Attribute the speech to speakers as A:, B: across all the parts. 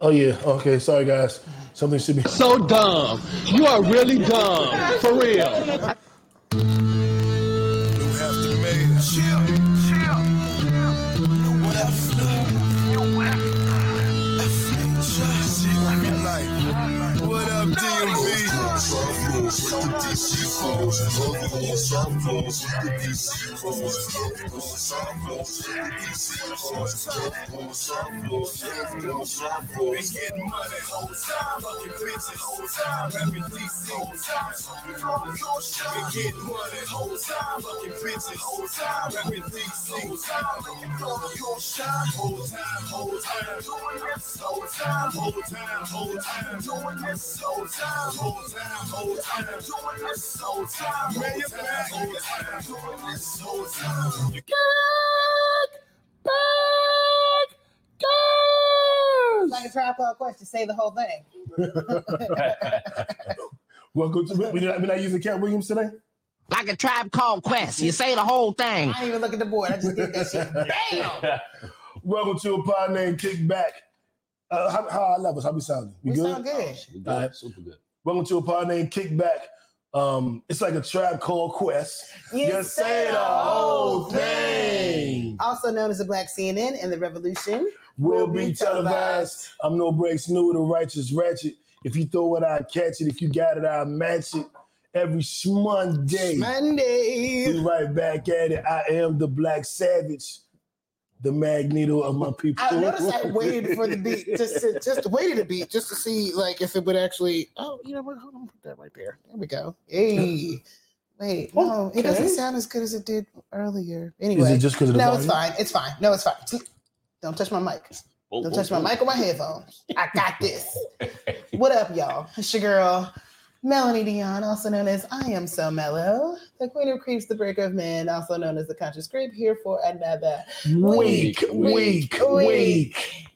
A: Oh yeah. Okay. Sorry, guys. Something should be.
B: So dumb. You are really dumb. For real.
C: You have to make chill, chill. You have to, you have to just every night. What up, DMV? We get money whole time, fucking bitches whole time, every DC whole time. We get money whole time, fucking bitches whole time, every DC whole time. Your shine whole time, whole time, doing this whole time, whole time, whole time, doing this whole time, whole time, whole time, doing this whole time, man, you're back, whole time, doing this whole time. You
D: Like a tripod question, say the whole thing.
A: Welcome to. We not, we not using Cat Williams today.
E: Like a tribe called Quest. You say the whole thing.
D: I didn't even look at the board. I just did that shit. Bam!
A: Welcome to a pod named Kickback. Uh, how, how I love us. How we sounding? We
D: We
A: good? Oh,
D: sound good.
B: We good.
A: All right.
B: Super good.
A: Welcome to a pod named Kickback. Um, it's like a trap called Quest.
D: You say the whole
A: thing.
D: Also known as the Black CNN and the Revolution.
A: Will be televised. I'm no breaks new, the righteous ratchet. If you throw it, I catch it. If you got it, I match it. Every Monday, we
D: Monday.
A: right back at it. I am the Black Savage, the Magneto of my people.
D: I noticed I waited for the beat, just to, just waited a beat, just to see like if it would actually. Oh, you know what? Hold on, put that right there. There we go. Hey, wait, no, it doesn't
A: Okay.
D: sound as good as it did earlier.
A: Is
D: Anyway,
A: it just because of the
D: no,
A: volume?
D: it's fine. It's fine. No, it's fine. Don't touch my mic. Don't touch my mic or my headphones. I got this. What up, y'all? It's your girl, Melanie Dion, also known as I Am So Mellow, the queen of creeps, the breaker of men, also known as the conscious creep, here for another
A: Week, week, week.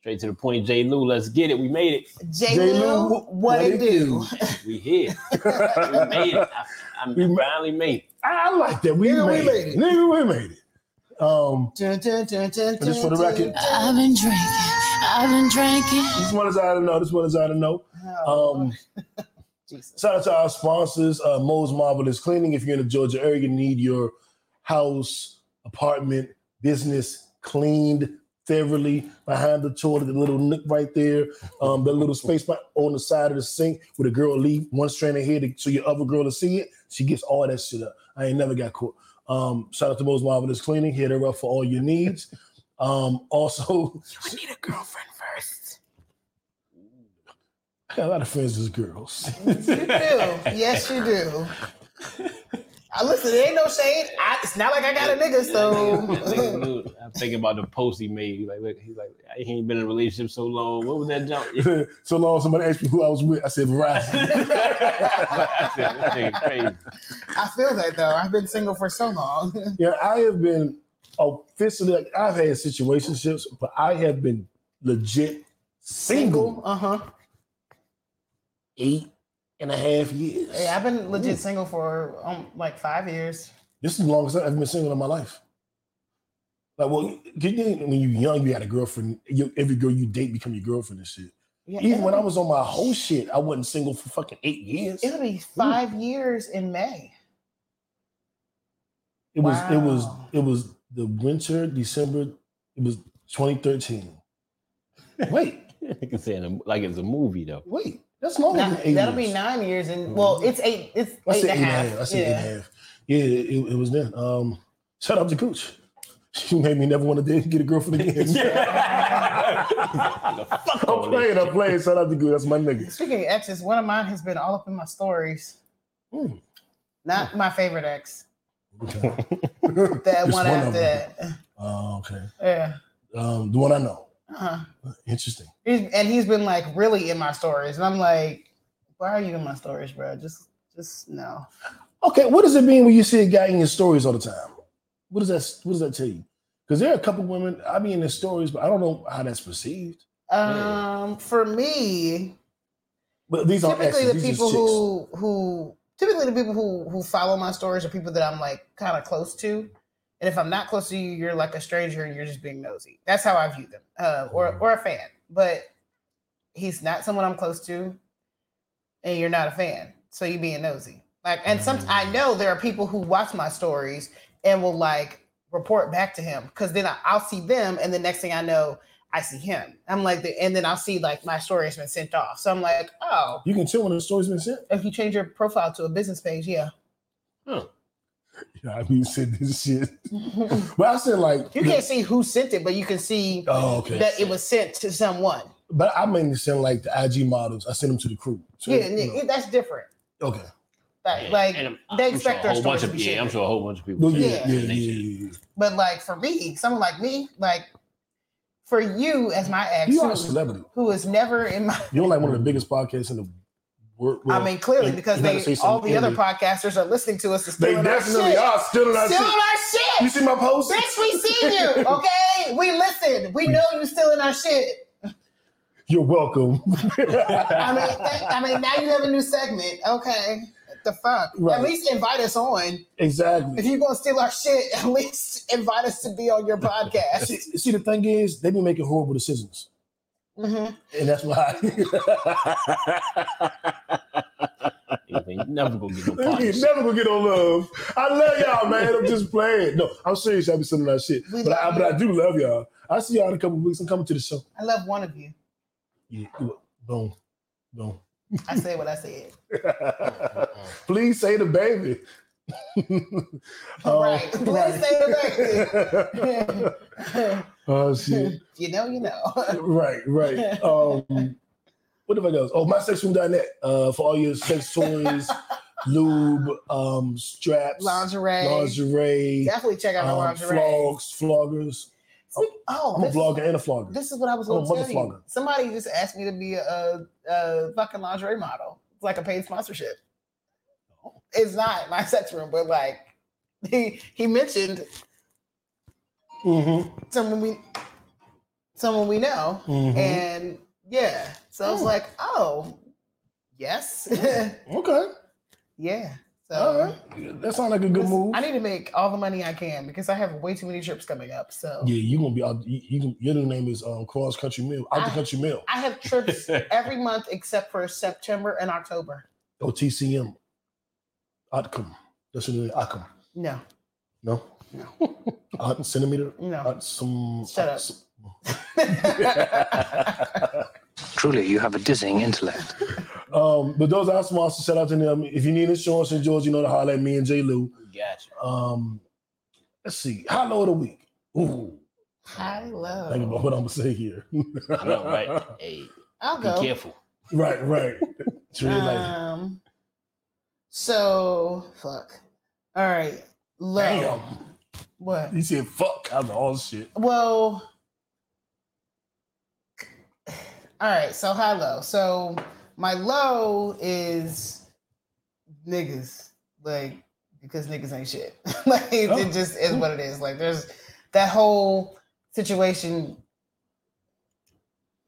B: Straight to the point, J. Lou. Let's get it. We made it.
D: J.
A: J.
D: Lou,
A: Lou,
D: what it do?
B: We here. We made it. I, I
A: We ma-
B: finally made it.
A: I like that. We,
D: Nigga,
A: made,
D: we made
A: it.
D: it.
A: Nigga, we made it. Um,
D: Dun, dun, dun, dun,
A: But just for the
D: dun,
A: record- Um,
D: dun.
F: I've been drinking. I've been drinking.
A: this one is I don't know. This one is I don't know.
D: Oh,
A: Um,
D: Jesus.
A: Shout out to our sponsors, uh, Moe's Marvelous Cleaning. If you're in the Georgia area, you need your house, apartment, business cleaned thoroughly behind the toilet, the little nook right there, um, the little space by- on the side of the sink where the girl leave one strand of hair to, so your other girl to see it. She gets all that shit up. I ain't never got caught. Um, shout out to Moe's Marvelous Cleaning. Hit her up for all your needs. Um, also,
D: I need a girlfriend first.
A: I got a lot of friends as girls.
D: You do. yes, you do. I listen, it ain't no shade. I, it's not like I got a nigga, so.
B: I'm thinking about the post he made. He like, look, he's like, I ain't been in a relationship so long. What was that jump?
A: so long as somebody asked me who I was with, I said Verizon.
B: I said, this nigga crazy.
D: I feel that though. I've been single for so long.
A: yeah, I have been officially like I've had situationships, but I have been legit single
D: Uh huh.
A: eight and a half years.
D: Yeah, I've been legit single for um, like five years.
A: This is the longest I've been single in my life. Like, well, you- you- when you're young, you had a girlfriend. You, every girl you date become your girlfriend and shit.
D: Yeah,
A: Even when I
D: it'll
A: was on my whole shit, I wasn't single for fucking eight years.
D: be- it'll be five years in May.
A: It was it was
D: Wow.
A: it was the winter, December, it was 2013. Wait,
B: Nigga saying it like it's a movie though.
A: wait, that's longer
D: Nah,
A: than eight
D: that'll
A: years.
D: be nine years, and well, it's eight. It's
A: I
D: eight
A: said
D: and a half.
A: I said eight
D: yeah.
A: and a half. Yeah, it, it was then. Um shout out to Cooch. She made me never want to get a girlfriend again.
B: Fuck
A: I'm
B: all that.
A: playing, I'm playing. Shout out to Cooch. That's my nigga.
D: Speaking of exes, one of mine has been all up in my stories. Hmm,
A: Mm.
D: Not my favorite ex.
A: Okay.
D: That
A: Just
D: one
A: one of
D: after
A: them.
D: that.
A: Oh, okay.
D: Yeah.
A: Um, the one I know.
D: Uh-huh.
A: Interesting.
D: He's, and he's been like really in my stories, and I'm like, why are you in my stories, bro? Just, just no.
A: Okay, what does it mean when you see a guy in your stories all the time? What does that what does that tell you? Because there are a couple women I be in their stories, but I don't know how that's perceived.
D: Um, for me,
A: But these aren't
D: typically
A: exes,
D: the
A: these just
D: people
A: chicks.
D: who who typically the people who who follow my stories are people that I'm like kind of close to, and if I'm not close
A: Mm-hmm.
D: to you, you're like a stranger and you're just being nosy. That's how I view them, uh, or or a fan. But he's not someone I'm close to, and you're not a fan, so you being nosy. Like, and some I
A: Mm.
D: know there are people who watch my stories and will like report back to him because then I, I'll see them, and the next thing I know, I see him. I'm like, the, and then I'll see like my story has been sent off, so I'm like, oh,
A: You can tell when the story's been sent.
D: if you change your profile to a business page, yeah,
A: Yeah, I mean, sent this shit.
D: you
A: But I said like,
D: can't see who sent it, but you can see
A: oh okay.
D: that it was sent to someone.
A: but I mainly send like the IG models. I send them to the crew. So,
D: Yeah,
A: you know,
D: and it- that's different.
A: okay.
D: Like,
B: Yeah,
D: like
B: and I'm-
D: they
B: I'm sure
D: expect
B: a
D: their
B: whole bunch
D: stories to
B: of
D: be
B: yeah, I'm
D: shared.
B: sure a whole bunch of people.
A: Well, yeah, yeah,
D: Yeah.
A: yeah, yeah, yeah.
D: But like for me, someone like me, like for you as my ex,
A: You are a
D: who,
A: celebrity.
D: who is never in my.
A: You're like one of the biggest podcasts in the world.
D: I mean, clearly
A: you-
D: because
A: you gotta
D: they
A: say
D: all
A: something
D: the other
A: early.
D: podcasters are listening to us. to
A: they
D: steal our
A: definitely
D: shit.
A: are still in our
D: stealing
A: shit.
D: our
A: You
D: shit.
A: see my post?
D: Bitch, we see you. Okay, we listen. We know you stealing our shit.
A: You're welcome.
D: I mean, th- I mean, now you have a new segment. Okay, What the fuck.
A: Right.
D: At least invite us on. If
A: exactly.
D: you're gonna steal our shit, at least invite us to be on your podcast.
A: See, see, the thing is, they be making horrible decisions,
D: hmm
A: and that's why.
B: Anything. You never gonna get no
A: You
B: partners.
A: never gonna get no love. I love y'all, man. I'm just playing. No, I'm serious. I be sending that shit,
D: We
A: but I,
D: love
A: but I do love y'all. I see y'all in a couple weeks. I'm coming to the show.
D: I love one of you.
A: Yeah, boom, boom.
D: I said what I said.
A: Please say the baby. Oh.
D: right. Please say the baby.
A: oh shit.
D: you know, you know.
A: Right, right. Um, what if I go? Oh, mysexroom.net uh, for all your sex toys, lube, um, straps,
D: Lingerie.
A: lingerie,
D: Definitely check out the
A: um,
D: lingerie.
A: flogs, floggers.
D: Sweet- Oh,
A: I'm a
D: this,
A: vlogger and a flogger.
D: this is what I was
A: I'm a
D: going to tell you.
A: Oh, motherfucker.
D: Somebody just asked me to be a, a fucking lingerie model. It's like a paid sponsorship. It's not my sex room, but like he he mentioned
A: Mm-hmm.
D: someone we someone we know,
A: Mhm.
D: and yeah. So I was
A: Oh.
D: like, oh, yes,
A: Okay.
D: yeah.
A: Hmm.
D: So.
A: All right. That sounds like a good
D: Listen,
A: move.
D: I need to make all the money I can because I have way too many trips coming up. So
A: yeah, you're gonna be out. You, you can, your new name is um, Cross Country Mill, out the
D: I-
A: country mill,
D: I have trips every month except for September and October.
A: OTCM, Outcome. That's your name, Outcome.
D: No,
A: No, Out centimeter,
D: no.
A: out some.
D: Shut
A: out
D: up.
A: some- Uh,
G: Truly, you have a dizzying intellect.
A: Um, but those are our sponsors. Shout out to them. If you need insurance in Georgia, you know to holler at me and J. Lou.
B: Gotcha.
A: Um, let's see. High low of the week. Ooh,
D: High
A: think about
D: low.
A: what I'm gonna say here.
B: I know, right? Hey,
D: I'll
B: be
D: go.
B: careful.
A: right, right.
D: Uh,
A: It's really like,
D: Um, so fuck. All right, low.
A: damn.
D: What?
A: He said, "Fuck." I'm all "Oh, shit.
D: Well, all right. So high low. So my low is niggas, like because niggas ain't shit. like it,
A: Oh.
D: it just is what it is. Like there's that whole situation.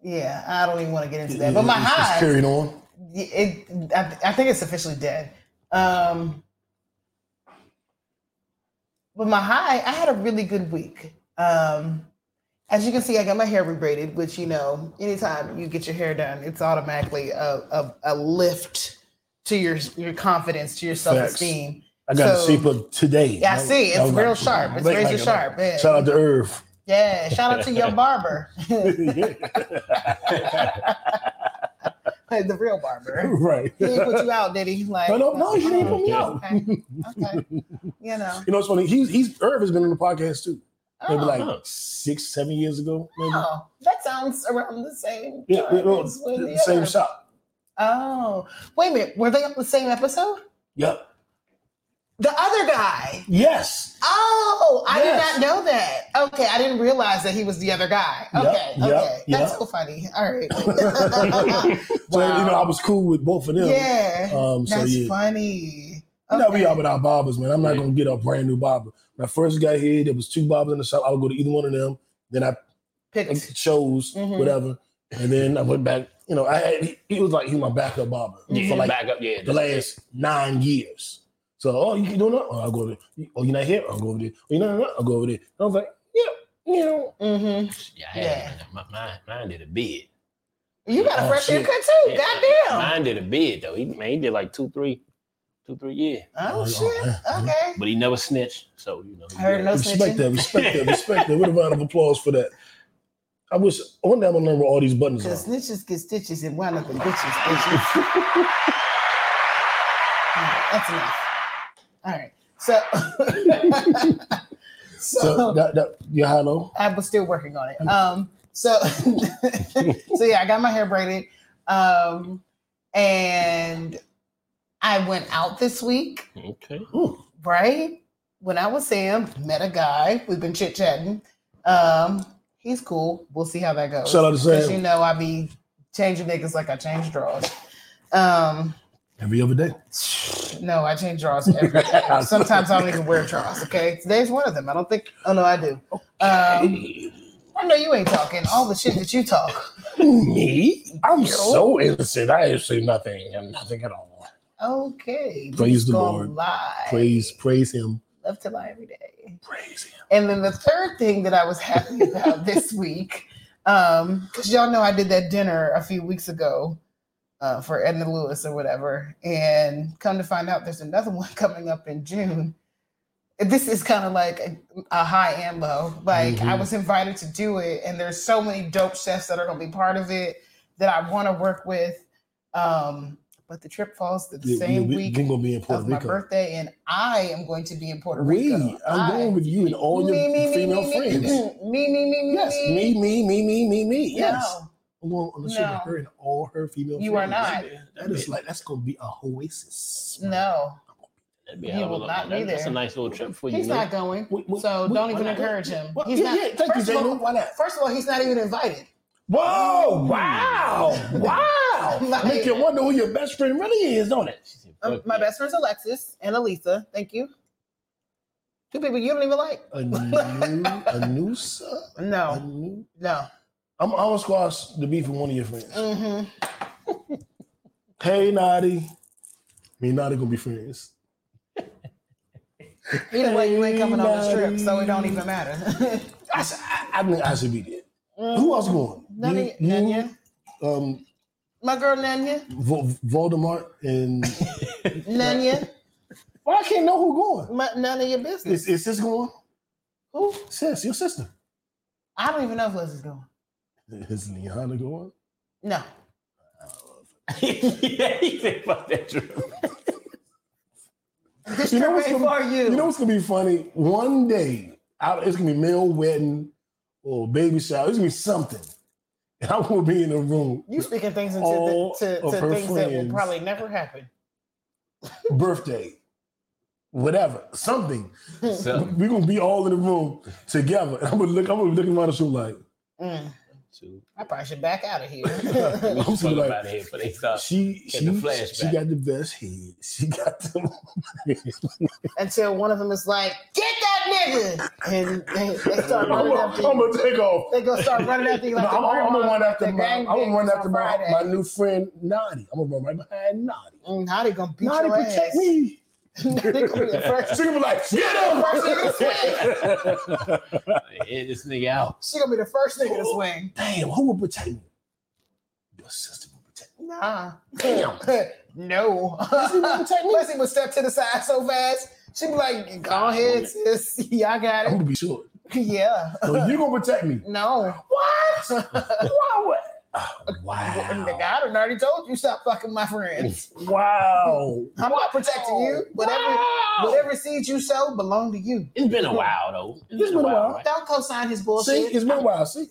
D: Yeah, I don't even want to get into that. But my
A: It's- it's
D: high,
A: carried on.
D: it, I, I think it's officially dead. Um, but my high, I had a really good week. Um, as you can see, I got my hair rebraided, which you know, anytime you get your hair done, it's automatically a, a, a lift to your your confidence, to your self esteem.
A: I got
D: So-
A: a shape up today.
D: Yeah, I see.
A: That
D: It's
A: was
D: real
A: like-
D: sharp. It's
A: like-
D: razor
A: like-
D: sharp. Yeah.
A: Shout out to Irv.
D: yeah, shout out to your barber, the real barber.
A: right.
D: He didn't put you out, did he? Like,
A: No, no, no, he didn't
D: oh,
A: put me out.
D: Okay, okay. you know.
A: You know what's funny? He's he's Irv has been on the podcast too. Maybe
D: Oh.
A: like
B: Oh.
A: six, seven years ago. Maybe.
D: Oh, that sounds around the same.
A: Yeah,
D: time
A: yeah, no,
D: as when the
A: same
D: other-
A: shop.
D: Oh, wait a minute. Were they on the same episode?
A: Yep.
D: The other guy.
A: Yes.
D: Oh, I
A: Yes.
D: did not know that. Okay, I didn't realize that he was the other guy.
A: Yep,
D: Okay,
A: yep,
D: okay, that's
A: yep.
D: so funny. All right.
A: So you know, I was cool with both of them.
D: yeah,
A: Um. So
D: that's
A: yeah.
D: funny.
A: You know, we
D: Okay.
A: all with our bobbers, man. I'm not
B: Yeah.
A: gonna get a brand new bobber. When I first got here, there was two bobbers in the shop. I would go to either one of them. Then I
D: Picked.
A: chose
D: Mhm.
A: whatever, and then I went back. You know, I had, he was like he was my backup barber
D: Mm-hmm.
B: Yeah,
A: for like
B: back up. Yeah,
A: the last nine years. So, oh, you doing that? Oh, I'll go over there. Oh, you're not here? I'll go over there. Oh, you know, I'll go over there. I was like, yeah, you know,
D: Mm-hmm.
B: Yeah, I had
D: Yeah.
B: mine. My- Mine, mine did a bid.
D: You got a
A: Oh,
D: fresh
A: shit.
D: haircut too.
B: Yeah.
D: Goddamn.
B: Mine did a bid though. He man, he did like two, three, two, three years.
D: Oh
A: Oh,
D: shit.
A: yeah.
D: Okay.
B: But he never snitched. So you know. he
D: I heard
B: good.
D: no
A: Respect
D: snitching.
A: that, respect that, respect that. What a round of applause for that. I wish one day I'm gonna learn where all these buttons
D: Cause
A: are.
D: snitches get stitches and wind up in bitches. bitches. Alright, That's enough. All right. So,
A: So
D: so
A: that, that your high low?
D: I was still working on it. Um, so so yeah, I got my hair braided. Um, and I went out this week,
B: Okay.
D: right? When I was Sam, met a guy. We've been chit chatting. Um, he's cool. We'll see how that goes.
A: Shout out to
D: 'Cause you
A: Sam.
D: know I be changing niggas like I change drawers. Um,
A: Every other day.
D: no, I change drawers every day. Sometimes I don't even wear drawers. Okay, today's one of them. I don't think. Oh no, I do. Um, I know you ain't talking all the shit that you talk.
A: Me? I'm so innocent. I ain't say nothing and nothing at all.
D: Okay,
A: Praise the
D: gonna
A: Lord.
D: Lie.
A: Praise, praise him.
D: Love to lie every day.
A: Praise him.
D: And then the third thing that I was happy about this week, um, because y'all know I did that dinner a few weeks ago uh, for Edna Lewis or whatever, and come to find out there's another one coming up in June. This is kind of like a, a high and low. Like I
A: Mhm.
D: was invited to do it, and there's so many dope chefs that are going to be part of it that I want to work with. Um, but the trip falls the
A: Yeah,
D: same
A: we,
D: week
A: are gonna be in Puerto
D: of my
A: Rico.
D: birthday, and I am going to be in Puerto
A: We,
D: Rico.
A: I'm
D: I-
A: going with you and all your female
D: me,
A: friends.
D: Me, me, me, me.
A: Yes, me, me, me, me, me, me. Yes.
D: No,
A: I'm going on the ship
D: No.
A: with her and all her female
D: You are
A: friends.
D: not.
A: That is like that's gonna be a oasis.
D: no.
B: That'd be
D: He
B: a hell of a
D: will
B: lot.
D: not be
B: That- That's a
D: there.
B: nice little trip for you.
D: He's
B: man.
D: not going.
A: Wait, wait,
D: So
A: wait,
D: don't
A: why
D: even
A: not?
D: encourage him.
A: Well,
D: He's
A: yeah,
D: not.
A: yeah, thank you,
D: first, of
A: Jamie.
D: all,
A: Why not?
D: first of all, he's not even invited.
A: Whoa! Wow! Wow!
D: Like-
A: Oh, Make you wonder who your best friend really is, don't it?
B: She said,
D: Um,
B: "Fuck
D: my
B: it."
D: best friends Alexis and Elisa. Thank you. Two people you don't even like.
A: A new, a new, sir? a
D: No,
A: new.
D: no.
A: I'm I'm gonna squash the beef with one of your friends.
D: Mm-hmm.
A: Hey, Naughty. Me and Naughty gonna be friends.
D: Either way, you ain't coming on the trip, so it don't even matter.
A: I, s- I- I think I should be there. Who else going?
D: None of
A: You-
D: y-
A: you,
D: Mm-hmm. Nanya.
A: um,
D: My girl Nanya.
A: Vo- Voldemort and
D: Nanya.
A: well, I can't know who going.
D: My, none of your business.
A: Is, is sis going?
D: Who?
A: Sis, your sister.
D: I don't even know if Liz is going.
A: Is Liana going?
D: No.
B: yeah, he said, "Fuck that trip."
D: This
A: You know
D: trip
A: what's
D: ain't for
A: gonna-
D: you.
A: You know what's gonna be funny? One day, I, it's gonna be male wedding or baby shower. It's gonna be something, and I will be in the room.
D: You speaking things into
A: all
D: the, to,
A: of
D: to
A: her
D: things that will
A: friends.
D: probably never happen.
A: Birthday, whatever, something.
B: So,
A: We're gonna be all in the room together, and I'm gonna look. I'm gonna look around the room like
D: Mm,
B: two,
D: I probably should back out of here.
A: I'm
B: fuck
A: gonna be
B: like,
A: like,
B: out of here, but they thought
A: she
B: Get the
A: she she
B: flashback.
A: got the best head. She got the
D: Until one of them is like, get that nigga! And they, they start
A: I'm,
D: running
A: gonna-
D: after
A: I'm
D: you.
A: gonna take off.
D: They gonna start running after you
A: No,
D: like
A: I'm, I'm
D: the
A: gonna
D: grandma
A: run after
D: that
A: my. I'm gonna
D: gangbanged
A: run
D: on
A: after my,
D: Friday.
A: my new friend Naughty. I'm gonna run right behind Naughty.
D: Mm, how they gonna beat
A: Naughty,
D: your ass?
A: protect me.
D: they gonna be the first.
A: She gonna be like, get him.
B: hit this nigga out.
D: She gonna be the first nigga to swing.
A: Damn, who will protect me? Your sister will protect me.
D: Nah.
A: Damn.
D: no. Leslie would step to the side so fast. She'd be like, go ahead, sis. Y'all
A: I'm
D: got it.
A: gonna be sure.
D: Yeah.
A: No, you gonna protect me.
D: No.
A: What? Why would-
D: And the
A: Wow.
D: guy done already told you stop fucking my friends.
A: Wow.
D: I'm not protecting you. Whatever whatever seeds you sow belong to you.
B: It's been a while though.
A: It's been a while.
B: right?
D: Don't co-sign his
A: See,
D: bullshit.
A: it's been a while. See,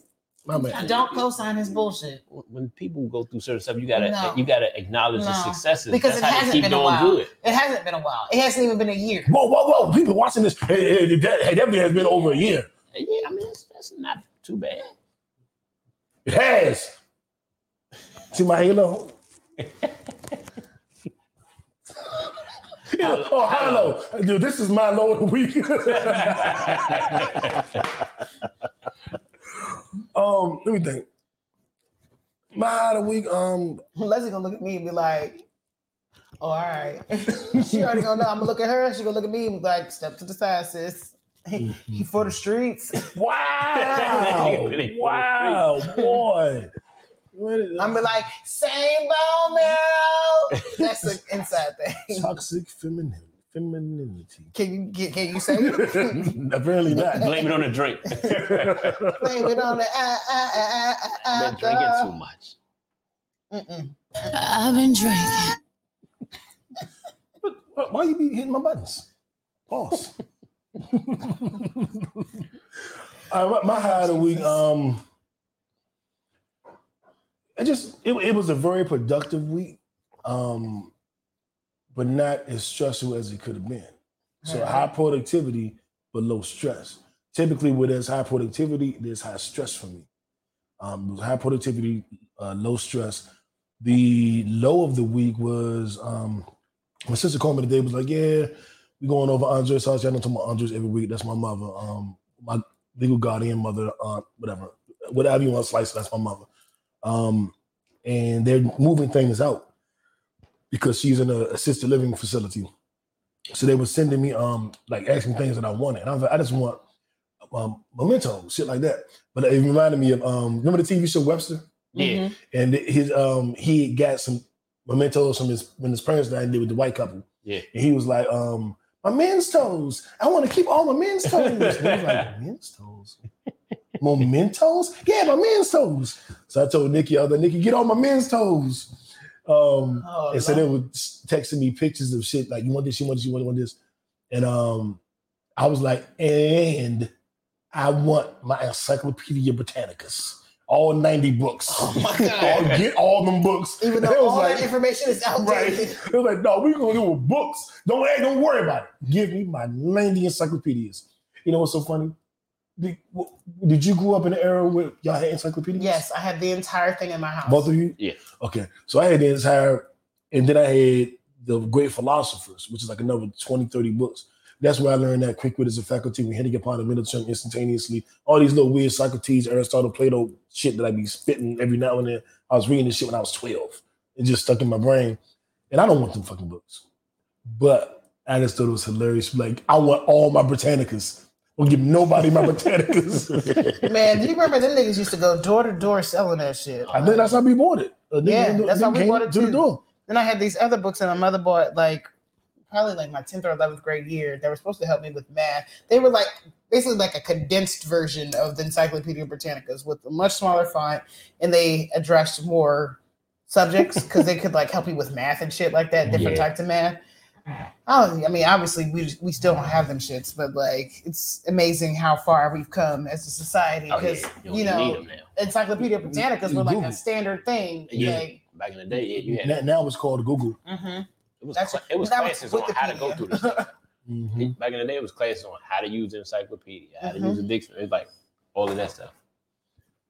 A: my man.
D: Don't co-sign his bullshit.
B: When people go through certain stuff, you gotta
D: No.
B: you gotta acknowledge the
D: No.
B: successes.
D: Because
B: That's
D: it
B: how
D: hasn't
B: you keep
D: been a
B: doing
D: while.
B: good.
D: It hasn't been a while. It hasn't even been a year.
A: Whoa, whoa, whoa! People watching this, hey, hey, that, hey, that video has been over a year.
B: Yeah, I mean that's, that's not too bad.
A: It has. See my halo? Yeah, oh, halo. Dude, this is my low of the week. um, let me think. My high of the week, um,
D: Leslie gonna look at me and be like, oh, all right. she already gonna know. I'm gonna look at her. She gonna look at me and be like, step to the side, sis. He, he for the streets.
A: wow. wow, boy. What is
D: I'm be like, same bone marrow. That's an inside thing.
A: Toxic femininity. Femininity.
D: Can you get? Can you say? it?
A: Apparently not.
B: Blame it on the drink.
D: Blame it on the ah ah ah ah ah.
B: Been drinking too much.
D: Mm-mm.
F: I've been drinking.
A: Why- Why you be hitting my buttons? Pause. All right, my, my high of the week. Um, it just it, it was a very productive week, um, but not as stressful as it could have been. So high productivity but low stress. Typically, where there's high productivity, there's high stress for me. Um, high productivity, uh, low stress. The low of the week was um, my sister called me today. Was like, "Yeah, we going over Andres house. Y'all know I'm talking about Andres every week. That's my mother. Um, my legal guardian, mother, aunt, whatever, whatever you want to slice. it, That's my mother. Um, and they're moving things out because she's in a assisted living facility. So they were sending me um like asking things that I wanted. And I was like, I just want um memento, shit like that. But it reminded me of um remember the TV show Webster?
B: Yeah.
A: and his um he got some mementos from his when his parents died and did with the white couple.
B: Yeah.
A: And he was like, um, my men's toes. I want to keep all my men's toes. And he was like, men's toes. Mementos? Yeah, my men's toes. So I told Nikki, I was like, Nikki, get all my men's toes. Um,
D: Oh,
A: and so they
D: Lord.
A: were texting me pictures of shit like, you want this, you want this, you want, want this. And um, I was like, and I want my Encyclopedia Britannicus, all 90 books.
D: Oh my
A: All,
D: god.
A: get all them books.
D: Even
A: And it
D: though
A: was
D: all
A: like,
D: that information is
A: right.
D: outdated.
A: It was like, no, we're gonna do with books. Don't hey, don't worry about it. Give me my 90 encyclopedias. You know what's so funny? Did, w- did you grow up in an era where y'all had encyclopedias?
D: Yes, I have the entire thing in my house.
A: Both of you?
B: Yeah.
A: Okay. So I had the entire, and then I had The Great Philosophers, which is like another 20, 30 books. That's where I learned that quick wit is a faculty. We're hitting upon the middle term instantaneously. All these little weird Socrates, Aristotle, Plato shit that I be spitting every now and then. I was reading this shit when I was 12. It just stuck in my brain. And I don't want them fucking books. But I just thought it was hilarious. Like, I want all my Britannicas. Don't give nobody my Britannicas.
D: Man, do you remember them niggas used to go door to door selling that shit?
A: I think that's how we bought it. A nigga
D: Yeah,
A: came-
D: that's how
A: nigga
D: we
A: came
D: bought it
A: to the
D: too.
A: door.
D: Then I had these other books that my mother bought, like probably like my 10th or 11th grade year. They were supposed to help me with math. They were like basically like a condensed version of the Encyclopedia Britannica's with a much smaller font, and they addressed more subjects because they could like help you with math and shit like that, different
B: Yeah.
D: types of math. I, don't, I mean, obviously, we we still don't have them shits, but like, it's amazing how far we've come as a society.
B: Oh, yeah.
D: Because
B: don't
D: you
B: even
D: know,
B: need 'em now.
D: Encyclopedia Britannicas were like
A: Google.
D: a standard thing.
B: Yeah.
D: Like,
B: Back in the day, yeah, you had
A: Now, now it's called Google.
D: hmm
B: it was,
D: That's-
B: cla- it was
D: that was
B: classes on how to go
D: Wikipedia.
B: through this. stuff. Back in the day, it was classes on how to use encyclopedia, how to
D: Mhm.
B: use a dictionary, it's like all of that stuff.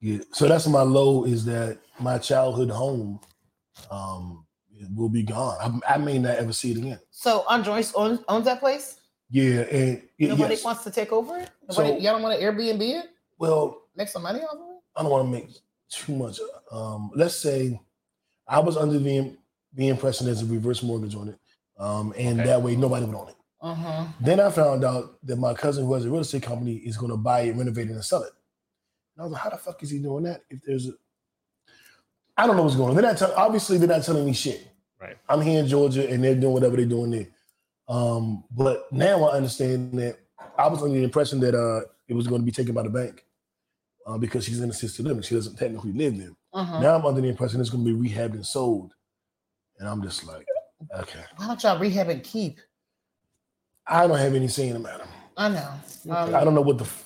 A: Yeah. So that's my low is that my childhood home um, it will be gone. I, I may not ever see it again.
D: So Andres owns, owns that place.
A: Yeah. And it,
D: Nobody
A: yes.
D: wants to take over it.
A: So-
D: Nobody, y'all don't want to Airbnb it,
A: well,
D: make some money off of it.
A: I don't want to make too much. Um, let's say I was under the, the impression there's a reverse mortgage on it. Um, and
B: Okay.
A: that way nobody would own it.
D: Uh huh.
A: Then I found out that my cousin, who has a real estate company, is going to buy it, renovate it, and sell it. And I was like, how the fuck is he doing that? If there's a, I don't know what's going on. They're not tell- obviously they're not telling me shit.
B: Right.
A: I'm here in Georgia, and they're doing whatever they're doing there. Um, but now I understand that I was under the impression that uh, it was going to be taken by the bank uh, because she's in assisted living. She doesn't technically live there.
D: Uh huh.
A: Now I'm under the impression it's going to be rehabbed and sold, and I'm just like, okay,
D: Why don't y'all rehab and keep?
A: I don't have any say in the matter.
D: I know. Um,
A: I don't know what the f-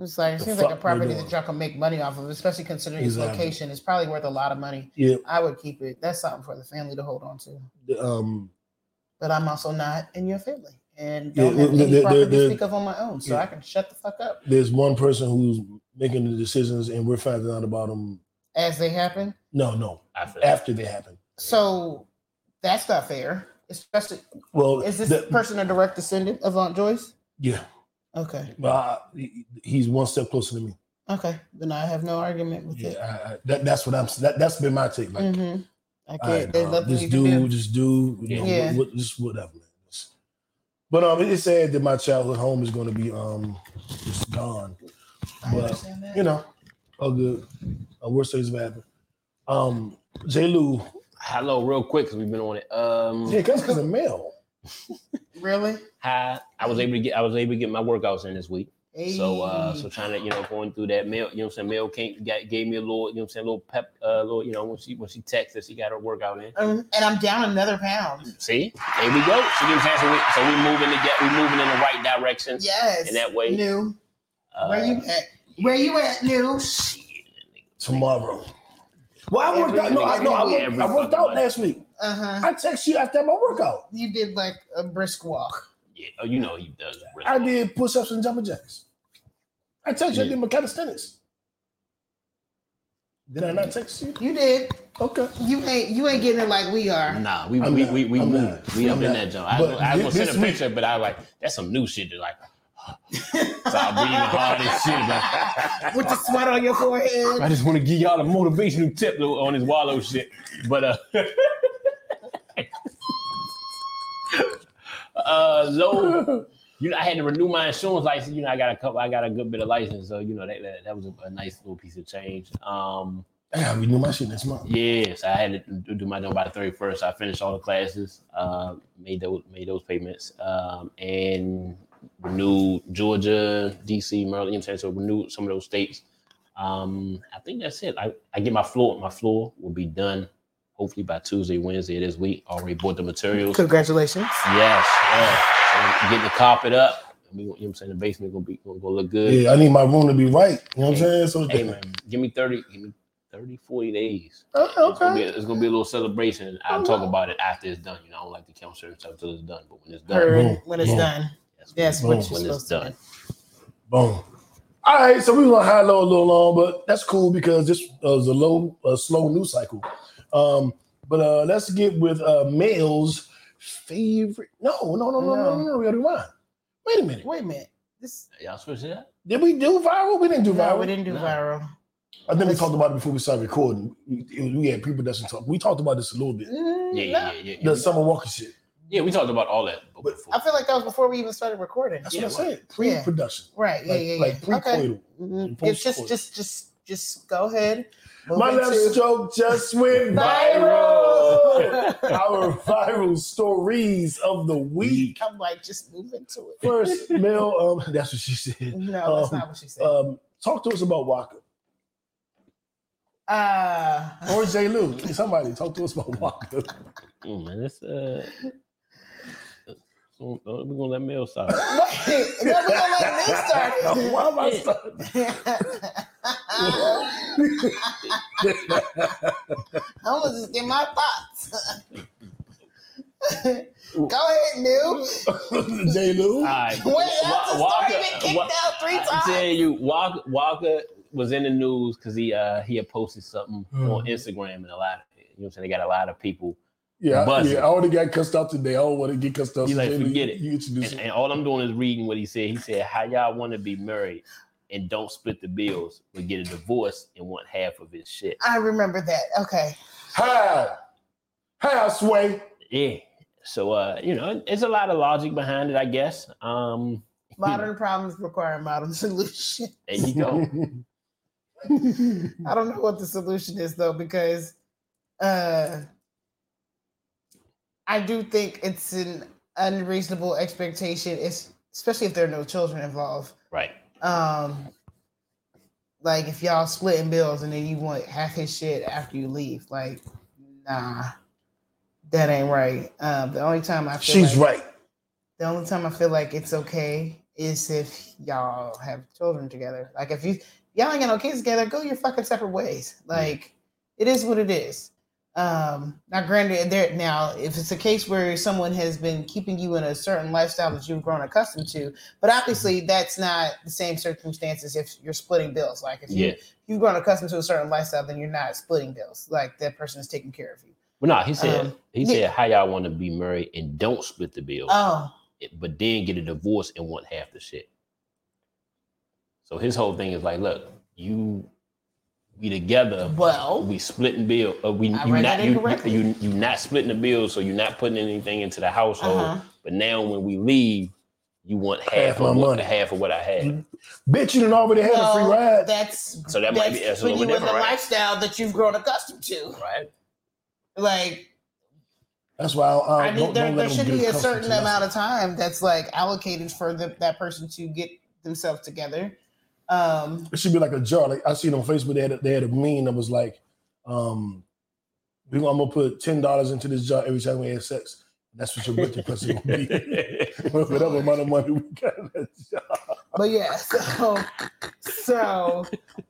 D: it's like it
A: The
D: seems like
A: fuck
D: a
A: we're
D: property
A: doing.
D: that y'all can make money off of, especially considering
A: Exactly.
D: its location. It's probably worth a lot of money.
A: yeah.
D: I would keep it. That's something for the family to hold on to.
A: the, um
D: But I'm also not in your family, and
A: Yeah,
D: don't have
A: well,
D: any
A: the- the-
D: property
A: the-
D: to speak of on my own, so
A: yeah.
D: I can shut the fuck up
A: there's one person who's making the decisions and we're finding out about them
D: as they happen.
A: no no
B: I feel
A: after they happen
D: So that's not fair, especially
A: well
D: Is this
A: the-
D: person a direct descendant of Aunt Joyce?
A: yeah
D: Okay.
A: well I, he- he's one step closer to me
D: Okay. Then I have no argument with it.
A: yeah I, I, that, that's what i'm that, that's been my take like
D: hmm I
A: all right,
D: can't. There's
A: uh,
D: nothing
A: this
D: you
A: dude
D: can do.
A: this dude you know,
D: Yeah.
A: what, what, just whatever man. It's- but um it said that my childhood home is going to be um just gone
D: I
A: but,
D: understand that.
A: you know all good uh, worst things have happened Um, J. Lou,
B: Hello, real quick, because we've been on it. Um,
A: yeah, that's because of mail.
D: Really?
B: hi, I was able to get I was able to get my workouts in this week. So uh
D: Hey.
B: so trying to, you know, going through that mail, you know what I'm saying? Mail came got, gave me a little, you know what I'm saying, a little pep, uh little, you know, when she when she texted, she got her workout in.
D: Um, and I'm down another pound.
B: See? There we go. So, you know what I'm saying? So, we, so we're moving to get we're moving in the right direction.
D: Yes.
B: In that way,
D: New.
B: Uh,
D: Where you at? Where you at, new?
A: Tomorrow. Well, I worked
D: Every-
A: out. No, I, no, I
D: every-
A: worked,
B: every
A: I worked
B: fucking
A: out
B: month.
A: last week.
D: Uh huh.
A: I text you after my workout.
D: You did like a brisk walk.
B: yeah, oh, you know you does.
A: I did push ups and jumping jacks. I text you, I did my calisthenics. Did I not text you?
D: You did.
A: Okay.
D: You ain't. You ain't getting it like we are.
B: Nah, we
A: I'm
B: we,
A: not.
B: we we
A: I'm
B: moved.
A: not.
B: We
A: I'm
B: up in
A: not.
B: that joint. I,
A: But
B: was- I
A: thi-
B: was gonna send
A: this
B: a
A: week-
B: picture, but I was like that's some new shit. Just like stop breathing hard and shit. Like,
D: With the sweat on your forehead.
B: I just want to give y'all a motivational tip though on his wallow shit. But uh uh no you know I had to renew my insurance license. You know, I got a couple I got a good bit of license, so you know that that, that was a, a nice little piece of change. Um
A: I gotta renew my shit next month.
B: yes, I had to do- do my job by the thirty first. I finished all the classes, uh made those made those payments. Um and renewed Georgia, DC, Maryland, you know what I'm saying? So renewed some of those states. Um, I think that's it. I, I get my floor. My floor will be done hopefully by Tuesday, Wednesday this week. Already bought the materials.
D: Congratulations.
B: Yes. Yeah. So I'm getting the carpet up. We, you know what I'm saying? The basement gonna be gonna, gonna look good.
A: Yeah, I need my room to be right. You know what I'm saying? So
B: Hey man, give me 30, give me 30, 40 days.
A: uh,
B: It's, gonna be,
D: Okay.
B: it's gonna be a little celebration. I'll talk about it after it's done. You know, I don't like to count certain stuff until it's done, but when it's done,
D: Heard when it's
A: Boom.
D: done.
B: that's
D: That's
B: when,
D: what
A: Boom.
D: you're
B: when it's
D: supposed to
B: done.
D: do.
A: Boom. All right, so we were on high low a little long, but that's cool because this uh, was a low, a slow news cycle. Um, but uh, let's get with uh, male's favorite. No, no, no, no, no, no, no. We gotta rewind. Wait a minute.
D: Wait a minute. This.
B: Y'all switch it up?
A: Did we do viral? We didn't do
D: No,
A: viral.
D: we didn't do
B: No.
D: viral.
A: I think we talked about it before we started recording. We, it- we had pre-production talk. We talked about this a little bit.
D: Mm,
B: Yeah,
D: no.
B: yeah, yeah, yeah.
A: The summer walker shit.
B: Yeah, we talked about all that.
A: But
D: I feel like that was before we even started recording.
A: That's
B: Yeah,
A: what I
B: right.
A: said. Pre-production.
D: Right. Yeah.
A: Like,
D: yeah. Yeah.
A: like
D: okay.
A: pre-coital.
D: Mhm.
A: Post
D: It's just,
A: court.
D: just, just, just go ahead. Move
A: My
D: into-
A: left stroke just went viral.
B: viral.
A: Our viral stories of the week.
D: I'm like, just move into it.
A: First, Mel, um, that's what she said.
D: No, that's
A: Um,
D: not what she said. Uh,
A: Um, talk to us about Walker
D: Uh,
A: or J. Lou. Somebody talk to us about Walker.
B: Mm, man, it's uh, we're gonna let Mel start.
D: wait, no, we don't let Nick start it.
A: Why am I starting?
D: I'm gonna just get my thoughts. Go ahead, new.
A: J. Lou.
B: All right.
D: Wait, that's a
B: Wa- uh,
D: story been kicked
B: Wa-
D: out three
B: I tell
D: times.
B: you, Walker, Walker was in the news because he uh he had posted something
A: Hmm.
B: on Instagram and a lot of you know what I'm saying they got a lot of people
A: Yeah,
B: Buzzing.
A: yeah, I already got cussed out today. I don't want to get cussed out.
B: You like,
A: today.
B: forget it.
A: You introduce
B: and, and all I'm doing is reading what he said. He said, "How y'all want to be married and don't split the bills, but get a divorce and want half of his shit."
D: I remember that. Okay.
A: How? How, Sway?
B: Yeah. So uh, you know, it's a lot of logic behind it, I guess. Um,
D: Modern problems require modern solution.
B: there you go.
D: I don't know what the solution is though, because uh I do think it's an unreasonable expectation, it's, especially if there are no children involved.
B: right.
D: Um like if y'all splitting bills and then you want half his shit after you leave, like nah. That ain't right. Um, the only time I feel
A: She's
D: like-
A: right.
D: the only time I feel like it's okay is if y'all have children together. Like if you y'all ain't got no kids together, go your fucking separate ways. Like it is what it is. Um, now, granted, there now if it's a case where someone has been keeping you in a certain lifestyle that you've grown accustomed to, but
A: Mm-hmm.
D: obviously that's not the same circumstances if you're splitting bills. Like if
B: Yeah.
D: you you've grown accustomed to a certain lifestyle, then you're not splitting bills. Like that person is taking care of you.
B: Well, no, he said
D: Um,
B: he
D: yeah.
B: said how y'all want to be married and don't split the bills,
D: Oh,
B: but then get a divorce and want half the shit. So his whole thing is like, look, you we together,
D: Um, well,
B: we splitting bill. Uh, we
D: I
B: you
D: read
B: not
D: that
B: you,
D: incorrectly.
B: you you not splitting the bills, so you're not putting anything into the household.
D: uh-huh.
B: But now when we leave, you want half, Mm-hmm.
A: Half my
B: of what,
A: money.
B: half of what I had.
A: Bitch, you done already had a free
D: Well,
A: ride.
D: That's
B: So that might be that's a
D: when
B: little
D: you
B: bit
D: live the
B: different, right?
D: lifestyle that you've grown accustomed to.
B: Right.
D: Like
A: That's why I, I,
D: I mean,
A: Oh, don't,
D: there,
A: don't
D: there
A: let
D: should
A: them
D: be
A: get
D: a certain
A: accustomed to
D: amount of time that's like allocated for the, that person to get themselves together. Um,
A: it should be like a jar. Like I seen on Facebook, they had a, they had a meme that was like, um, we gonna, I'm gonna put ten dollars into this jar every time we have sex. That's what your birthday present gonna be. Whatever amount of money we got in that jar.
D: but yeah, so so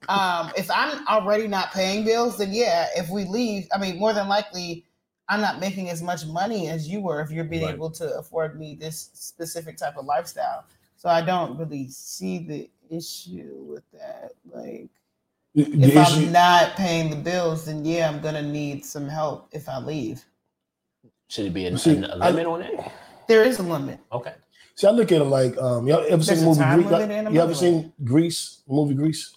D: um, if I'm already not paying bills, then yeah, if we leave, I mean, more than likely, I'm not making as much money as you were if you're being
B: Right.
D: able to afford me this specific type of lifestyle. So I don't really see the issue with that. Like,
A: The,
D: if
A: the issue,
D: I'm not paying the bills, then yeah, I'm gonna need some help if I leave.
B: Should it be a,
A: See,
B: a- a
A: I-
B: limit on that?
D: There is a limit.
B: Okay.
A: see, I look at it like, um, y'all ever seen
D: There's
A: the
D: a
A: movie
D: time
A: Grease?
D: limit and a
A: Y'all, y'all ever
D: money
A: seen Grease? Movie Grease?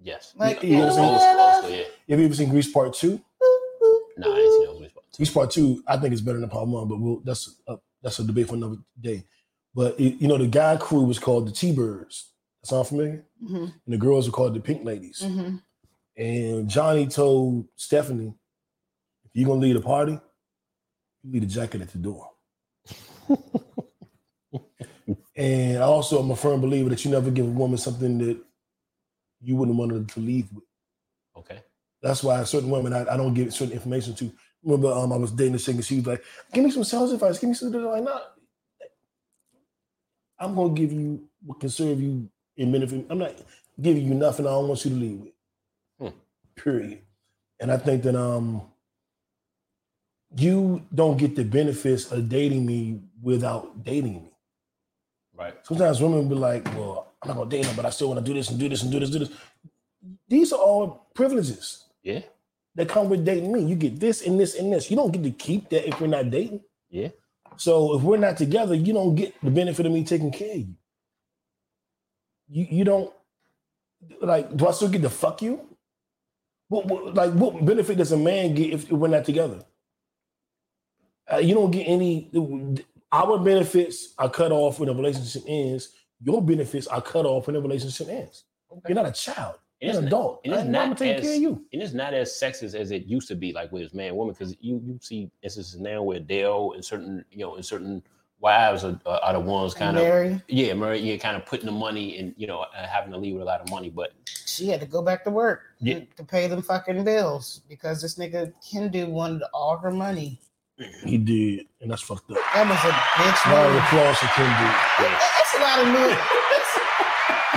B: Yes.
D: Like,
B: yeah,
A: you
B: old
A: know,
B: school, old school, yeah.
A: You ever ever seen Grease Part Two?
B: Nah, I ain't seen old school.
A: Grease Part Two, I think is better than Part One, but we'll, that's a, that's a debate for another day. But it, you know, the guy crew was called the T Birds. Sound familiar?
D: Mhm,
A: And the girls were called the Pink Ladies.
D: mhm.
A: And Johnny told Stephanie, if you're gonna leave the party, you leave the jacket at the door. and I also am a firm believer that you never give a woman something that you wouldn't want her to leave with.
B: Okay.
A: That's why certain women I, I don't give certain information to. Remember, um, I was dating a chick and she was like, "Give me some sales advice. Give me some." I'm like, "Nah, I'm gonna give you what can serve you in benefit. I'm not giving you nothing. I don't want you to leave with."
B: Hmm.
A: Period. And I think that um, you don't get the benefits of dating me without dating me.
B: Right.
A: Sometimes women be like, "Well, I'm not gonna date him, but I still want to do this and do this and do this, do this." These are all privileges
B: Yeah.
A: that come with dating me. You get this and this and this. You don't get to keep that if we're not dating.
B: Yeah.
A: So if we're not together, you don't get the benefit of me taking care of you. You you don't like. Do I still get to fuck you? What, what like what benefit does a man get if we're not together? Uh, you don't get any. Our benefits are cut off when a relationship ends. Your benefits are cut off when a relationship ends.
B: Okay.
A: You're not a child.
B: It
A: You're an
B: is-
A: adult.
B: it is
A: I'm
B: not
A: gonna take
B: as-
A: care of you.
B: and it's not as sexist as it used to be, like with man woman, because you you see instances now where Dale and certain you know and certain wives are, are are the ones kind of
D: Mary,
B: yeah, Mary, you're kind of putting the money and you know uh, having to leave with a lot of money, but
D: she had to go back to work
B: Yeah.
D: to pay them fucking bills because this nigga Hindu wanted all her money.
A: He did, and that's fucked up.
D: That was a bitch.
A: Round of
D: move.
A: applause for Kim Dude.
D: That's a lot of new.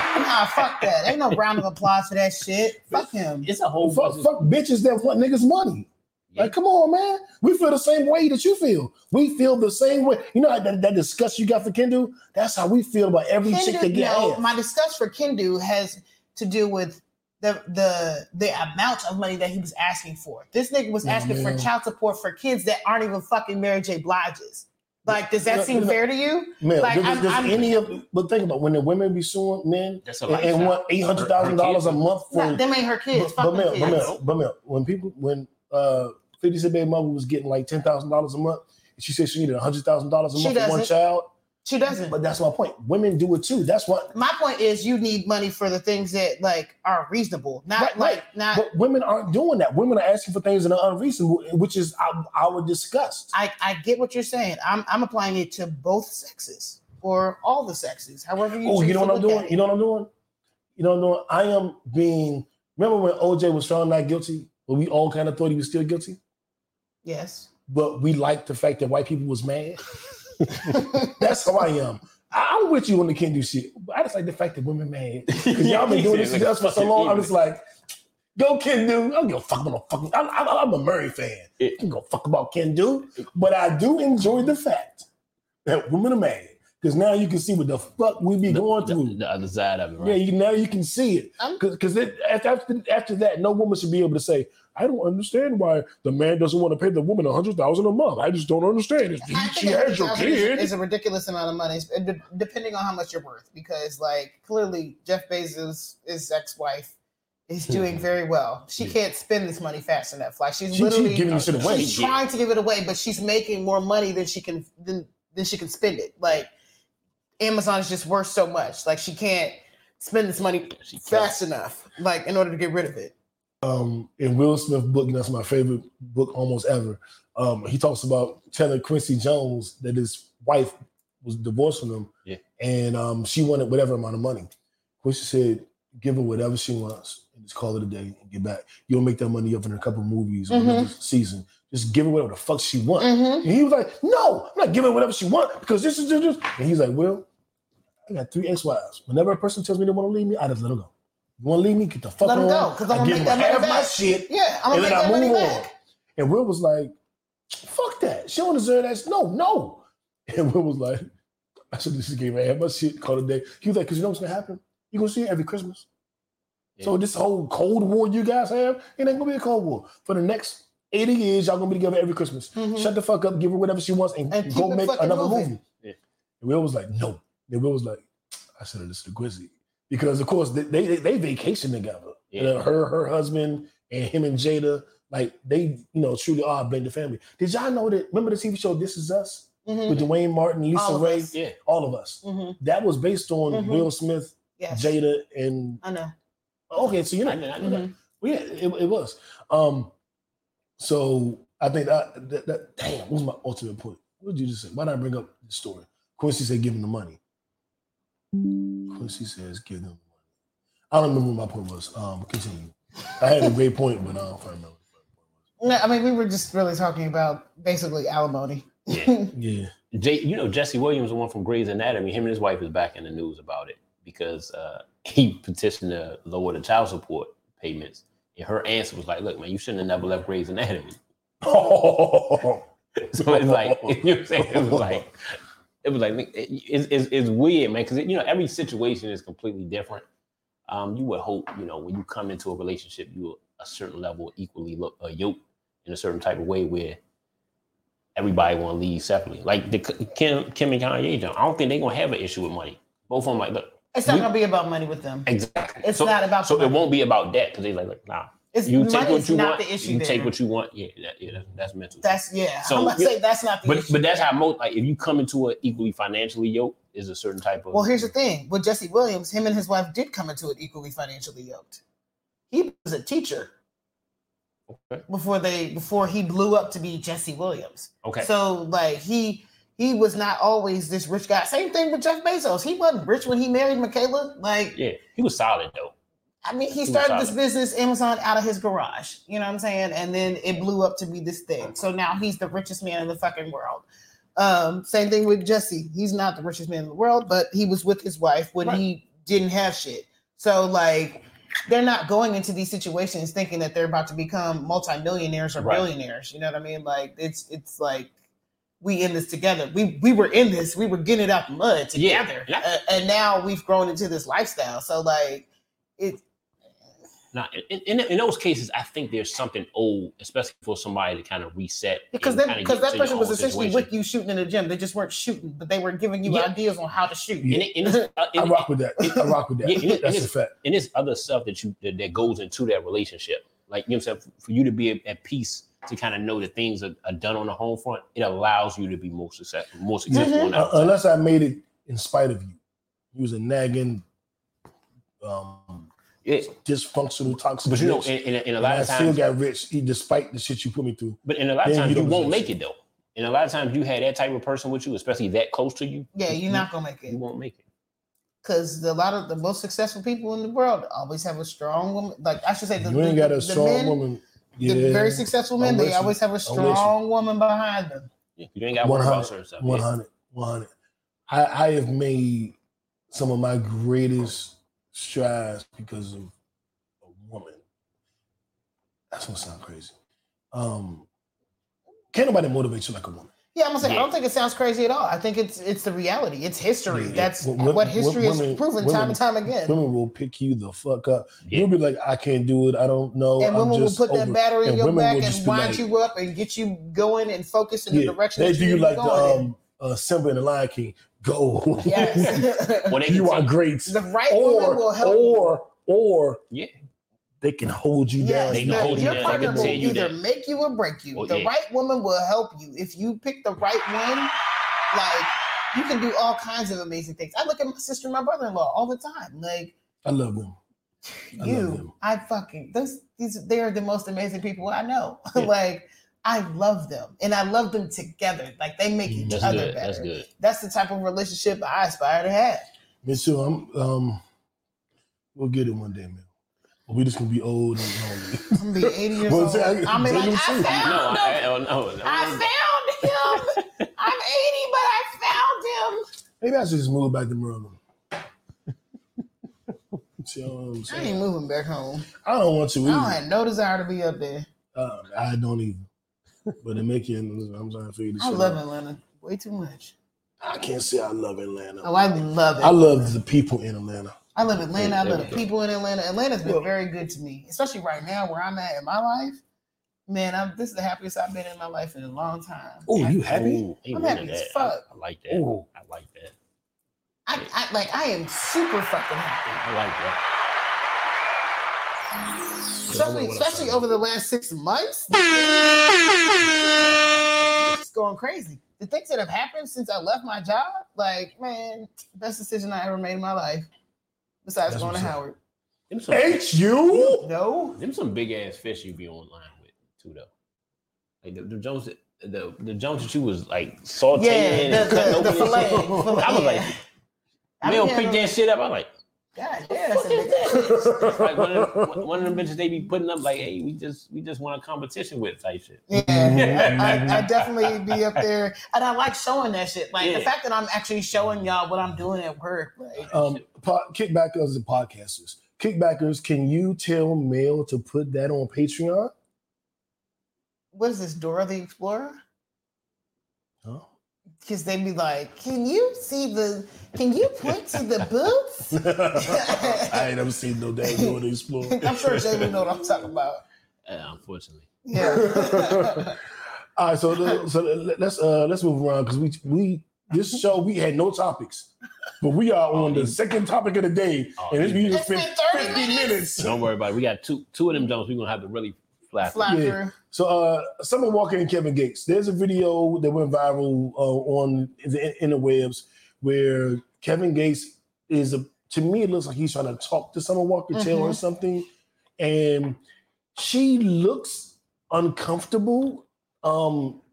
D: Nah, fuck that. Ain't no round of applause for that shit. Fuck him.
B: it's a whole
A: Fuck, fuck bitches that want niggas money.
B: Yeah.
A: Like, come on, man. We feel the same way that you feel. We feel the same way. You know how that, that disgust you got for Kendu? That's how we feel about every chick that
D: Kindu,
A: get
D: no,
A: ass.
D: my disgust for Kindu has to do with the the the amount of money that he was asking for. This nigga was
A: Yeah,
D: asking
A: Oh, man.
D: for child support for kids that aren't even fucking Mary J. Blige's. Like, does that
A: No,
D: seem
A: no.
D: fair to you?
A: Man,
D: like,
A: does,
D: I'm-
A: does
D: I'm-
A: any of but think about when the women be suing men
B: That's a
A: and, and want eight hundred thousand dollars a month for
D: Nah, them ain't her kids.
A: but,
D: Fuck
A: but, man,
D: them
A: but,
D: kids.
A: man, but man, when people when uh 50 Cent Baby Mother was getting like ten thousand dollars a month, and she said she needed hundred thousand dollars a
D: She
A: month for one
D: doesn't.
A: child.
D: She doesn't.
A: But that's my point. Women do it too. That's why
D: My point is, you need money for the things that like are reasonable, not
A: Right,
D: like
A: right.
D: not.
A: But women aren't doing that. Women are asking for things that are unreasonable, which is our, our disgust.
D: I, I get what you're saying. I'm I'm applying it to both sexes or all the sexes, however you.
A: Oh,
D: choose
A: you know
D: to
A: what I'm
D: look at
A: doing?
D: it.
A: You know what I'm doing? You know what I'm doing? I am being. Remember when OJ was found not guilty, but we all kind of thought he was still guilty,
D: Yes.
A: but we liked the fact that white people was mad. That's how I am. I, am with you on the can do shit. But I just like the fact that women mad. Cause y'all been doing this to us for so long. I'm just like, go Ken do. I don't give a fuck about no fucking. I, I, I'm a Murray fan. I don't give a fuck about Ken do. But I do enjoy the fact that women are mad because now you can see what the fuck we be going
B: the,
A: through.
B: the other side of it,
A: Yeah,
B: right?
A: you, now you can see it
D: I'm-
A: because after, after after that, no woman should be able to say, "I don't understand why the man doesn't want to pay the woman a hundred thousand a month." I just don't understand. It's,
D: I
A: she
D: think
A: had your
D: 100,000 is-
A: kid.
D: Is a ridiculous amount of money, it's- it de- depending on how much you're worth. Because, like, clearly Jeff Bezos' his ex-wife is
A: Hmm.
D: doing very well. She can't spend this money fast enough. Like, she's
A: She, she
D: literally
A: giving you shit away.
D: she's trying to give it away, but she's making more money than she can than than she can spend it. Like, Amazon is just worth so much. Like she can't spend this money
B: She killed
D: fast enough, like in order to get rid of it.
A: um, in Will Smith book, that's my favorite book almost ever. Um, he talks about telling Quincy Jones that his wife was divorced from him,
B: Yeah.
A: and um, she wanted whatever amount of money. Quincy said, "Give her whatever she wants, and just call it a day and get back. You'll make that money up in a couple movies or
D: Mhm.
A: another season. Just give her whatever the fuck she wants."
D: Mm-hmm.
A: And he was like, "No, I'm not giving her whatever she wants because this is this." And he's like, "Will, I got three ex-wives. Whenever a person tells me they want to leave me, I just let her go. You want to leave me? Get the fuck
D: Let
A: on.
D: her go, 'cause I'm
A: I
D: gonna
A: give
D: make
A: her
D: that money
A: half my
D: back.
A: shit,
D: Yeah, I'm
A: and then
D: gonna make that
A: I
D: money
A: move
D: back.
A: on." And Will was like, "Fuck that. She don't deserve that. No, no." And Will was like, "I should just give her half my shit. Call it a day." He was like, "Cause you know what's gonna happen? You gonna see it every Christmas." So
B: Yeah.
A: this whole Cold War you guys have, it ain't gonna be a Cold War for the next eighty years. Y'all gonna be together every Christmas.
D: Mhm.
A: Mm-hmm. Shut the fuck up, give her whatever she wants, and,
D: And keep
A: go
D: it
A: make
D: fucking
A: another
D: moving.
A: movie.
B: Yeah.
A: And Will was like, no. And Will was like, I should have listened to Quincy. Because of course they they, they vacation together. You know,
B: Yeah.
A: her her husband and him and Jada, like they, you know, truly are a blended family. Did y'all know that remember the TV show This Is Us
D: Mhm.
A: with Dwayne Martin, Lisa
D: All of
A: Ray,
D: us.
B: Yeah.
A: all of us.
D: Mhm.
A: That was based on
D: Mhm.
A: Will Smith,
D: Yes.
A: Jada, and
D: I know.
A: okay, so you're not, I knew that.
D: Mhm.
A: Well, yeah, it, it was. Um, so I think that, that, that damn, what was my ultimate point? What did you just say? Why did I bring up the story? Quincy said, "Give him the money." Quincy says, "Give him the money." I don't remember what my point was. Um, continue. I had a great point, but I don't remember.
D: No, I mean we were just really talking about basically alimony.
A: Yeah,
B: Jay, you know Jesse Williams, the one from Grey's Anatomy, him and his wife is back in the news about it because uh, he petitioned to lower the child support payments, and her answer was like, "Look, man, you shouldn't have never left Grey's Anatomy." So it's like, you know what I'm saying? It was like, it was like, it- it's, it's, it's weird, man, because you know every situation is completely different. Um, you would hope, you know, when you come into a relationship, you are a certain level equally lo- uh, yoked in a certain type of way where everybody want to leave separately. Like the K- Kim, Kim and Kanye, don't- I don't think they're gonna have an issue with money. Both of them, like, look,
D: It's not
B: You-
D: gonna be about money with them.
B: exactly.
D: It's
B: So-
D: not about
B: So
D: the
B: it
D: money.
B: won't be about that because they like, look, nah.
D: It's
B: You
D: money
B: take what
D: is
B: you
D: not
B: want.
D: the issue.
B: you
D: there.
B: take what you want. Yeah, that, yeah, that- that's mental.
D: That's yeah.
B: So,
D: I'm gonna
B: yeah.
D: say that's not the
B: But
D: issue.
B: but that's how most like if you come into an equally financially yoked is a certain type of
D: Well, here's the thing with Jesse Williams, him and his wife did come into it equally financially yoked. He was a teacher
B: Okay.
D: before they before he blew up to be Jesse Williams.
B: okay
D: So like he he was not always this rich guy. Same thing with Jeff Bezos. He wasn't rich when he married Michaela. Like
B: yeah he was solid though
D: I mean, he
B: He was
D: started this
B: solid.
D: business, Amazon, out of his garage. You know what I'm saying? And then it blew up to be this thing. So now he's the richest man in the fucking world. Um, same thing with Jesse. He's not the richest man in the world, but he was with his wife when he didn't have shit. So like, they're not going into these situations thinking that they're about to become multimillionaires or
B: Right.
D: billionaires. You know what I mean? Like it's it's like we in this together. We we were in this. We were getting it out the mud
B: Yeah.
D: together,
B: And I-
D: Uh, and now we've grown into this lifestyle. So like, it
B: now in, in, in those cases I think there's something old especially for somebody to kind of reset
D: Because
B: and
D: that
B: kinda
D: because
B: get
D: that
B: to
D: person
B: your
D: was
B: own
D: essentially
B: situation.
D: with you shooting in the gym. They just weren't shooting, but they were giving you
B: Yeah.
D: ideas on how to shoot.
A: Yeah.
B: and, it, and, it's, uh,
A: I
B: and,
A: rock with that. I rock with that.
B: Yeah, it is-
A: That's
B: it
A: a
B: is.
A: fact.
B: and it's other stuff that you that, that goes into that relationship like you know what I'm saying for you to be at, at peace to kind of know that things are, are done on the home front it allows you to be more successful more successful
D: Mhm.
B: on that.
A: Uh, unless I made it in spite of you. You was a nagging, um,
B: Yeah,
A: dysfunctional, toxic.
B: but you know
A: bitch.
B: in, in, in a
A: And
B: lot
A: I
B: of
A: still
B: times
A: got rich e- despite the shit you put me through.
B: But in a lot of
A: Then
B: times
A: you
B: you
A: don't
B: won't
A: lose
B: make
A: it.
B: it though. And a lot of times you had that type of person with you, especially that close to you.
D: Yeah, you're not gonna make
B: You
D: it
B: won't make it.
D: because a lot of the most successful people in the world always have a strong woman. Like I should say, the,
A: you ain't
D: the-
A: got a
D: the
A: strong
D: men,
A: woman.
D: The
A: Yeah,
D: very successful
A: I'm
D: men, they
A: with you.
D: always have
A: I'm
D: a
A: with you.
D: strong woman behind them.
B: Yeah, You ain't got to worry about
A: 100,
B: certain stuff. Yeah.
A: 100, 100. I, I have made some of my greatest strides because of a woman. That's gonna sound crazy. Um, can't nobody motivate you like a woman.
D: Yeah, I'm gonna say I
B: Yeah.
D: don't think it sounds crazy at all. I think it's it's the reality. It's history.
A: Yeah.
D: That's
A: Wo- wo-
D: what, history
A: wo-
D: has
A: women-
D: proven time
A: women-
D: and time again.
A: Women will pick you the fuck up.
B: Yeah.
A: You'll be like, I can't do it. I don't know.
D: and
A: I'm
D: women will
A: just
D: put that
A: over it."
D: battery in
A: And
D: your
A: women
D: back
A: will just
D: and
A: be
D: wind
A: like-
D: you up and get you going and focused in the direction
A: They
D: that
A: do
D: you
A: you
D: need
A: like
D: to
A: the
D: go in.
A: um, uh, Simba and the Lion King. Go.
D: Yes.
B: Well, they
A: you
B: can
A: are
B: take-
A: great.
D: the right woman
A: Or
D: will help you.
A: or or
B: Yeah.
A: they can hold you
D: Yes,
A: down.
B: They
D: the-
B: can hold you
D: your
B: down. They
D: partner
B: can
D: will
B: tell you
D: either
B: that.
D: make you or break you.
B: Well,
D: the
B: yeah.
D: right woman will help you. If you pick the right one, like you can do all kinds of amazing things. I look at my sister and my brother in law all the time. Like
A: I love them. I love them.
D: you, I, fucking those these they are the most amazing people I know.
B: Yeah.
D: like I love them, and I love them together. Like they make each
B: Mm, That's
D: other
B: good.
D: better.
B: That's good.
D: That's the type of relationship I aspire to have.
A: Me too. I'm um we'll get it one day, man. We just gonna be old and lonely.
D: I'm gonna be 80 years
A: Well,
D: old.
A: see, I-
D: I mean, like,
A: Bring
D: I
A: him too.
B: No,
D: found him.
B: I, I don't know.
D: I found him. I'm 80, but I found him.
A: Maybe I should just move back to Maryland. See what I'm
D: I ain't
A: saying?
D: moving back home.
A: I don't want to
D: I don't
A: either.
D: have no desire to be up there.
A: Uh, I don't either. But it make you. I'm trying to figure this
D: I
A: shit
D: love
A: out.
D: Atlanta way too much.
A: I can't say I love Atlanta.
D: Oh, I love it.
A: I love the people in Atlanta.
D: I love Atlanta. I
B: There
D: love
B: we
D: the
B: go.
D: people in Atlanta. Atlanta's been
A: Well-
D: very good to me, especially right now where I'm at in my life. Man, I'm this is the happiest I've been in my life in a long time.
A: Oh, you
B: Ooh, ain't
D: I'm
B: none of
D: happy as
B: that.
D: fuck.
B: I, I like that.
A: Ooh.
B: I like that.
D: I, I like I am super fucking happy.
B: I like that.
D: Especially especially over the last six months. It's going crazy. The things that have happened since I left my job, like, man, best decision I ever made in my life. Besides
A: That's
D: going to
A: what's up.
D: Howard.
B: Them some,
A: Hate you?
D: No.
B: them some big ass fish you be online with too though. Like the, the Jones that- the the Jones that you was like sauteing and
D: Yeah, the,
B: cutting
D: the, the
B: open and
D: filet.
B: shit. I was like,
D: I
B: they don't
D: mean,
B: pick that shit up. I'm like,
D: God, yeah, that's a big
B: it's like one of, them, one of them bitches they be putting up like, hey, we just we just want a competition with type shit.
D: Yeah, I, I definitely be up there, and I like showing that shit. Like the
B: Yeah.
D: fact that I'm actually showing y'all what I'm doing at work. Like,
A: Um, po- kickbackers and podcasters. Kickbackers, can you tell Mel to put that on Patreon?
D: what is this, Dora the Explorer?
A: Huh?
D: Because they'd be like, "Can you see the? Can you point to the boots?"
A: I ain't never seen no damn door to explore.
D: I'm sure Jamie know what I'm talking about.
B: Uh, unfortunately,
D: Yeah,
A: All right, so the- so the- let's uh let's move around because we we this show we had no topics, but we are on the second topic of the day,
B: Oh,
A: and it's
B: yeah.
A: been
D: it's been 30
A: fifty
D: minutes.
A: minutes.
B: don't worry about it. We got two two of them Jones. We gonna have to really fly.
D: Fly
A: Yeah.
D: through.
A: So uh, Summer Walker and Kevin Gates. There's a video that went viral uh, on the interwebs where Kevin Gates is a. To me, it looks like he's trying to talk to Summer Walker, tell her
D: Mhm.
A: something, and she looks uncomfortable. Um,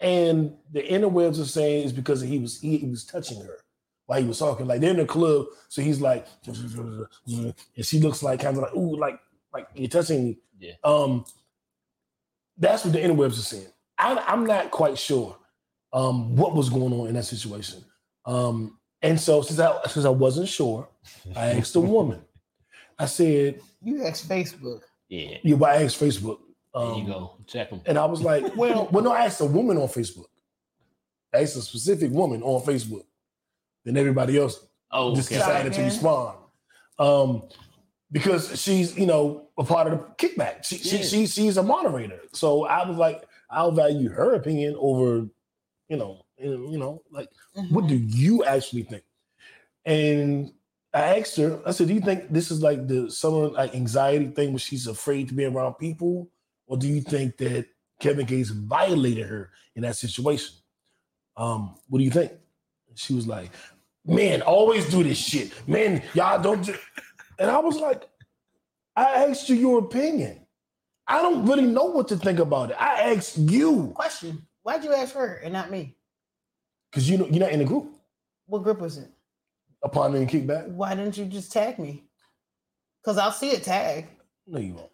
A: and the interwebs are saying it's because he was he, he was touching her while he was talking. Like they're in the club, so he's like, and she looks like kind of like ooh, like like you're touching me.
B: Yeah.
A: Um, that's what the interwebs are saying. I, I'm not quite sure um, what was going on in that situation. Um, and so since I since I wasn't sure, I asked the woman. I said,
D: You ex Facebook.
B: Yeah,
A: "You why I asked Facebook?"
B: there
A: Um,
B: you go. Check them.
A: And I was like, "Well, well, no, I asked a woman on Facebook. I asked a specific woman on Facebook. Then everybody else
B: Oh,
A: just
B: okay.
A: decided to
D: Okay.
A: respond um, because she's you know a part of the kickback. She, she,
B: Yeah.
A: she she's a moderator, so I was like, I'll value her opinion over, you know, you you know, like
D: Mm-hmm.
A: what do you actually think? And I asked her, I said, do you think this is like the summer like anxiety thing where she's afraid to be around people, or do you think that Kevin Gates violated her in that situation? Um, what do you think? She was like, man, always do this shit. Man, y'all don't do. And I was like, I asked you your opinion. I don't really know what to think about it. I asked you
D: Question: Why'd you ask her and not me?
A: because you know you're not in the group
D: What group was it?
A: upon any kickback.
D: Why didn't you just tag me? Because I'll see a tag.
A: No, you won't.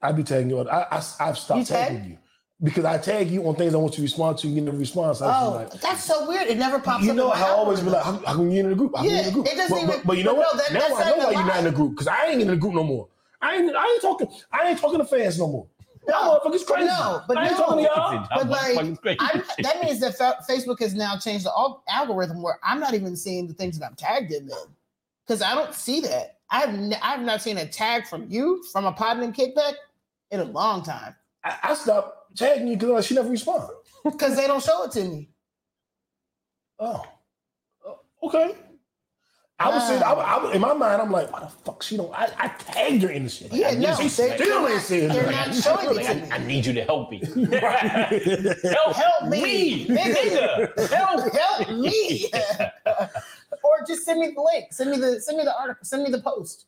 A: I be tagging you. on- I, I I've stopped
D: You tag?
A: tagging you because I tag you on things I want you to respond to. You get no response. I
D: Oh,
A: was just
D: that's so weird. It never pops
A: like, you
D: up.
A: know,
D: in my
A: I always be
D: algorithm.
A: like, how, how come you in the group? How come you in
D: Yeah,
A: the group?
D: it doesn't
A: but, but-
D: even-
A: but you know
D: but
A: what?
D: no, that-
A: now
D: that's
A: I know
D: not
A: why
D: even
A: you're not in the group because I ain't in the group no more. I ain't I ain't talking I ain't talking to fans no more. Y'all motherfuckers crazy.
D: No, but
A: I ain't
D: no.
A: talking to y'all.
D: But like,
B: fucking crazy.
D: I'm, that means that Fa- Facebook has now changed the al- algorithm where I'm not even seeing the things that I'm tagged in then, because I don't see that. I've n- I've not seen a tag from you from a pod and kickback in a long time
A: I, I stopped tagging you because she never responded.
D: because they don't show it to me.
A: Oh, Uh, Oh, okay. I was sitting, I, I, in my mind, I'm like, why the fuck she don't? I, I tagged her in the shit. Like,
D: Yeah,
A: I knew
D: no,
A: she
D: they're-
A: still
D: they're
A: ain't
D: not-
A: saying
D: they're
A: nothing.
D: not showing it to me.
B: I, I need you to help me. help,
D: Help me, nigga.
B: nigga. Help.
D: Help me. or just send me the link. Send me the send me the article. Send me the post.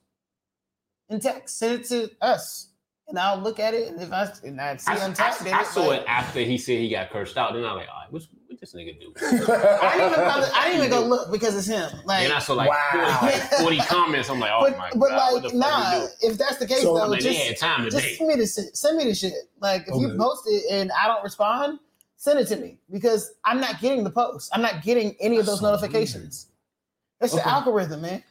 D: In text. Send it to us. And I'll look at it. And if I and I see
B: I,
D: on
B: I-
D: top then
B: I
D: it's
B: saw
D: like-
B: it after he said he got cursed out. Then I was like, all right, what's, what this nigga do?
D: I didn't even bother- I didn't even go look because it's him. Like
B: Then I saw like
A: Wow.
B: 40, like, 40 comments. I'm like, oh
D: but,
B: my
D: but
B: god, what the
D: like
B: fuck he
D: nah,
B: do?
D: if that's the case
A: So-
D: though,
B: I'm like,
D: just,
B: they had time
D: just
B: today.
D: send me the shit. Send me the shit. Like if you
A: Okay.
D: post it and I don't respond, send it to me because I'm not getting the post. I'm not getting any of
A: That's
D: those
A: so
D: notifications. That's the
A: Okay.
D: algorithm, man.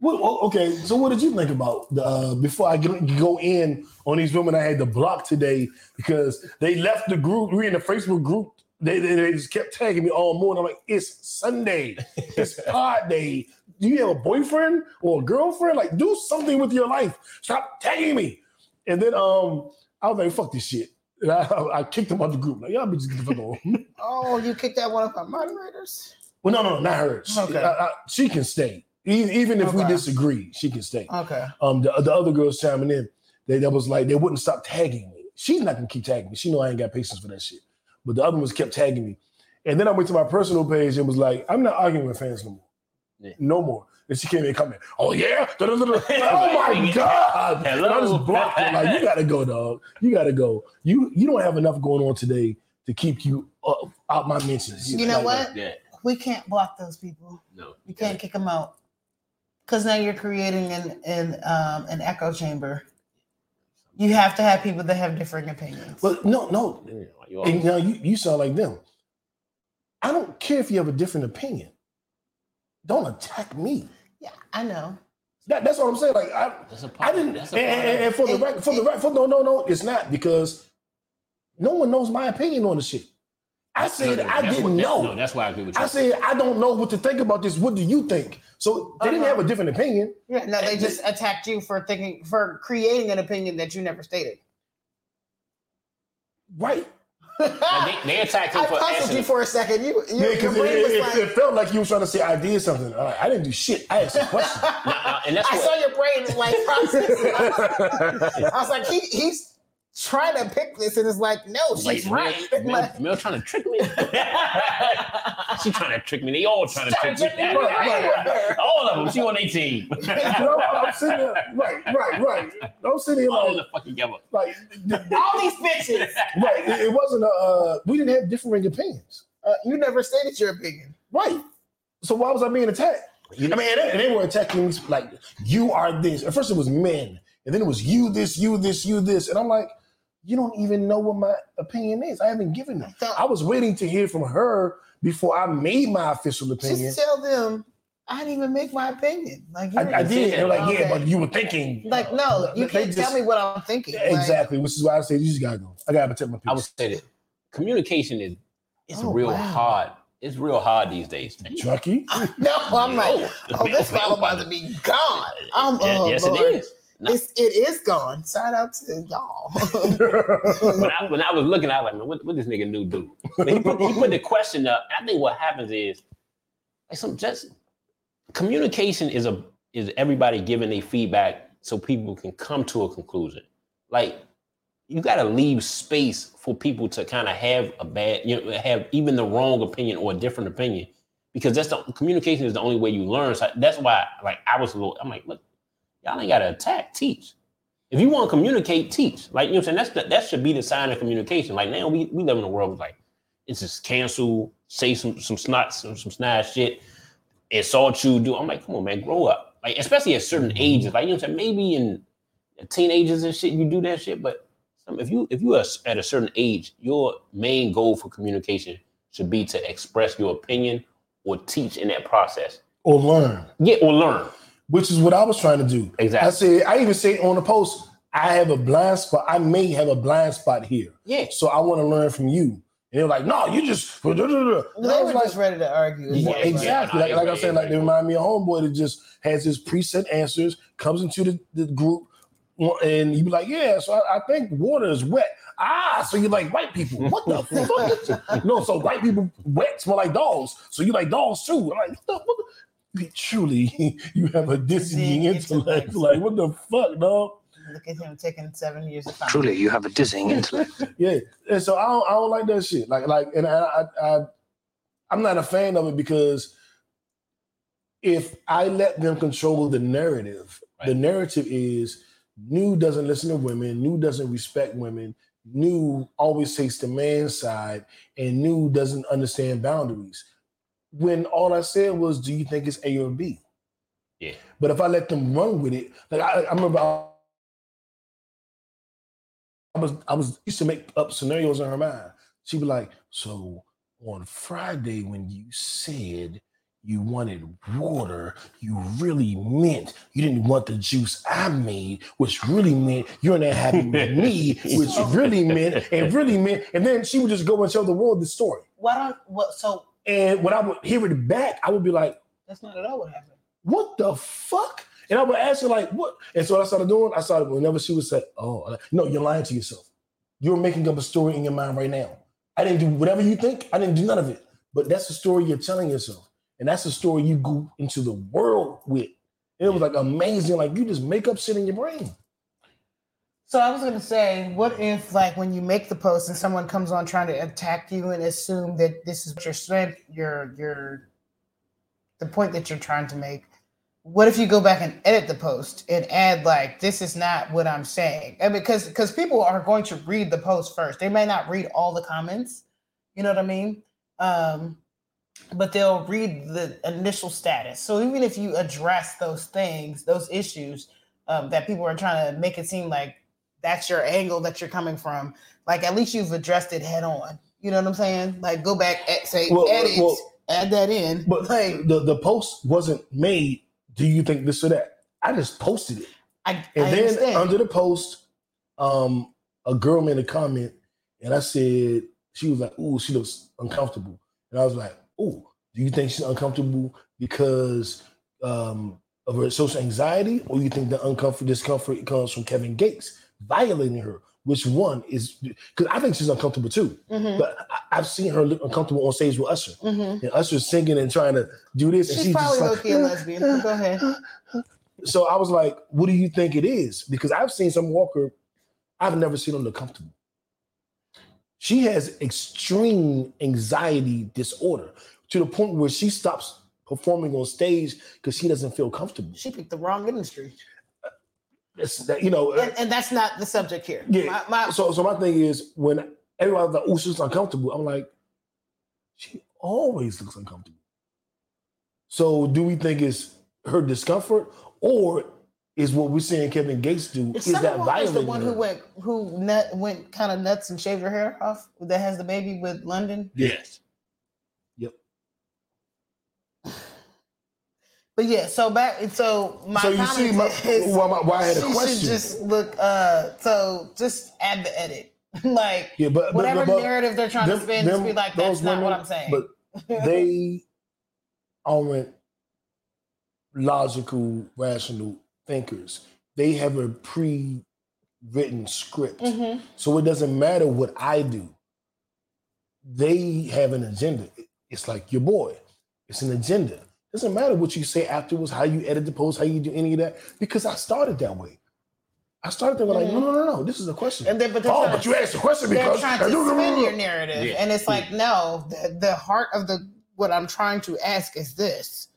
A: What, oh, okay, so what did you think about the uh, before I get, go in on these women I had to block today because they left the group. We in the Facebook group. They, they, they just kept tagging me all morning. I'm like, it's Sunday, it's pod day. Do you have a boyfriend or a girlfriend? Like, do something with your life. Stop tagging me. And then um, I was like, fuck this shit. And I, I kicked them out the group. Like, y'all bitches get the fuck on.
D: Oh, you kicked out one of our moderators.
A: well, no, no, no, not her. She,
D: Okay.
A: I- I- she can stay. E- Even if we
D: Okay.
A: disagree, she can stay
D: Okay.
A: um the, the other girls chiming in they that was like they wouldn't stop tagging me she's not gonna keep tagging me she know i ain't got patience for that shit but the other ones kept tagging me and then i went to my personal page and was like i'm not arguing with fans no more
B: Yeah.
A: no more and she came in coming oh yeah Da, da, da, da. Like, oh my god and i
B: Hello.
A: just blocked her like you gotta go dog you gotta go you you don't have enough going on today to keep you up, out my mentions
D: You know
A: Like,
D: what?
B: Yeah,
D: We can't block those people.
B: no.
D: You can't kick them out because now you're creating an an um, an echo chamber. You have to have people that have differing opinions.
A: but no no
B: Yeah, like, you all-
A: And now you, you sound like them. I don't care if you have a different opinion. Don't attack me.
D: yeah, I know.
A: That, that's what I'm saying. Like I,
B: That's a problem.
A: I didn't.
B: That's
A: And,
B: a problem.
A: and- and for the
D: It-
A: record, for the
D: it-
A: record, for, no, no, no, it's not because no one knows my opinion on the shit. I said
B: No, no,
A: I
B: that's
A: didn't
B: what- that-
A: know.
B: No, that's why I agree with you.
A: I said I don't know what to think about this. What do you think? So they didn't
D: Uh-huh.
A: have a different opinion.
D: Yeah, no, they just attacked you for thinking for creating an opinion that you never stated.
A: Right.
D: I
B: Like, they, they attacked him for
D: puzzled
B: asking.
D: you for a second. You, you
A: Yeah,
D: your
A: because it,
D: brain was
A: it-
D: like,
A: it felt like you were trying to say I did something. All right, I didn't do shit. I asked a question.
B: Nah, and that's
D: I
B: what-
D: saw your brain like processing. I was like, he, he's trying to pick this, and it's like, no,
B: Like,
D: she's
B: Mel-
D: right.
B: Mel,
D: Like,
B: Mel trying to trick me. she trying to trick me. They all trying to
D: Trying
B: trick
D: to
B: me.
D: trick me. Right, right.
B: All of them. She on 18.
A: You know, I'm sitting there, right, right, right. I'm sitting here
B: All of
A: like,
B: the fucking together.
A: like
D: all these bitches.
A: right. It, it wasn't a. Uh, we didn't have differing opinions.
D: Uh, you never stated your opinion.
A: Right. So why was I being attacked? I mean, and they, they were attacking me like you are this. At first it was men, and then it was you this, you this, you this, and I'm like, you don't even know what my opinion is. I haven't given them. I was waiting to hear from her before I made my official opinion.
D: Just tell them I didn't even make my opinion. Like you
A: I, I
D: didn't
A: did.
D: say
A: They're like, yeah,
D: Okay.
A: but you were thinking.
D: like no, you
A: They
D: can't
A: just-
D: tell me what I'm thinking. Like,
A: Exactly, which is why I said you just gotta go. I gotta protect my people.
B: I would say that communication is it's
D: Oh,
B: real
D: wow.
B: hard. It's real hard these days.
A: Trucky.
D: No, I'm like, oh, this
B: Mel-
D: fella about
B: Mel-
D: to be gone. I'm,
B: Yeah,
D: oh,
B: yes,
D: Lord.
B: it is. Nah.
D: It's, it is gone. Shout out to y'all.
B: When I, when I was looking, I was like, man, what, what this nigga new do? But he, put, he put the question up. and I think what happens is, like some just communication is a is everybody giving their feedback so people can come to a conclusion. Like you got to leave space for people to kind of have a bad, you know, have even the wrong opinion or a different opinion, because that's the communication is the only way you learn. So that's why, like, I was a little, I'm like, look, y'all ain't got to attack, teach. If you want to communicate, teach. Like, you know what I'm saying? That's the, that should be the sign of communication. Like now we, we live in a world of like, it's just cancel, say some some snot, some, some snide shit, insult you, do. I'm like, come on, man, grow up. Like, especially at certain ages. Like, you know what I'm saying? Maybe in teenagers and shit, you do that shit, but um, if you if you are s- at a certain age, your main goal for communication should be to express your opinion or teach in that process.
A: or learn,
B: Yeah, or learn.
A: which is what I was trying to do.
B: Exactly.
A: I said, I even said on the post, I have a blind spot. I may have a blind spot here.
B: Yeah.
A: So I want to learn from you. And they're like, no, you just. And I
D: they
A: was
D: were
A: like,
D: just ready to argue.
B: Yeah,
A: yeah, exactly. Like, like I said, like they remind me of homeboy that just has his preset answers, comes into the, the group, and you be like, yeah. So I, I think water is wet. Ah, so you like white people? What the fuck? no, so white people wet smell like dogs. So you like dogs too? I'm like, what the fuck? truly, you have a dizzying
D: Dizzying
A: intellect.
D: intellect.
A: Like, what the fuck, dog?
D: Look at him taking seven years of time.
G: Truly, you have a dizzying intellect.
A: Yeah, and so I don't, I don't like that shit. Like like, and I, I I I'm not a fan of it because if I let them control the narrative, the
B: Right.
A: narrative is new doesn't listen to women, new doesn't respect women, new always takes the man's side, and new doesn't understand boundaries. When all I said was, "Do you think it's A or B?"
B: Yeah.
A: But if I let them run with it, like I, I remember. I, I was I was used to make up scenarios in her mind. She'd be like, "So on Friday when you said you wanted water, you really meant you didn't want the juice I made, which really meant you're not happy with me, which really meant and really meant." And then she would just go and tell the world the story.
D: Why don't what? So
A: And when I would hear it back, I would be like,
D: that's not at all what happened.
A: what the fuck? And I would ask her like, what? And so what I started doing, I started whenever she would say, oh, I'm like, no, you're lying to yourself. You're making up a story in your mind right now. I didn't do whatever you think. I didn't do none of it. But that's the story you're telling yourself, and that's the story you go into the world with. It was like amazing. Like you just make up shit in your brain.
D: So I was gonna say, what if like when you make the post and someone comes on trying to attack you and assume that this is your strength, your your the point that you're trying to make. What if you go back and edit the post and add like this is not what I'm saying? And because because people are going to read the post first. They may not read all the comments, you know what I mean? Um but they'll read the initial status. So even if you address those things, those issues um, that people are trying to make it seem like that's your angle that you're coming from. Like at least you've addressed it head on. You know what I'm saying? Like go back and say
A: Well, well,
D: edit,
A: well,
D: add that in.
A: But
D: like
A: the the post wasn't made. Do you think this or that? I just posted it.
D: I,
A: And
D: I
A: then
D: understand.
A: under the post, um, a girl made a comment, and I said she was like, "Ooh, she looks uncomfortable," and I was like, "Ooh, do you think she's uncomfortable because um, of her social anxiety, or you think the uncomfort discomfort comes from Kevin Gates violating her? Which one is? Because I think she's uncomfortable too,
D: Mhm,
A: but I, I've seen her look uncomfortable on stage with Usher,
D: mhm.
A: and Usher's singing and trying to do this, and
D: She's,
A: she's
D: probably
A: just
D: low
A: like,
D: key a lesbian. Go ahead.
A: so I was like, what do you think it is? Because I've seen some Walker, I've never seen her look comfortable. She has extreme anxiety disorder to the point where she stops performing on stage because she doesn't feel comfortable.
D: She picked the wrong industry,
A: That's, that, you know,
D: and, and that's not the subject here.
A: Yeah.
D: My, my,
A: so so my thing is when everybody's like, oh, she's uncomfortable, I'm like, she always looks uncomfortable. So do we think it's her discomfort or is what we're seeing Kevin Gates do
D: Is
A: is
D: Summer
A: that
D: Walker is
A: violating
D: the one
A: her?
D: who went who nut, went kind of nuts and shaved her hair off that has the baby with London?
B: Yes.
D: But yeah, so back so my
A: so you see, my,
D: comment is
A: why, my, why I had a
D: she
A: question.
D: should just look uh so just add the edit. like
A: yeah, but, but-
D: whatever
A: but-
D: narrative they're trying
A: them-
D: to spin, just
A: them-
D: be like
A: those
D: that's not what
A: women-
D: I'm saying.
A: But they aren't logical, rational thinkers. They have a pre-written script,
D: Mhm.
A: so it doesn't matter what I do. They have an agenda. It's like your boy. It's an agenda. Doesn't matter what you say afterwards, how you edit the post, how you do any of that, because I started that way. I started that way like, no, no, no, no. This is a question.
D: And then- but they're
A: oh,
D: trying
A: but
D: to-
A: you asked the question
D: they're
A: because
D: trying to spin your narrative,
B: Yeah.
D: and it's like no, the, the heart of the what I'm trying to ask is this,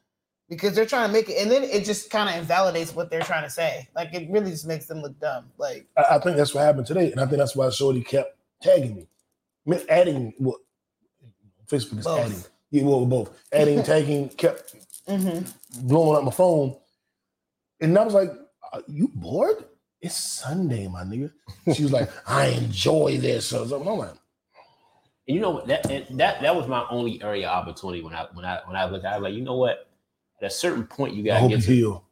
D: because they're trying to make it, and then it just kind of invalidates what they're trying to say. Like it really just makes them look dumb. Like
A: I, I think that's what happened today, and I think that's why Shorty kept tagging me, Mi- adding what Facebook is
D: Both.
A: adding. Yeah, well, both adding, tagging, kept
B: Mm-hmm.
D: mhm.
A: blowing up my phone, and I was like, "Are "You bored? It's Sunday, my nigga." She was like, "I enjoy this." or something. I'm like,
B: And you know what? That and that that was my only area of opportunity when I when I when I looked. at it, I was like, you know what? At a certain point, you
A: "I
B: gotta
A: hope
B: get
A: you
B: to
A: heal."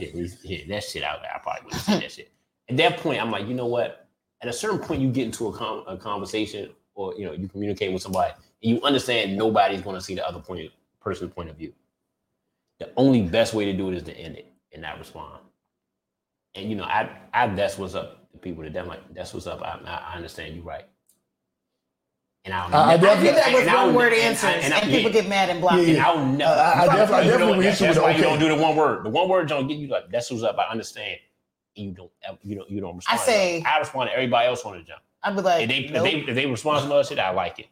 B: yeah, we- yeah, that shit out there. I probably wouldn't say that shit. At that point, I'm like, you know what? At a certain point, you get into a, con a conversation or you know you communicate with somebody, and you understand nobody's going to see the other point person's point of view. The only best way to do it is to end it and not respond. And you know, I I that's what's up to people today. I'm like, that's what's up. I I, I understand you right. And I'll
A: I- I
B: never-
D: I do that with
B: and I'll
D: one word
B: ne-
D: answers,
B: I-
D: and,
B: I-
D: people
B: yeah.
D: get mad and block.
A: Yeah,
D: you.
A: yeah.
B: I'll never.
A: I- I def- I
B: You
A: definitely
B: know
A: would
B: that.
A: hit you with
B: That's
A: the
B: why you
A: okay.
B: don't do the one word. The one word don't get you like that's who's up. I understand. You don't. ever- You don't. You don't respond. to
D: say-
B: that. I respond to everybody else on the jump.
D: I'd be like,
B: If they,
D: nope.
B: if they if they respond to some other shit, I like it.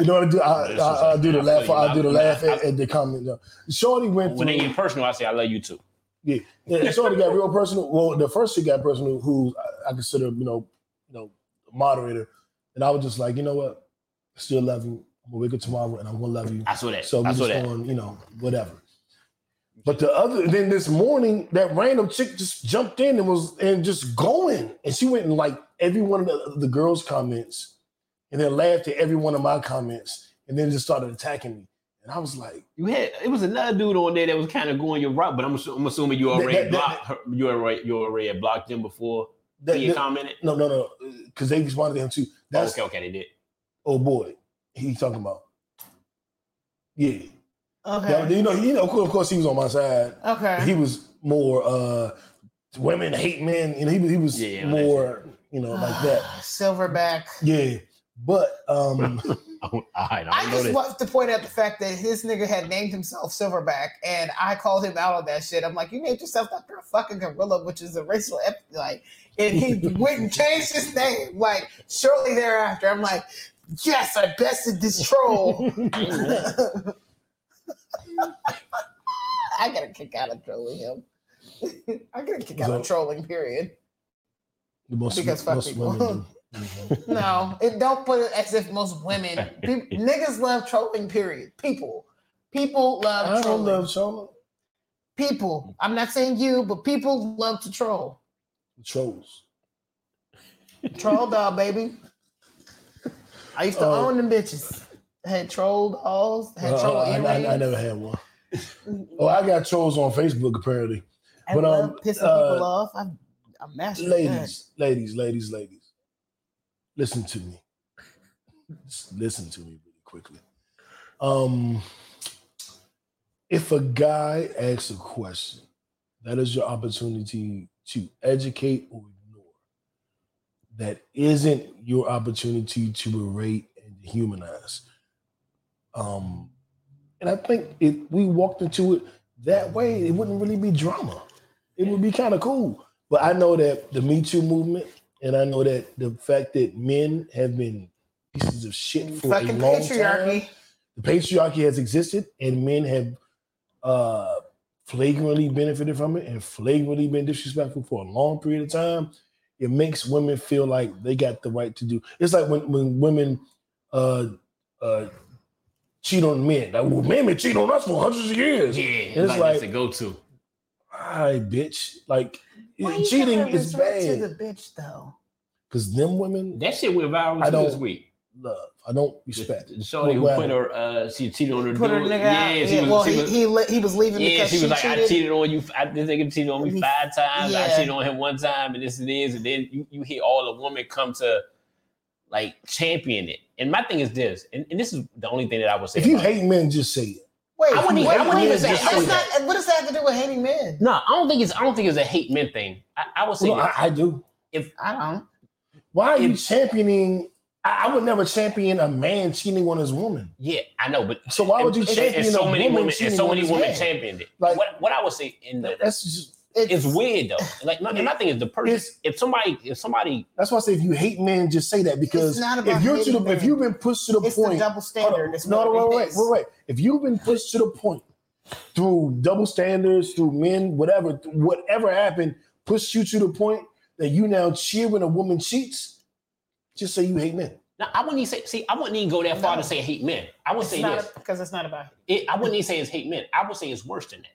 A: You know what I do? I,
B: This is
A: I, I do the
B: like-
A: laugh. I do the
B: I-
A: laugh
B: I-
A: at, at the comment. though. Shorty went
B: When they
A: through.
B: get personal, I say I love you too.
A: Yeah, yeah Shorty got real personal. Well, the first she got personal, who I, I consider, you know, you know, moderator, and I was just like, you know what, I still love you. I'm gonna wake up tomorrow, and I'm gonna love you.
B: I saw that.
A: So we
B: I
A: just
B: saw that.
A: going, you know, whatever. But the other then this morning, that random chick just jumped in and was and just going. And she went and like every one of the, the girls' comments and then laughed at every one of my comments and then just started attacking me. And I was like,
B: You had it was another dude on there that was kind of going your route, but I'm, assu- I'm assuming you already
A: that- that-
B: blocked her, you already you already had blocked them before
A: that,
B: he had
A: that-
B: commented.
A: no, no, no. Cause they responded to him too. That's
B: okay, okay, they did.
A: oh boy. He talking about. Yeah. That-
D: okay,
A: you know, you know, of course, of course he was on my side.
D: okay.
A: he was more uh women hate men you know he, was- he was
B: Yeah, yeah, that's-
A: more you know like that
D: Silverback.
A: yeah but um
B: Oh, All right, I,
D: I
B: don't know
D: just
B: that.
D: want to point out the fact that this nigga had named himself Silverback, and I called him out on that shit. I'm like, you named yourself after a fucking gorilla, which is a racial ep- like, and he wouldn't change his name. Like shortly thereafter, I'm like, yes, I bested this troll. I got to kick out of trolling him. I got to kick out of trolling. Period.
A: the most,
D: Because fuck
A: most
D: people.
A: women do.
D: No, it don't put it as if most women pe- niggas love trolling. Period. People, people
A: i
D: love
A: don't
D: trolling.
A: love trolling
D: people. I'm not saying you, but people love to troll.
A: trolls
D: Troll doll, baby. I used to
A: Oh.
D: own them bitches. Had troll dolls. Had
A: Uh,
D: troll
A: I,
D: earrings.
A: I- I never had one oh i got trolls on facebook apparently
D: I
A: but,
D: love
A: um,
D: pissing
A: uh,
D: people off. I'm, I'm master. at that.
A: ladies ladies ladies ladies listen to me Just listen to me really quickly um if a guy asks a question that is your opportunity to educate or ignore that isn't your opportunity to berate and humanize um and i think if we walked into it that way it wouldn't really be drama it would be kind of cool but I know that the Me Too movement, and I know that the fact that men have been pieces of shit for a
D: Fucking
A: long
D: patriarchy.
A: time. The patriarchy has existed, and men have uh, flagrantly benefited from it and flagrantly been disrespectful for a long period of time. It makes women feel like they got the right to do. It's like when when women uh, uh, cheat on men. Like well, men been cheating on us for hundreds of years.
B: Yeah,
A: it's
B: like,
A: like-
B: that's a go-to.
A: Hi, bitch. Like
D: Why you
A: cheating
D: gotta
A: is
D: resort To
A: bad
D: the bitch though.
A: because them women
B: That shit went viral
A: I
B: too this
A: don't
B: week.
A: love. I don't respect.
B: The shorty who
A: Well,
B: put her, uh, she cheated on her
D: Put her
B: dude.
D: nigga
B: yeah,
D: out.
B: she
D: yeah,
B: was,
D: well,
B: she
D: he,
B: was,
D: he, le- he was leaving
B: yeah,
D: because
B: she was like,
D: cheated.
B: I cheated on you. I, this nigga cheated on me
D: Me-
B: five times. I
D: yeah.
B: cheated on him one time, and this and this. And then you, you hear all the women come to like champion it. And my thing is this, and, and this is the only thing that I would say.
A: If you
B: about it.
A: hate men, just say it.
D: Wait,
B: I wouldn't-
D: wait,
B: I wouldn't
D: wait,
B: even
D: wait,
B: say
D: that's
B: that.
D: not- What does that have to do with hating men?
B: no, I don't think it's I don't think it's a hate men thing. I, I would say
A: Well,
B: this.
A: I, I do.
D: I don't.
A: Why are you
B: If-
A: championing? I, I would never champion a man cheating on his woman.
B: yeah, I know, but
A: So why would you
B: and-
A: Oh, champion
B: and so
A: a
B: many
A: woman
B: women and
A: cheating
B: so
A: on
B: many
A: his
B: women
A: man?
B: championed it.
A: Like-
B: what what I would say in the
A: That's just,
B: it's weird though. Like my, my thing is the person.
A: It's-
B: If somebody, if somebody,
A: that's why I say if you hate men, just say that because
D: not about
A: if you're to
D: hating
A: the, if
D: men.
A: you've been pushed to the
D: It's
A: point,
D: the double
A: Hold
D: standard.
A: on.
D: It's
A: No,
D: what
A: no,
D: it
A: wait, wait,
D: is.
A: wait, wait. If you've been pushed to the point through double standards, through men, whatever, whatever happened, pushed you to the point that you now cheer when a woman cheats, just say you hate men.
B: no, I wouldn't even say. See, I wouldn't even go that far to say hate men. I would
D: It's
B: say
D: not
B: this.
D: because it's not about
B: It, I wouldn't even say it's hate men. I would say it's worse than that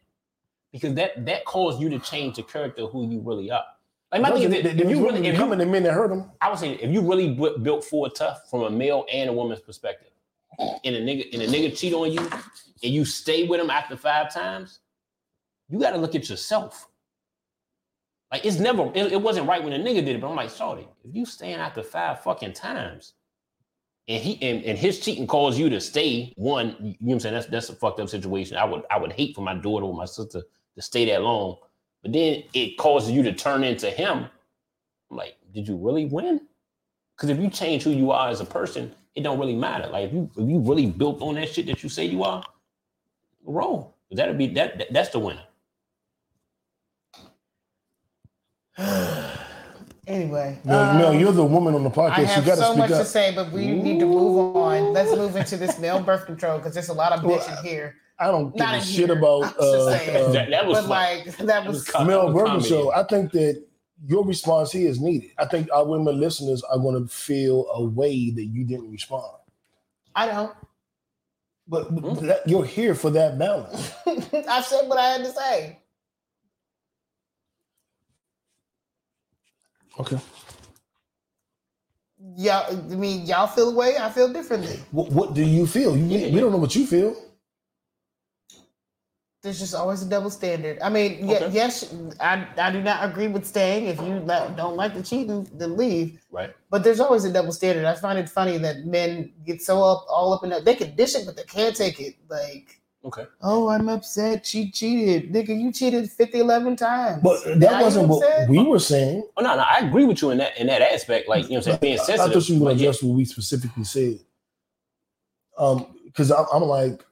B: because that that caused you to change the character of who you really are. Like my thing is, that if
A: Those
B: you
A: women
B: really, if
A: becoming
B: you,
A: the men that hurt them,
B: I would say if you really bu- built for tough from a male and a woman's perspective, and a nigga and a nigga cheat on you, and you stay with him after five times, you got to look at yourself. Like it's never, it, it wasn't right when a nigga did it, but I'm like, sorry, if you staying after five fucking times, and he and, and his cheating caused you to stay one, you know what I'm saying? That's that's a fucked up situation. I would I would hate for my daughter or my sister to stay that long, but then it causes you to turn into him. I'm like, did you really win? Because if you change who you are as a person it don't really matter. Like if you if you really built on that shit that you say you are, wrong. That'll be that, that that's the winner.
D: Anyway,
A: Mel,
D: um,
A: Mel, you're the woman on the
D: I
A: podcast. You
D: have
A: got to
D: so much
A: speak
D: to
A: up.
D: say, but we need to move on. Let's move into this male birth control because there's a lot of
A: Well,
D: bitching here.
A: I don't give
D: Not
A: a
D: in
A: shit
D: here.
A: about
D: I'm just
A: uh,
D: saying.
A: uh,
B: That, that was
D: But
B: fun.
D: like that was
B: was-
A: Mel Burton
B: comedy.
A: show. I think that your response here is needed. I think our women listeners are going to feel a way that you didn't respond.
D: I don't.
A: But
B: Hmm.
A: that, you're here for that balance.
D: I said what I had to say.
A: Okay.
D: Y'all, I mean, y'all feel the way I feel differently.
A: What, what do you feel? You,
B: Yeah.
A: We don't know what you feel.
D: There's just always a double standard. I mean, ye-
B: Okay.
D: yes, I, I do not agree with staying. If you la- don't like the cheating, then leave.
B: right.
D: But there's always a double standard. I find it funny that men get so up, all up in that. They can dish it, but they can't take it. Like,
B: Okay.
D: oh, I'm upset. She cheated. Nigga, you cheated 50, 11 times.
A: But that
D: Now you
A: wasn't what
D: upset?
A: we were saying.
B: Oh no, no, I agree with you in that in that aspect. Like you know, what I'm saying being
A: I-
B: sensitive.
A: I thought you were
B: but
A: going to
B: yeah,
A: address what we specifically said. Um, because I'm, I'm like,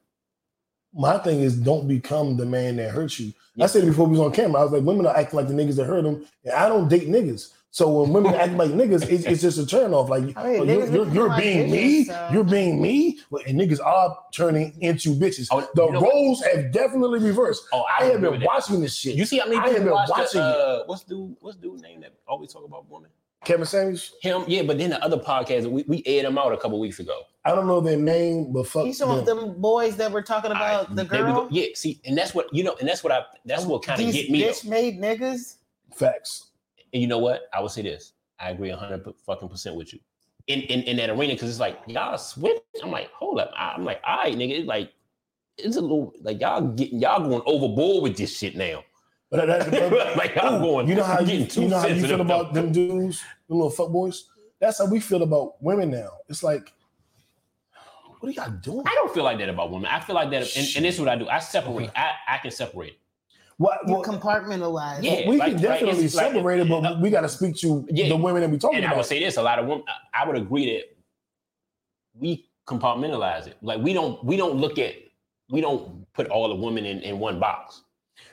A: my thing is don't become the man that hurts you. I said it before we was on camera. I was like, women are acting like the niggas that hurt them, and I don't date niggas. So when women act like niggas, it's, it's just a turn off. Like
D: I mean,
A: "Oh,
D: niggas
A: you're, you're,
D: look at
A: you're
D: them like
A: being
D: bitches,
A: me,
D: so-
A: you're being me, Well, and niggas are turning into bitches.
B: Oh,
A: the
B: you know what?
A: roles have definitely reversed.
B: Oh,
A: I
B: I
A: have
B: agree
A: been
B: with that.
A: watching this shit.
B: You see how many
A: I have
B: people
A: been
B: watch
A: watching
B: the,
A: it.
B: uh, what's dude what's dude name that always talk about women?
A: Kevin Samuels.
B: Him, yeah, but then the other podcast we, we aired him out a couple weeks ago.
A: I don't know their name, but fuck
D: You some of
A: them.
D: them boys that were talking about
B: I-
D: the
B: there we go.
D: girl.
B: Yeah, see, and that's what you know, and that's what I that's what kind of
D: These
B: get me.
D: bitch
B: though.
D: made niggas.
A: Facts.
B: And you know what? I would say this. I agree hundred fucking percent with you. In in, in that arena, because it's like y'all switch. I'm like, hold up. I, am like, all right, nigga. It's like it's a little like y'all getting y'all going overboard with this shit now.
A: But that, that-
B: Like, I'm going-
A: you know how
B: I'm
A: you,
B: getting too
A: you know how you
B: sensitive
A: feel about
B: now.
A: them dudes, the little fuckboys. That's how we feel about women now. It's like, what are y'all doing?
B: I don't feel like that about women. I feel like that, and, and this is what I do. I separate. I, I can separate.
A: What,
D: You
A: what-
D: compartmentalize.
B: Yeah,
A: we can
B: like- like,
A: definitely
B: it's like-
A: separate it, but we got to speak to
B: Yeah.
A: the women that we talking
B: And I
A: about.
B: would say this: a lot of women. I- I would agree that we compartmentalize it. Like we don't. We don't look at. We don't put all the women in, in one box.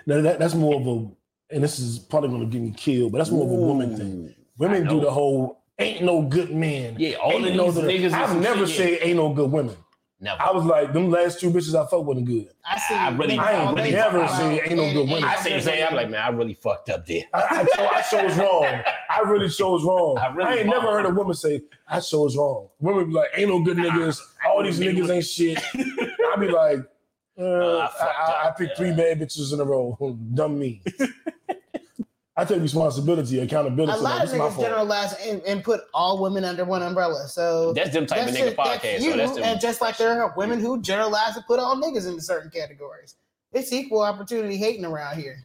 A: now that, that's more of a, and this is probably going to get me killed, but that's more of a woman thing. Women do
B: know.
A: the whole ain't no good men.
B: Yeah, all
A: ain't
B: of
A: no
B: these
A: good-
B: niggas. is
A: I've
B: some
A: never
B: shit.
A: said ain't no good women.
B: Never.
A: I was like, them last two bitches I fuck wasn't good.
D: I see.
B: I really-
D: niggas
B: I ain't
D: all day
B: never
D: talking
A: seen
D: about
A: ain't no
D: it,
A: good
D: it,
A: women.
B: I
D: it,
B: say the
D: it,
B: same.
D: it.
B: I'm like, man, I really fucked up there.
A: I, I, I, I chose wrong. I really chose wrong. I,
B: I really
A: ain't
B: wrong.
A: never heard a woman say, I chose wrong. Women be like, ain't no good niggas. All these
B: really
A: niggas
B: was-
A: ain't shit. I be like, uh, I,
B: I fucked
A: I, I
B: up,
A: picked
B: yeah.
A: three bad bitches in a row. Dumb me. I take responsibility, accountability.
D: A lot of
A: It's my
D: niggas
A: fault.
D: generalize and, and put all women under one umbrella. So
B: That's them type of nigga
D: it,
B: podcast.
D: you,
B: So that's them.
D: and just like there are women who generalize and put all niggas into certain categories. It's equal opportunity hating around here.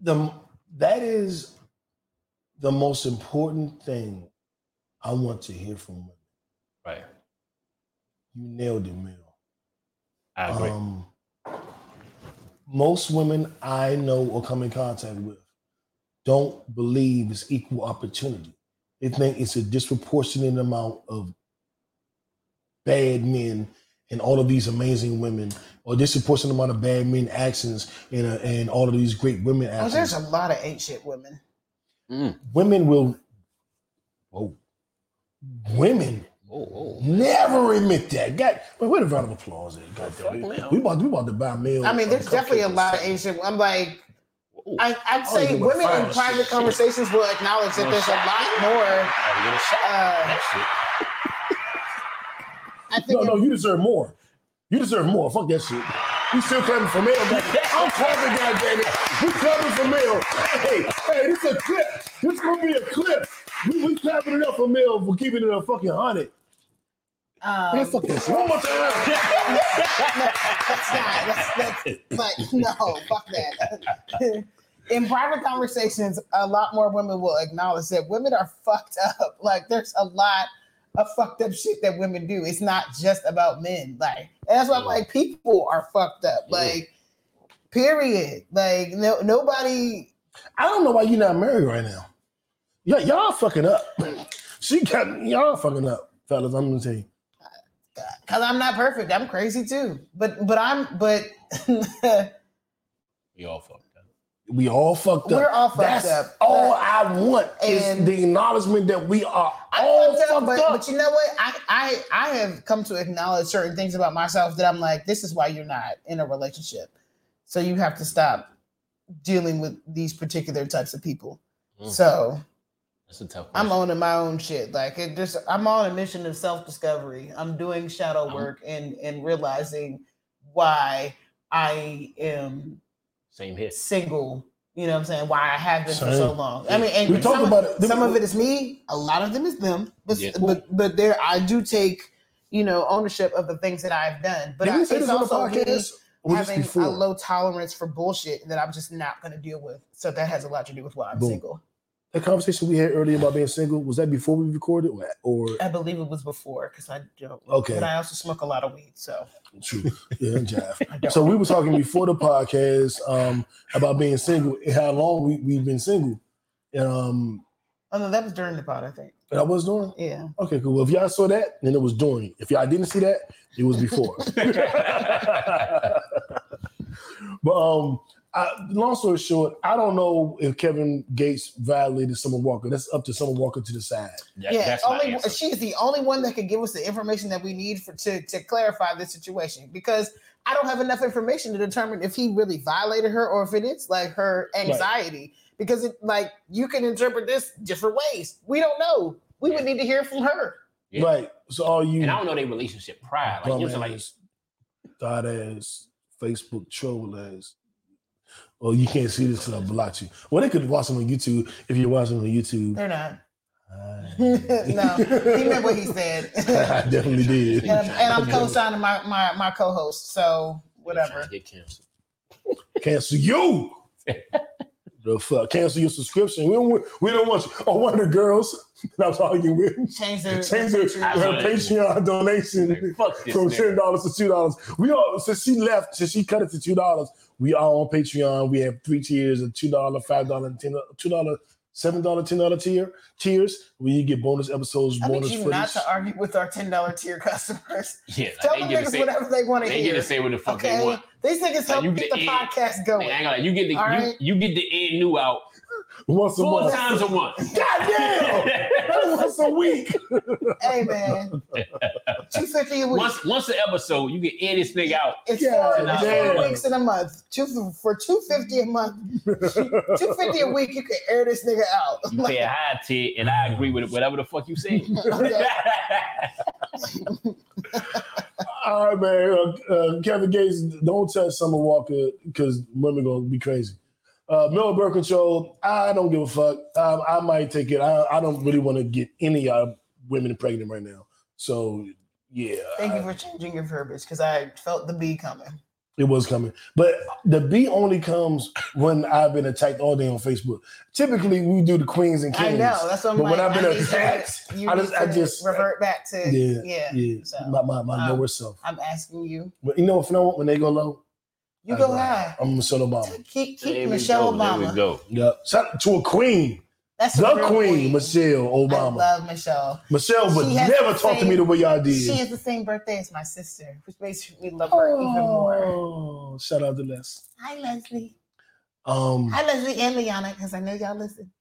A: the that is the most important thing I want to hear from women.
B: Right.
A: You nailed it, Mel.
B: I agree.
A: Um, most women I know or come in contact with don't believe it's equal opportunity. They think it's a disproportionate amount of bad men and all of these amazing women, or disproportionate amount of bad men actions and uh, and all of these great women
D: Oh,
A: actions.
D: there's a lot of ain't shit women.
A: women will, oh, women
B: oh, oh.
A: Never admit that. God, but where the round of applause at? God damn
B: Fuck,
A: it.
B: man.
A: We about, we about to buy mail.
D: I mean, there's definitely a lot of ain't shit. I'm like,
B: Ooh.
D: I, I'd
A: Oh,
D: say
A: you wanna
D: women in
A: find
D: private
A: shit.
D: conversations will acknowledge that there's a lot more.
B: Gotta get a shot.
D: Uh,
B: That shit.
D: I think
A: No, no, you deserve more. You deserve more. Fuck that shit. We still clapping for mail. baby. I'm clapping, goddamn it. We clapping for mail. Hey, hey, this a clip. This gonna be a clip. We, we clapping it up for mail for keeping it a fucking hundred. Man,
D: um,
A: fuck that shit. One more time.
D: That's not. That's, that's like no. Fuck that. In private conversations, a lot more women will acknowledge that women are fucked up. Like there's a lot of fucked up shit that women do. It's not just about men. Like and that's why I'm like people are fucked up. Like period. Like no nobody.
A: I don't know why you're not married right now. Y- y'all fucking up. She got y'all fucking up, fellas. I'm gonna tell you.
D: Cause I'm not perfect. I'm crazy too. But but I'm but
B: We all fucked up.
A: We all fucked up.
D: We're all fucked
A: That's
D: up.
A: All I want is
D: And-
A: the acknowledgement that we are
D: I'm
A: all
D: fucked
A: fucked
D: up,
A: up.
D: Oh, but, but you know what? I, I I have come to acknowledge certain things about myself that I'm like, this is why you're not in a relationship. So you have to stop dealing with these particular types of people.
B: Mm.
D: So
B: That's a tough.
D: I'm
B: question.
D: owning my own shit. Like it just I'm on a mission of self-discovery. I'm doing shadow
B: I'm-
D: work and and realizing why I am
B: Same hit.
D: single. You know what I'm saying? Why I have been for so
A: Same.
D: long. I mean, and
A: We talked
D: some,
A: about
D: of,
A: it.
D: some of it is me. A lot of them is them. But
B: Yeah.
D: but but there, I do take you know ownership of the things that I've done. But
A: Did
D: I,
A: we
D: it's
A: say this on the
D: also me
A: podcast? Or was this
D: having a
A: before?
D: low tolerance for bullshit that I'm just not going to deal with. So that has a lot to do with why I'm
A: Boom.
D: single.
A: That conversation we had earlier about being single was that before we recorded or, or
D: I believe it was before because I don't.
A: Okay.
D: But I also smoke a lot of weed, so
A: true? Yeah, jive.
D: I don't.
A: So we were talking before the podcast um, about being single and how long we, we've been single. And, um,
D: oh no, that was during the pod, I think.
A: and I was doing
D: Yeah.
A: okay, cool. Well, if y'all saw that, then it was during. If y'all didn't see that, it was before. but um, I, long story short, I don't know if Kevin Gates violated Summer Walker. That's up to Summer Walker to decide.
B: That-
D: yeah,
B: that's my
D: only
B: answer.
D: she's the only one that could give us the information that we need for to to clarify this situation because I don't have enough information to determine if he really violated her or if it is like her anxiety because it like you can interpret this different ways. We don't know. We would need to hear from her.
B: Yeah.
A: Right. So all you
B: And I don't know their relationship prior. Like, you know, like
A: dumbass, thought ass, Facebook troll ass. Oh, you can't see this because I blocked you. Well, they could watch them on YouTube if you're watching on YouTube.
D: They're not.
A: Hi.
D: no, he meant what he said. and,
A: I definitely did.
D: I'm, and I'm co-signing my my my co-host,
B: trying
D: so whatever.
B: to Get canceled.
A: Cancel you. the fuck? Cancel your subscription. We don't. want- We don't want you. Oh, one of the girls that I was arguing with
D: Change the
A: changed her, her Patreon donation
B: Fuck this.
A: from
B: nigga.
A: ten dollars to two dollars. We all since she left, since she cut it to two dollars, we all on Patreon. We have three tiers: a two dollar, five dollar, ten two dollar, seven dollar, ten dollar tier tiers. Where you get bonus episodes,
D: I need
A: bonus
D: you
A: footage.
D: not to argue with our ten dollar tier customers.
B: Yeah, like,
D: Tell
B: they
D: them
B: get to
D: niggas
B: say,
D: whatever they want to
B: they get
D: hear.
B: to say what the fuck they
D: Okay,
B: want.
D: these niggas
B: Like,
D: help
B: you get
D: get the
B: in-
D: podcast
B: Like,
D: going.
B: I ain't gonna lie, you get the
D: All
B: you,
D: right.
B: you get the end new out
A: Once a
B: four
A: month.
B: times a month.
A: Goddamn! Once a week.
D: Hey man, two fifty a week.
B: once once an episode, you get end this nigga out.
D: it's
A: Yeah,
D: four,
A: damn.
D: four weeks in a month. Two for two fifty a month. Two fifty a week, you can air this nigga out.
B: You pay a high tier, and I agree with whatever the fuck you say.
D: Okay.
A: All right, man. Uh, uh, Kevin Gates, don't touch Summer Walker because women gonna be crazy. Uh, Miller Birth Control, I don't give a fuck. Um, I might take it. I, I don't really want to get any of y'all women pregnant right now. So yeah,
D: Thank
A: I-
D: you for changing your verbiage because I felt the B coming.
A: it was coming. But the B only comes when I've been attacked all day on Facebook. Typically, we do the queens and
D: I
A: kings.
D: know. That's what I'm
A: But
D: like.
A: when I've been
D: I need to-
A: attacked,
D: you
A: I
D: need
A: just- I
D: to
A: just-
D: revert back to
A: Yeah,
D: yeah.
A: Yeah,
D: So,
A: my my, my
D: um,
A: lower self.
D: I'm asking you.
A: But you know, if no, when they go low,
D: You
A: I oh,
D: go high.
A: I'm Michelle Obama.
D: Keep
B: There
D: keep
B: we
D: Michelle
B: go, there we
D: Obama.
B: go.
A: Yep. Shout out to a queen.
D: That's a
A: the
D: real
A: queen, Michelle Obama.
D: I love Michelle.
A: Michelle would
D: She has
A: never
D: the
A: talk to
D: same-
A: me the way y'all did.
D: She has the same birthday as my sister, which makes me love her even more.
A: oh, shout out to Les.
D: Hi, Leslie.
A: Um,
D: Hi, Leslie and Liana, because I know y'all listen.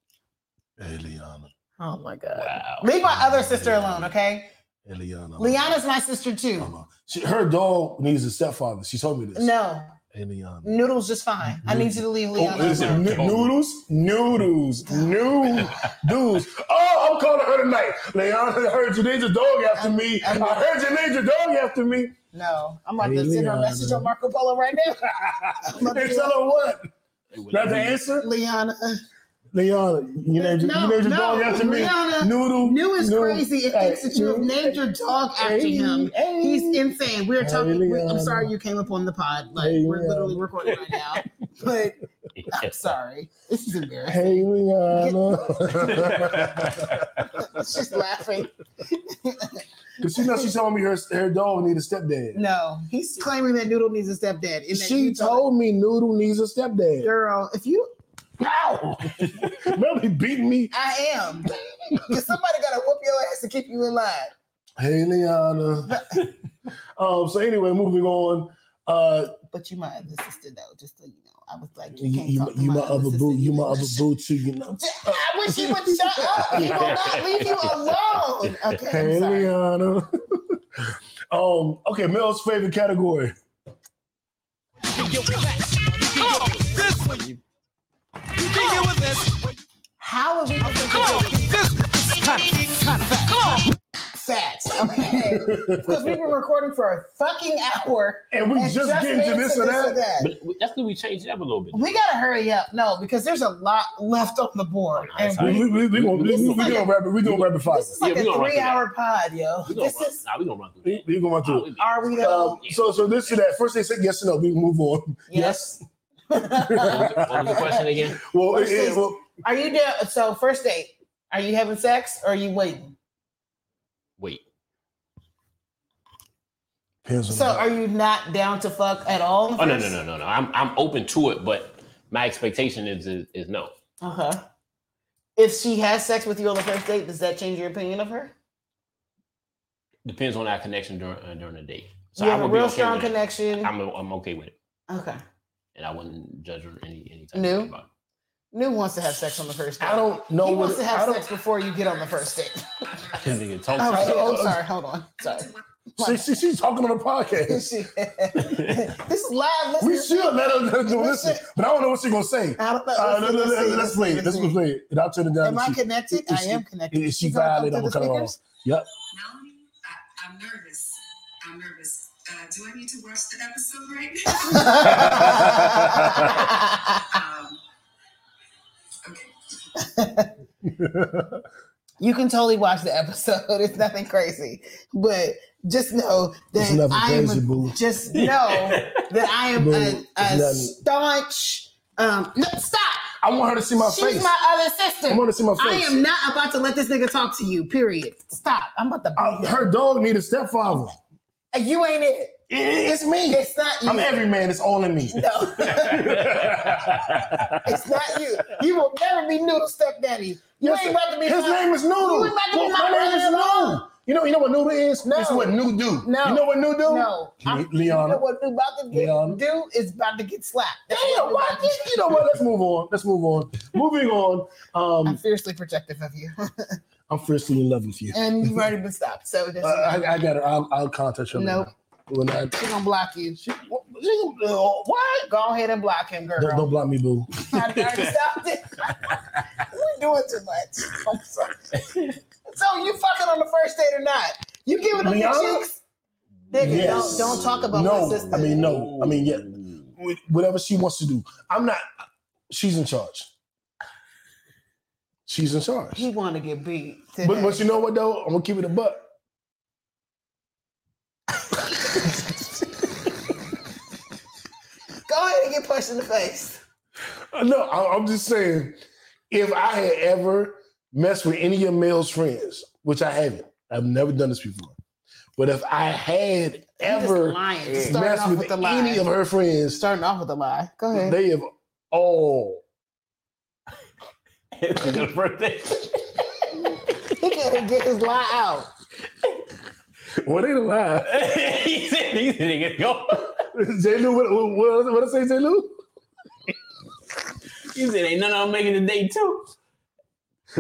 A: Eliana,
D: Oh my God.
B: Wow.
D: Leave my other sister alone, okay?
A: Eliana,
D: Liana's my sister too.
A: Mama. She, her dog needs a stepfather. She told me this.
D: No,
A: Eliana.
D: Noodle's just fine. I need you to leave
A: Oh,
D: Liana
A: listen,
D: alone.
A: n- noodles, noodles, noodles. Oh, I'm calling her tonight. Leanna, I heard you named your dog after
D: I'm-
A: me.
D: I'm-
A: I heard you named your dog after me.
D: No, I'm about to send her a
A: Liana.
D: message on Marco Polo right now.
A: And tell her what? Not the answer?
D: Liana.
A: Leanna, you named, your- you
D: No,
A: named your
D: no,
A: dog after me.
D: Liana.
A: Noodle.
D: New is
A: noodle.
D: crazy. It thinks that you have named your dog after him. He's insane. We're talking. we- I'm sorry you came up on the pod. Like we're literally recording right now. But I'm sorry. This is embarrassing.
A: Hey, Rihanna.
D: She's laughing.
A: Because she knows she's telling me her, her dog needs a stepdad.
D: No, he's claiming that Noodle needs a stepdad. And that
A: She
D: you
A: told me Noodle needs a stepdad.
D: girl, if you,
A: Ow! Remember, he beat me.
D: I am. Cause somebody gotta whoop your ass to keep you in line.
A: Hey, Liana. um, so anyway, moving on. Uh,
D: But you my other sister though, just so you know. I was like, you,
A: you,
D: can't
A: you,
D: talk to
A: you
D: my
A: my other
D: sister,
A: boo, you my
D: know.
A: other boo too. You know.
D: I wish you would shut up. He will not leave you alone. Okay,
A: Hey,
D: I'm sorry.
A: Liana. um, okay, Mel's favorite category.
D: How are we facts? Okay, because we've been recording for a fucking hour.
A: And we
D: and
A: just getting to
D: into
A: this or that.
B: But we- that's because we changed it up a little bit.
D: We gotta hurry up. No, because there's a lot left on the board. And
B: All
A: We
B: right.
A: we we we gonna we,
B: This
A: we, we
D: is like
A: gonna
D: a-
A: rapid we gonna rapid fire.
D: this is like
B: Yeah, we
D: a
B: gonna run through
D: three hour pod, yo.
B: We gonna
D: This
B: run.
D: is
B: Nah, we gonna run through.
A: We
B: that.
A: we gonna run
B: Nah,
A: through. it.
B: we-
D: are we
A: Um,
D: though?
A: so so this to that. First they said yes or no. We can move on.
D: Yes.
B: What was the question again?
A: Well, it,
D: First
A: it,
D: is-
A: well
D: Are you down? So first date, are you having sex or are you waiting?
B: Wait.
A: depends on
D: So
A: the-
D: are you not down to fuck at all?
B: Oh no no no no no. I'm I'm open to it, but my expectation is is, is no.
D: Uh huh. If she has sex with you on the first date, does that change your opinion of her?
B: Depends on our connection during uh, during the day. So
D: you
B: I
D: have a
B: would be
D: real
B: okay
D: strong
B: with it.
D: connection.
B: I'm I'm okay with it,
D: okay.
B: and I wouldn't judge her any any type
D: No.
B: of about it.
D: New wants to have sex on the first date.
A: I don't know
D: He
A: what
D: wants to
A: I
D: have
A: don't.
D: sex Oh, before you get on the first date.
B: This nigga talks
D: All right.
B: about
D: I'm sorry. Hold on. Sorry.
A: She, she, she's talking on the podcast.
D: this is live.
A: We
D: listening.
A: should let her let her listen, but I don't know what she's gonna say.
D: I don't know.
A: Uh, no, no,
D: Listen,
A: no,
D: listen,
A: let's
D: listen,
A: play it. Let's
D: listen.
A: play it. And I'll turn it down.
D: Am I
A: If she-
D: connected?
A: if
D: I
A: she-
D: am connected.
A: If she
D: You gonna come
A: violated, I'm
D: through
A: gonna
D: the
A: cut her off.
D: speakers?
A: Yep.
H: Now I, I'm nervous. I'm nervous. Uh, do I need to watch the episode right now? um, okay.
D: you can totally watch the episode. It's nothing crazy, but just know
A: It's
D: that
A: nothing
D: I am.
A: crazy,
D: a-
A: boo.
D: just know that I am
A: Boo,
D: a,
A: it's
D: a
A: nothing.
D: staunch. Um, no, stop!
A: I want her to see my
D: She's
A: Oh, face.
D: my other sister.
A: I want to see my
D: I
A: face.
D: am not about to let this nigga talk to you. Period. Stop. I'm about to.
A: Uh, her dog need a stepfather.
D: you ain't it.
A: It- it's me.
D: It's not you.
A: I'm every man. It's all in me.
D: No. It's not you. You will never be noodle stepdaddy. You
A: Yes,
D: ain't about to be
A: His
D: my-
A: name is Noodle.
D: You ain't about to be
A: Well,
D: my
A: name is
D: brother-in-law.
A: Noodle. You know, you know what Noodle is?
D: No.
A: It's what New do.
D: No.
A: You know what New do?
D: No.
A: Le-
D: I'm-
A: Leona.
D: You know what we about to get,
A: Leona.
D: do is about to get slapped. That's
A: Damn,
D: what we
A: why
D: about to
A: you,
D: get.
A: you know what? Let's move on. Let's move on. Moving on.
D: I'm
A: Um,
D: fiercely protective of you.
A: I'm fiercely in love with you.
D: and you've already been stopped. So that's
A: Uh, I, I got her. I'll, I'll contact her.
D: Nope.
A: When I, she,
D: she's gonna block you.
A: what? she- uh, what?
D: Go ahead and block him, girl.
A: Don't, don't block me, boo.
D: I already stopped it. We're doing too much. I'm sorry. So you fucking on the first date or not? You giving him
A: Leona?
D: the cheeks? Nigga,
A: Yes.
D: don't, don't talk about
A: no.
D: my sister.
A: I mean, no. I mean, yeah. Wh- Whatever she wants to do. I'm not. She's in charge. She's in charge.
D: he want to get beat.
A: But,
D: today.
A: but you know what though? I'm gonna keep it a buck.
D: Go ahead and get punched in the face.
A: Uh, No, I, I'm just saying, if I had ever messed with any of your male's friends, which I haven't, I've never done this before. But if I had
D: You're
A: ever
D: just lying. Just starting
A: messed
D: off
A: with,
D: with a lie.
A: any of her friends,
D: starting off with a lie. Go ahead.
A: they have all.
B: the birthday.
D: he can't get his lie out.
A: Well, they don't lie.
B: he said these niggas go.
A: J. Lou, what, what, what, what I say, J. Lou?
B: He said ain't none of them making the day too.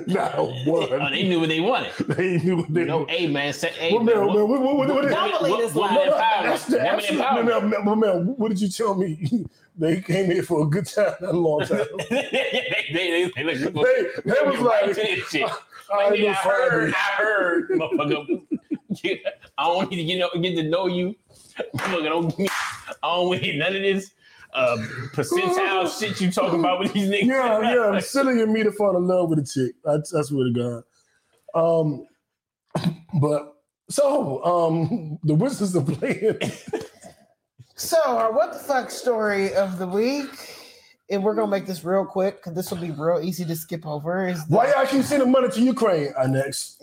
A: No,
B: Oh,
A: one.
B: they knew what they wanted.
A: They knew what they
B: You know, hey man, say, hey,
A: Well,
B: man,
A: man,
B: what-
A: man, what, what, what, what,
D: Don't believe this
B: What-
D: lie.
B: what- empowerment.
A: That's the
B: Women
A: absolute, no, no, no, no, man, what did you tell me? they came here for a good time, not a long time.
B: they, they, they, look,
A: they, they was
B: to
A: like,
B: this shit.
A: I,
B: Like, nigga, I
A: ain't gonna find
B: heard,
A: it.
B: I heard, motherfucker. Yeah, I don't need to get, know, get to know you. Motherfucker, don't give me, I don't need none of this uh, percentile shit you talking about with these niggas.
A: Yeah, yeah, I'm sitting in me to fall in love with a chick. That's that's what it got. Um, but so um, the Wizards are playing.
D: So our what the fuck story of the week, and we're gonna make this real quick because this will be real easy to skip over. Is
A: Why y'all keep sending money to Ukraine? I next.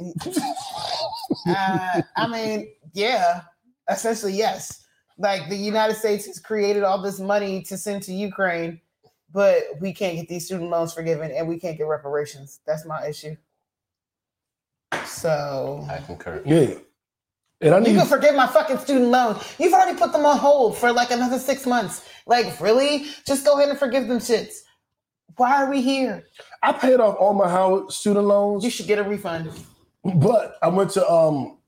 D: uh, I mean, yeah, essentially yes. Like the United States has created all this money to send to Ukraine, but we can't get these student loans forgiven and we can't get reparations. That's my issue. So
B: I concur.
A: Yeah. And I
D: you
A: need
D: can forgive my fucking student loan. You've already put them on hold for like another six months. Like, really? Just go ahead and forgive them shits. Why are we here?
A: I paid off all my Howard student loans.
D: You should get a refund.
A: But I went to um,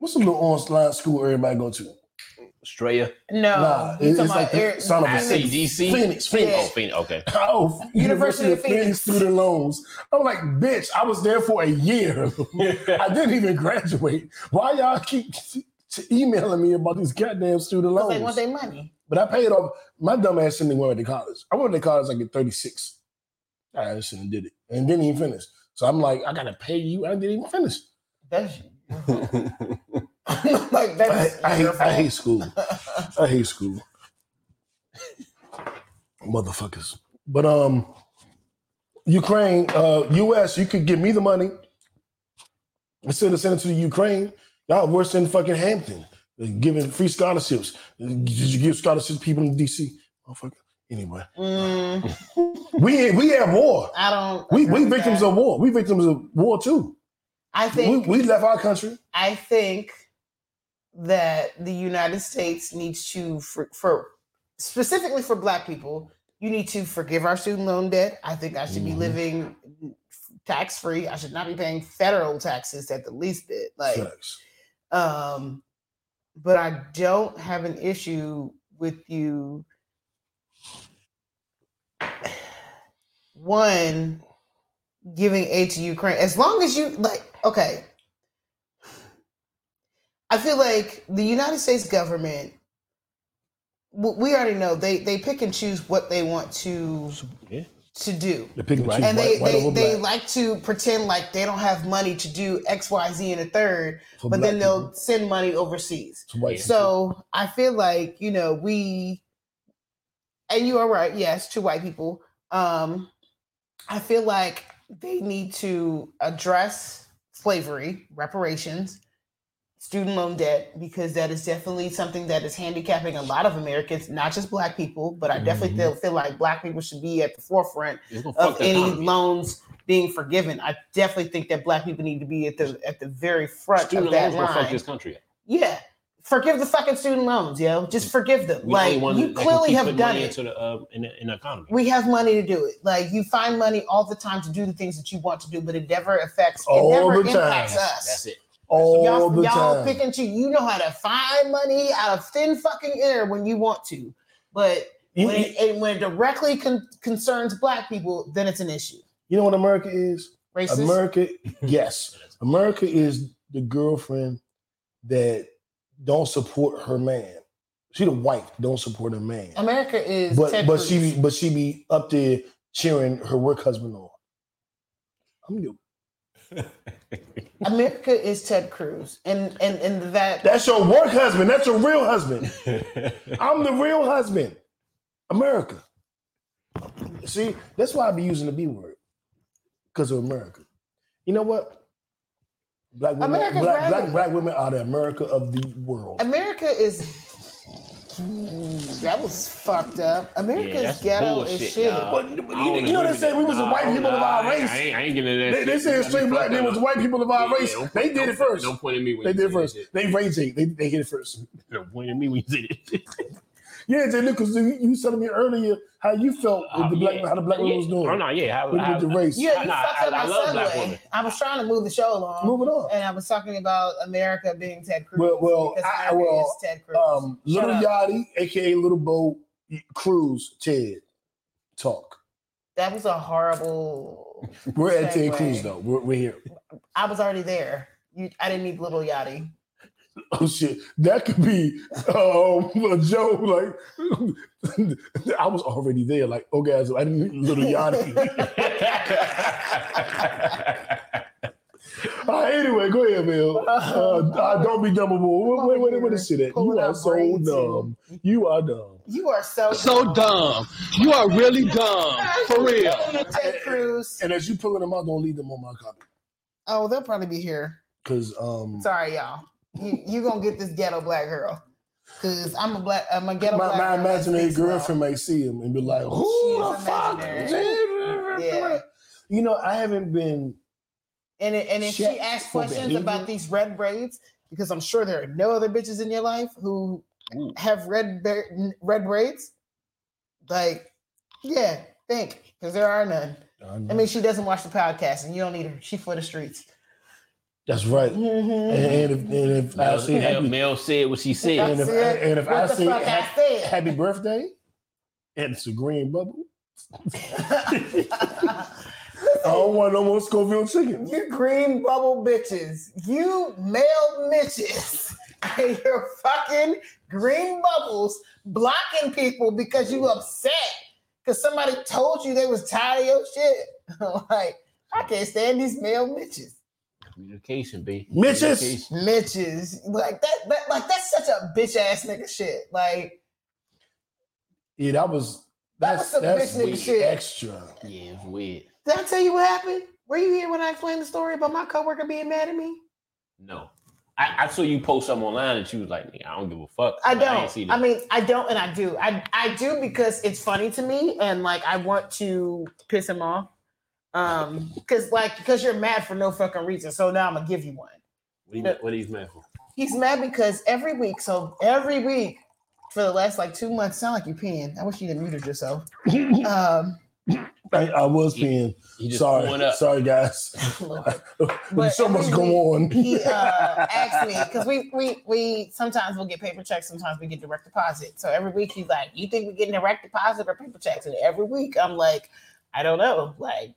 A: what's a little online school everybody go to?
B: Australia.
D: No,
A: Nah, it-
D: you talking
A: it's like
D: about
A: the
D: Eric-
A: son of a
D: I-
A: bitch.
B: CDC.
A: Phoenix, Phoenix.
B: Oh, Phoenix. Okay.
A: Oh, University of Phoenix student loans. I'm like, bitch, I was there for a year. I didn't even graduate. Why y'all keep t- t- emailing me about these goddamn student
D: They
A: loans?
D: want their money.
A: but I paid off. My dumb ass didn't even went to college. I went to college like at 36. I just shouldn't have did it and didn't even finish. So I'm like, I gotta pay you. I didn't even finish.
D: That's like
A: I,
D: that's
A: I, hate,
D: your
A: I hate school. I hate school. Motherfuckers. But um Ukraine, uh US, you could give me the money. Instead of sending it to the Ukraine, y'all worse than fucking Hampton. They're Giving free scholarships. Did you give scholarships to people in DC? Motherfucker. Anyway.
D: Mm,
A: We we at war.
D: I don't.
A: We
D: agree
A: we
D: with
A: victims
D: that.
A: of war. We victims of war too.
D: I
A: We,
D: think
A: we left our country.
D: I think that the United States needs to for, for specifically for black people, you need to forgive our student loan debt. I think I should be
B: Mhm.
D: living tax free. I should not be paying federal taxes at the least bit. Like
A: Facts.
D: um but I don't have an issue with you one giving aid to Ukraine as long as you like okay I feel like the United States government w- we already know they they pick and choose what they want to
B: Yeah.
D: to do
A: They're picking and choosing
D: and they
A: white- white
D: they,
A: over
D: they
A: black
D: like to pretend like they don't have money to do x y z and a third
A: for
D: but
A: black
D: then
A: people.
D: they'll send money overseas.
A: to white people.
D: So I feel like you know we, and you are right. Yes, to white people, um, I feel like they need to address slavery, reparations, student loan debt, because that is definitely something that is handicapping a lot of Americans, not just black people. But I definitely feel, feel like black people should be at the forefront
B: It's gonna
D: of
B: fuck the
D: any
B: economy.
D: loans being forgiven. I definitely think that black people need to be at the at the very front
B: Student
D: of that
B: loans gonna fuck
D: line.
B: this country. up.
D: Yeah, forgive the fucking student loans, yo. Just forgive them.
B: We the only
D: like
B: one
D: you
B: that can
D: clearly
B: keep
D: have
B: putting
D: done
B: money
D: it.
B: into the uh, in, the, in the economy.
D: we have money to do it. Like you find money all the time to do the things that you want to do, but it never affects.
A: All
D: it never
A: the
D: impacts
A: time.
D: us.
B: That's it.
A: all
D: y'all,
A: the
D: y'all
A: time.
D: pick and choose. You know how to find money out of thin fucking air when you want to, but
A: You-
D: when it, and when it directly con- concerns black people, then it's an issue.
A: You know what America is?
D: Racist.
A: America, yes. America is the girlfriend that don't support her man. She the wife don't support her man.
D: America is
A: But
D: Ted
A: but
D: Cruz.
A: she be, but she be up there cheering her work husband on. I'm you.
D: America is Ted Cruz, and and and that
A: That's your work husband. That's your real husband. I'm the real husband. America. See, that's why I be using the B word because of America. You know what? Black women,
D: America's
A: black, black,
D: raggedy.
A: black women are the America of the world.
D: America is. That was fucked up. America's
B: Yeah, that's
D: ghetto
B: bullshit,
D: is shit.
B: y'all.
A: But you,
B: I don't
A: you know they
B: agree with
A: said
B: that.
A: we was the
B: Nah,
A: white
B: I
A: people of
B: nah,
A: our
B: I ain't-
A: race.
B: I ain't, I ain't getting into
A: They,
B: that.
A: they
B: shit.
A: said
B: Nah,
A: straight
B: fuck
A: black men
B: that.
A: was white people of our
B: Yeah,
A: race.
B: yeah, don't-
A: they did
B: don't-
A: it first.
B: Don't point at me when
A: They
B: you
A: did
B: say
A: first.
B: that shit.
A: They rage it. They they hit it first.
B: Don't point at me when you did it.
A: Yeah, Jay Nichols, you, you was telling me earlier how you felt with the black,
B: Uh, Yeah,
A: how the black women
B: yeah.
A: was doing.
B: Oh no, yeah. How,
A: with,
B: how,
A: with the race.
D: Yeah,
B: I-
D: you
B: nah,
D: fucked
B: I-
D: up
B: I
D: my
B: love black women.
D: segue. I was trying to move the show along,
A: Moving on.
D: and I was talking about America being Ted Cruz.
A: Well- well,
D: because
A: I-
D: America
A: well,
D: is Ted Cruz.
A: Um,
D: Shut
A: Little
D: up.
A: Yachty, aka Little Bo Cruz, Ted Talk.
D: that was a horrible.
A: We're at Ted
D: Segue.
A: Cruz though. We're, we're here.
D: I was already there. You, I didn't need little Yachty.
A: Oh shit, that could be um, a joke. Like I was already there. Like oh guys, I didn't need Little Yachty. uh, anyway, go ahead, man. Uh, uh, don't be dumb. Wait, wait, wait, wait, shit at? You
D: Pulling
A: are
D: out
A: so
D: braids
A: dumb.
D: and-
A: You are dumb.
D: You are so
E: So dumb. You are really dumb. For real.
D: Ted Cruz.
A: And as you pulling them out, don't leave them on my copy
D: Oh, they'll probably be here.
A: because um,
D: Sorry, y'all. You you gonna get this ghetto black girl? Cause I'm a black. I'm a ghetto
A: my,
D: black.
A: my
D: girl that
A: imaginary
D: speaks well.
A: girlfriend might see him and be like, "Who
D: She's
A: the fuck?"
D: imaginary. Yeah.
A: You know, I haven't been
D: And it, and if
A: Shit.
D: she asks
A: For
D: questions
A: behavior.
D: about these red braids, because I'm sure there are no other bitches in your life who
B: Ooh.
D: have red ba- n- red braids, like yeah, think because there are none. I mean, she doesn't watch the podcast, and you don't need her. She for the streets.
A: That's right. And,
D: Mhm.
A: and if, and if I
B: Mel,
A: say
B: Mel,
A: happy,
B: Mel said what she said.
A: and if,
D: said
A: and if I
D: What the
A: say
D: fuck
A: ha-
D: I said?
A: happy birthday, and it's a green bubble. I don't want no more Scoville chicken.
D: You green bubble bitches. You male bitches. And your fucking green bubbles blocking people because you upset. Because somebody told you they was tired of your shit. like, I can't stand these male bitches.
B: Communication, B.
A: Mitches.
B: Communication.
D: Bitches. Like that, that like that's such a bitch ass nigga shit. Like
A: Yeah, that was
D: That was
A: that's
D: some
A: that's
D: bitch nigga
A: way
D: shit.
A: extra.
B: Yeah, it's weird.
D: did I tell you what happened? Were you here when I explained the story about my coworker being mad at me?
B: No. I, I saw you post something online and you was like, nigga, I don't give a fuck.
D: I
B: But
D: don't.
B: ain't see
D: I,
B: that.
D: mean, I don't, and I do. I I do because it's funny to me, and like I want to piss him off. Um, because like because you're mad for no fucking reason. So now I'm gonna give you one.
B: what, he, what he's mad for?
D: He's mad because every week, so every week for the last like two months, sound like you peeing. I wish you didn't muted yourself. um,
A: I, I was being
B: He just pulling
A: sorry,
B: up.
A: sorry guys. There's so much
D: every
A: going
D: week-
A: on.
D: he uh, asked me because we we we sometimes we'll get paper checks, sometimes we get direct deposit. So every week he's like, "You think we getting direct deposit or paper checks?" And every week I'm like, "I don't know." Like,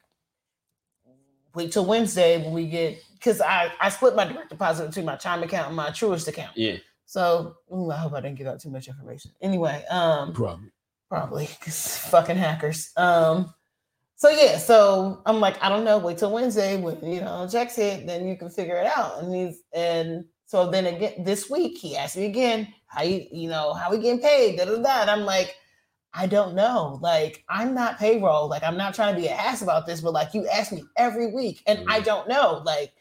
D: wait till Wednesday when we get because I I split my direct deposit between my Chime account and my Truist account.
B: Yeah.
D: So ooh, I hope I didn't give out too much information. Anyway, um,
A: Probably.
D: probably 'cause fucking hackers. Um, so yeah, so I'm like, I don't know. Wait till Wednesday when you know checks hit, then you can figure it out. And he's and so then again this week he asked me again, how you you know how we getting paid? Da da da. And I'm like, I don't know. Like I'm not payroll. Like I'm not trying to be an ass about this, but like you ask me every week, and I don't know. Like,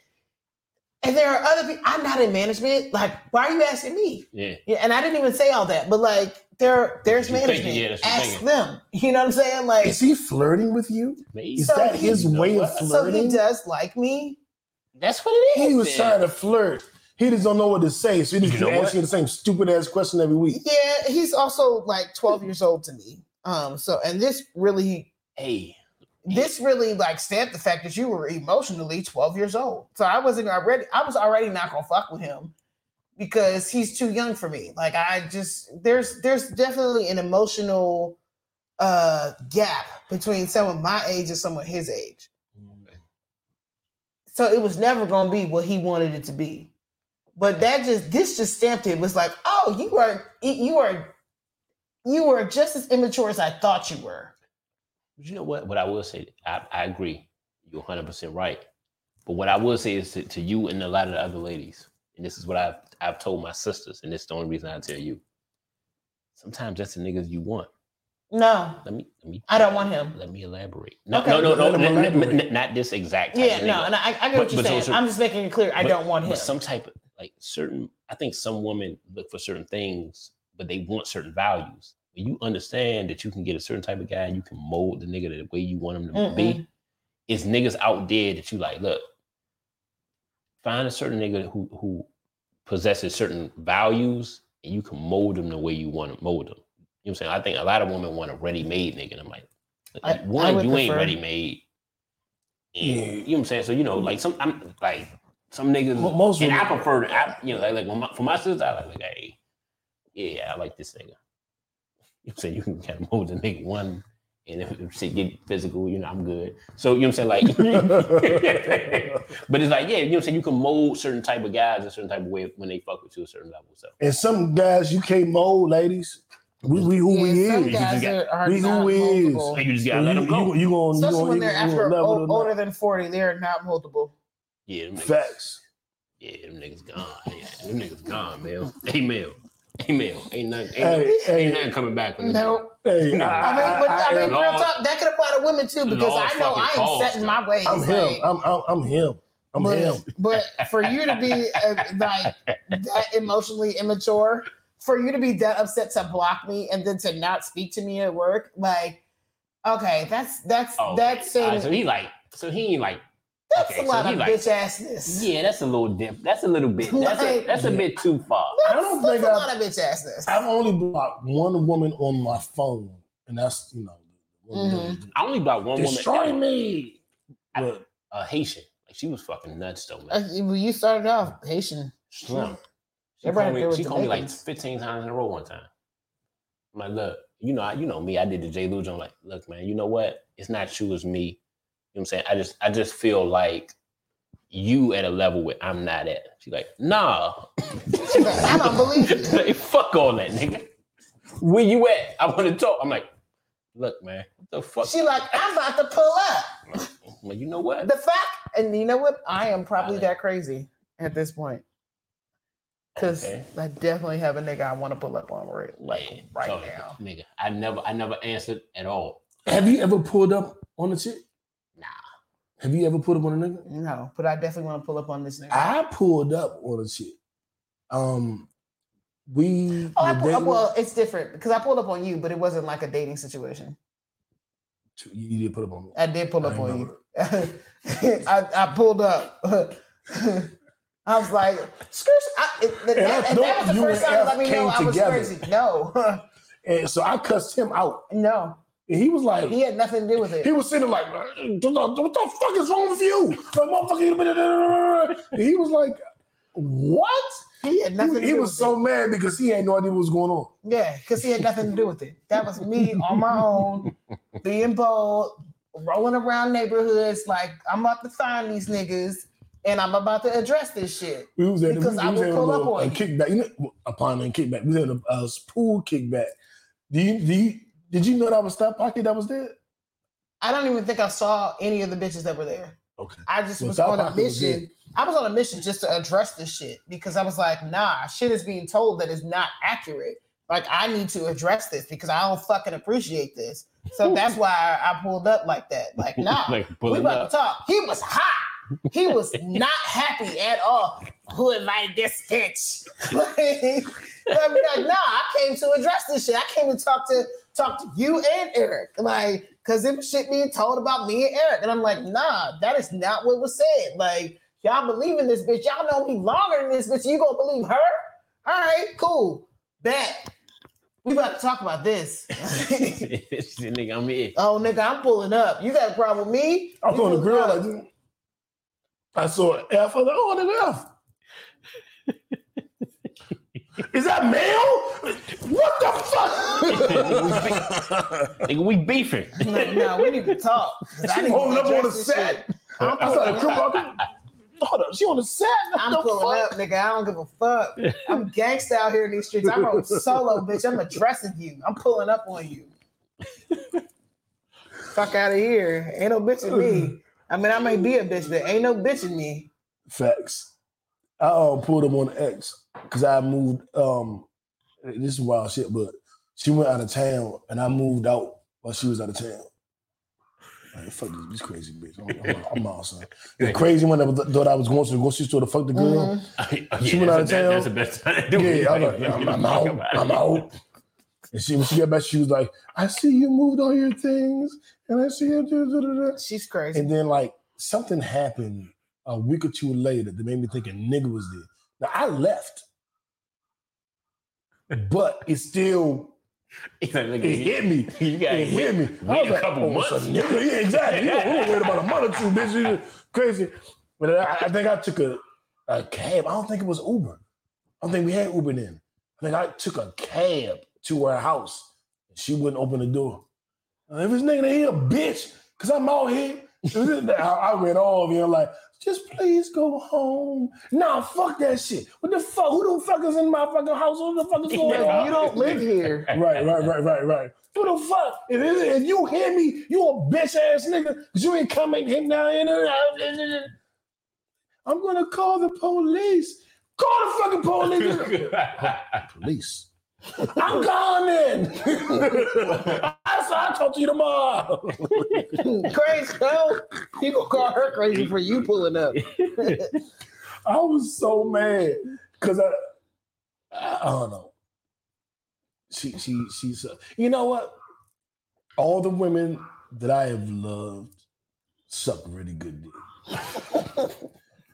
D: and there are other people. I'm not in management. Like, why are you asking me?
B: Yeah.
D: Yeah, and I didn't even say all that, but like there, there's
B: What you
D: management.
B: thinking, yeah, that's what you
D: Ask
B: thinking.
D: them. You know what I'm saying? Like,
A: Is he flirting with you?
B: Maybe.
A: Is
D: So
A: that
D: he-
A: his way of
D: so he
A: flirting?
D: does like me.
B: That's what it is.
A: he was
B: then.
A: trying to flirt. He just don't know what to say, so he just
B: You know
A: keep
B: what?
A: asking the same stupid ass question every week.
D: Yeah, he's also like 12 years old to me. Um, so and this really,
B: Hey,
D: this really like stamped the fact that you were emotionally 12 years old. So I wasn't already, I was already not gonna fuck with him because he's too young for me. Like I just there's there's definitely an emotional uh gap between someone my age and someone his age. so it was never gonna be what he wanted it to be. But that just this just stamped it. It was like, oh, you are you are you are just as immature as I thought you were.
B: But you know what? What I will say, I, I agree. You're 100% right. But what I will say is to, to you and a lot of the other ladies, and this is what I've, I've told my sisters, and this is the only reason I tell you. Sometimes that's the niggas you want.
D: No,
B: Let me, let me.
D: I don't want him.
B: Let me elaborate. No,
D: Okay.
B: no, no, no,
A: Let him
B: n- n- n-
A: elaborate.
B: not this exact. type
D: Yeah,
B: of
D: no,
B: nigga.
D: and I, I get
B: But-
D: what you're
B: but so-
D: saying.
B: so-
D: I'm just making it clear I
B: But-
D: don't want him.
B: But some type of like certain. I think some women look for certain things, but they want certain values. When you understand that you can get a certain type of guy and you can mold the nigga the way you want him to be, it's niggas out there that you like. Look, find a certain nigga who who possesses certain values and you can mold them the way you want to mold them. You know what I'm saying? I think a lot of women want a ready-made nigga. And I'm like,
D: I-
B: one,
D: I would
B: you ain't
D: prefer-
B: ready-made. And,
A: Yeah.
B: You know what I'm saying? So you know, like some, I'm like some niggas.
A: Mo- most
B: and I
A: women-
B: prefer, to, I, you know, like, like when my, for my sister, I like, like, hey, yeah, I like this nigga. You know what I'm saying? You can kind of mold the nigga one, and if, if shit get physical, you know, I'm good. So you know what I'm saying? Like, but it's like, yeah, you know what I'm saying? You can mold certain type of guys a certain type of way when they fuck with you a certain level. So
A: And some guys you can't mold, ladies. We, we who
D: Yeah,
A: we
D: some
A: is.
D: guys are, are
A: We who
D: not
A: is.
D: moldable.
B: you just
A: You,
B: gotta let
A: you,
B: them go.
A: you, you gonna, you
D: Especially
A: gonna,
D: when
A: you
D: they're
A: gonna
D: after
A: level
D: o-
A: them
D: older than 40, they are not moldable.
B: yeah, them
A: up.
B: niggas,
A: Facts.
B: yeah, them niggas gone. Yeah, them niggas gone, male. Hey, male. Hey, male. Ain't nothing. Ain't,
A: Hey,
B: ain't
A: hey,
B: nothing coming back. from them.
D: No.
A: hey.
D: I mean, but I,
A: I, I,
D: mean,
A: I,
D: real
B: Lord-
D: talk, that could apply to women too, because
B: Lord
D: I know
B: fucking
D: I am
B: calls,
D: setting my
B: though.
D: ways.
A: I'm
D: like-
A: him. I'm, I'm, I'm him. I'm
D: but,
A: him.
D: But for you to be uh, like that emotionally immature, for you to be that upset to block me and then to not speak to me at work, like, okay, that's that's
B: Oh,
D: that's
B: all right,
D: saying
B: so he like, so he ain't like
D: That's
B: Okay,
D: a
B: so
D: lot
B: he
D: of
B: like-
D: bitch assness.
B: Yeah, that's a little dip. That's a little bit. That's a,
D: Like-
B: that's a bit too far.
A: I don't
D: That's
A: think
D: a
A: I-
D: lot of bitch assness.
A: I've only blocked one woman on my phone, and that's you know,
D: Mhm.
B: I only bought one
A: destroy
B: woman.
A: me. But
B: A Haitian. Like she was fucking nuts though,
D: Uh,
B: man.
D: you- well, you started off Haitian.
B: Slim. She
D: Everybody
B: called
D: there
B: me,
D: was
B: she called me like
D: Jamaicans.
B: 15 times in a row one time. I'm like, look, you know, I, you know me. I did the J. Lou joint. Like, look, man, you know what? It's not you, it's me. You know what I'm saying? I just I just feel like you at a level where I'm not at. She like, nah.
D: She's like, I don't believe you.
B: Like, fuck all that, nigga. Where you at? I want to talk. I'm like, look, man, what the fuck?
D: She like, I'm about to pull up.
B: I'm like, you know what?
D: The fact, and you know what? I am probably that crazy at this point. Cause
B: Okay.
D: I definitely have a nigga I want to pull up on right, like
B: Man,
D: right
B: sorry,
D: now.
B: nigga. I never, I never answered at all.
A: have you ever pulled up on a chick?
B: Nah.
A: Have you ever pulled up on a nigga?
D: No, but I definitely want to pull up on this nigga.
A: I pulled up on a chick. Um, we.
D: oh, I
A: were
D: pull,
A: dating-
D: well, it's different because I pulled up on you, but it wasn't like a dating situation.
A: you, you did put up on me.
D: I did pull up
A: I
D: on you.
A: remember.
D: I, I pulled up. I was like, "Screw!" I, it- that,
A: And I
D: that- that was
A: thought
D: the
A: you
D: first
A: and
D: time I
A: F
D: let me know
A: came
D: I was
A: together.
D: crazy. No,
A: And so I cussed him out,
D: no,
A: and he was like,
D: he had nothing to do with it.
A: He was sitting like, "Uh, what the fuck is wrong with you? Like, motherfucker, you been- And he was like, what?
D: He had nothing.
A: He,
D: to
A: he
D: do
A: was
D: with
A: so mad because he had no idea what was going on.
D: it. yeah, because he had nothing to do with it. That was me on my own, being bold, rolling around neighborhoods like I'm about to find these niggas and I'm about to address this shit.
A: We was at
D: Because
A: we,
D: I
A: was
D: will
A: at a,
D: pull up
A: little,
D: on
A: a
D: you.
A: kickback, you know, upon a kickback. We was at a, a pool kickback. Do you, do you, did you know that was Stop Pocket that was there?
D: I don't even think I saw any of the bitches that were there.
A: Okay.
D: I just
A: Well,
D: was
A: South
D: on a
A: Park was
D: mission. I was on a mission just to address this shit because I was like, nah, shit is being told that is not accurate. Like I need to address this because I don't fucking appreciate this. So that's why I, I pulled up like that. Like, nah,
B: Like,
D: we
B: pulling
D: about
B: up.
D: to talk. He was hot. He was not happy at all. Who invited this bitch? like, I'm like, nah, I came to address this shit. I came to talk to talk to you and Eric. Like, cause it was shit being told about me and Eric. And I'm like, nah, that is not what was said. Like, y'all believe in this bitch. Y'all know me longer than this bitch. You gonna believe her? All right, cool. Bet. We about to talk about this.
B: nigga, I'm here.
D: oh nigga, I'm pulling up. You got a problem with me?
A: I was
D: You
A: on the
D: pulling
A: grill
D: up.
A: like, this. I saw an F. I was like, oh, an F. Is that male? What the fuck?
B: Nigga, we beefing.
D: Like, no, we need to talk. 'Cause I
A: She
D: need to
A: holding up on the
D: address this
A: set.
D: shit.
A: I
D: I'm
A: saw the
D: pulling
A: crib.
D: up.
A: I could- Hold up, she on the set.
D: I'm
A: The
D: pulling
A: fuck?
D: up, nigga. I don't give a fuck. I'm gangsta out here in these streets. I'm on solo, bitch. I'm addressing you. I'm pulling up on you. fuck out of here. Ain't no bitch in me. I mean, I may be a bitch, but ain't no bitch in me.
A: Facts. I um, pulled up on X because I moved. Um, this is wild shit, but she went out of town and I moved out while she was out of town. Like, fuck this, this crazy bitch. I'm, I'm, I'm out, son. The crazy one that was- thought I was going to the grocery store to fuck the girl. She went out of town.
B: That's the best time. to do it.
A: Yeah, I'm,
B: Like,
A: like, I'm, I'm
B: fuck
A: out.
B: about
A: I'm
B: it.
A: out. And she, when she got back, she was like, I see you moved all your things. And I see you. da, da, da, da."
D: She's crazy.
A: And then like something happened a week or two later that made me think a nigga was there. Now I left, but it still
B: He's like,
A: it
B: nigga,
A: hit me.
B: you got
A: It hit me. I
B: wait
A: was
B: a
A: like,
B: couple
A: oh, it's a
B: months."
A: nigga. Yeah, exactly. You don't, you don't wait about a month or two, bitch. You crazy. But I, I think I took a, a cab. I don't think it was Uber. I don't think we had Uber then. I think I took a cab to her house. She wouldn't open the door. And if this nigga here, bitch, because I'm out here. I, I went off, you know, like, just please go home. Nah, fuck that shit. What the fuck? Who the fuck is in my fucking house? Who the fuck is going
B: Yeah.
A: on?
D: you don't live here.
A: Right, right, right, right, right. Who the fuck? If, if- if you hear me, you a bitch ass nigga, 'cause you ain't coming him down in there. I'm gonna call the police. Call the fucking police. police. I'm gone then. I said I'll talk to you tomorrow.
D: crazy, no. You gonna call her crazy for you pulling up.
A: I was so mad because I, I, I don't know. She, she, she's. uh, You know what? All the women that I have loved suck really good dick.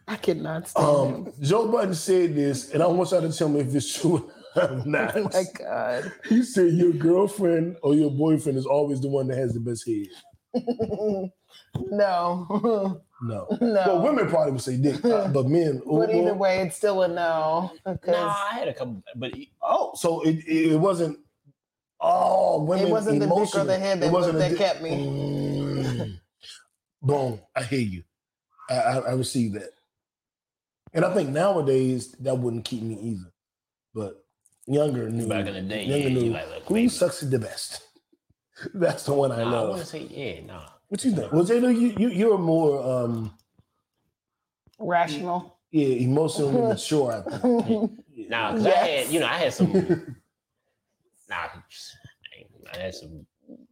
D: I cannot stand him.
A: Um, Joe Button said this, and I want y'all to tell me if it's true or not.
D: Oh my God.
A: He said your girlfriend or your boyfriend is always the one that has the best head.
D: no.
A: No.
D: No.
A: Well, women probably would say dick, uh, but men.
D: But either
A: well,
D: way, it's still a no. Because
B: Nah, I had a couple, but he-
A: Oh, so it, it, it wasn't all women.
D: it wasn't the dick or
A: emotional.
D: the head
A: It
D: that,
A: wasn't a
D: that
A: dick.
D: kept me.
A: Mm. Boom. I hear you. I, I, I receive that. And I think nowadays that wouldn't keep me either. But younger knew.
B: back in the day,
A: younger
B: yeah,
A: knew
B: you like, look,
A: who
B: baby.
A: sucks it the best. That's the one I
B: Nah, I want to
A: love.
B: say, yeah, nah.
A: What you think? Well, Jada, you, you you're more um
D: Rational.
A: yeah, emotionally mature. I think.
B: Nah, 'cause I
D: Yes.
B: had, you know, I had some. nah, I had some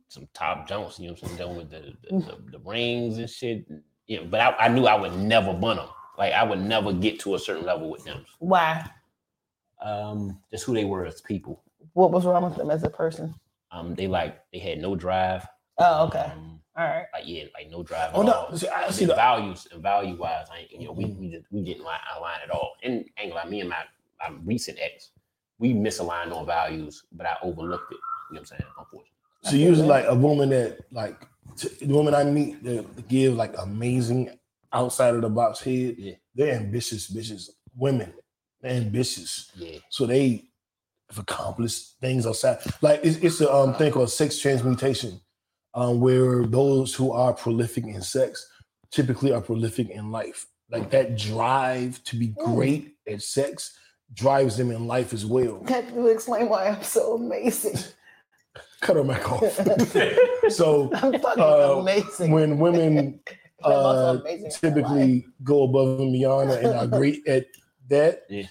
B: some top jumps. You know what I'm saying? Done with the the, the, the rings and shit. Yeah, but I, I knew I would never bun them. Like I would never get to a certain level with them.
D: Why?
B: Um, just who they were as people.
D: What was wrong with them as a person?
B: Um, they like they had no drive.
D: Oh, okay.
B: Um,
D: All right.
B: like yeah, like no drive.
A: Oh
B: at
A: no,
B: all.
A: see, I
B: And
A: see
B: then
A: the Mm-hmm.
B: values and value wise, I ain't, you know, we we just, we didn't line, align at all. And ain't like me and my my recent ex, we misaligned on values, but I overlooked it. You know what I'm saying? Unfortunately.
A: So usually, like a woman that like t- the woman I meet that give like amazing outside of the box head.
B: Yeah.
A: They're ambitious bitches. Women, they're ambitious.
B: Yeah.
A: So they have accomplished things outside. Like it's, it's a um, thing called sex transmutation, um, where those who are prolific in sex typically are prolific in life. Like that drive to be great at sex drives them in life as well.
D: That would explain why I'm so amazing.
A: Cut her mic off. so
D: I'm fucking
A: Uh,
D: amazing.
A: when women
D: I'm also
A: uh,
D: amazing in my life.
A: typically go above and beyond and are great at that.
B: Yeah.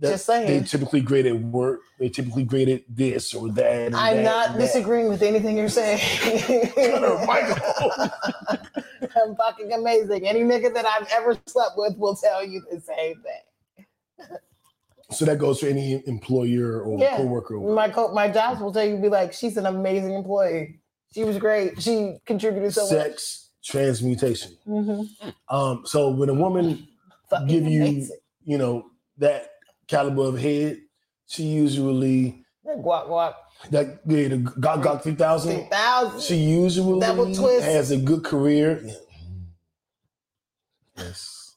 A: that-
D: Just saying.
A: They typically great at work. They typically great at this or that. and
D: I'm
A: that
D: not
A: and that.
D: disagreeing with anything you're saying.
A: Michael.
D: I'm fucking amazing. Any nigga that I've ever slept with will tell you the same thing.
A: So that goes for any employer or
D: Yeah.
A: coworker. or-
D: My co- my jobs will tell you, be like, she's an amazing employee. She was great. She contributed so much.
A: Sex transmutation.
D: Mm-hmm.
A: Um, so when a woman,
D: Fucking
A: Give you-
D: amazing.
A: you know, that caliber of head, she usually
D: guap guap
A: that yeah, the Gog Gog three
D: three
A: thousand.
D: thousand.
A: She usually
D: Double twist.
A: has a good career. Yes.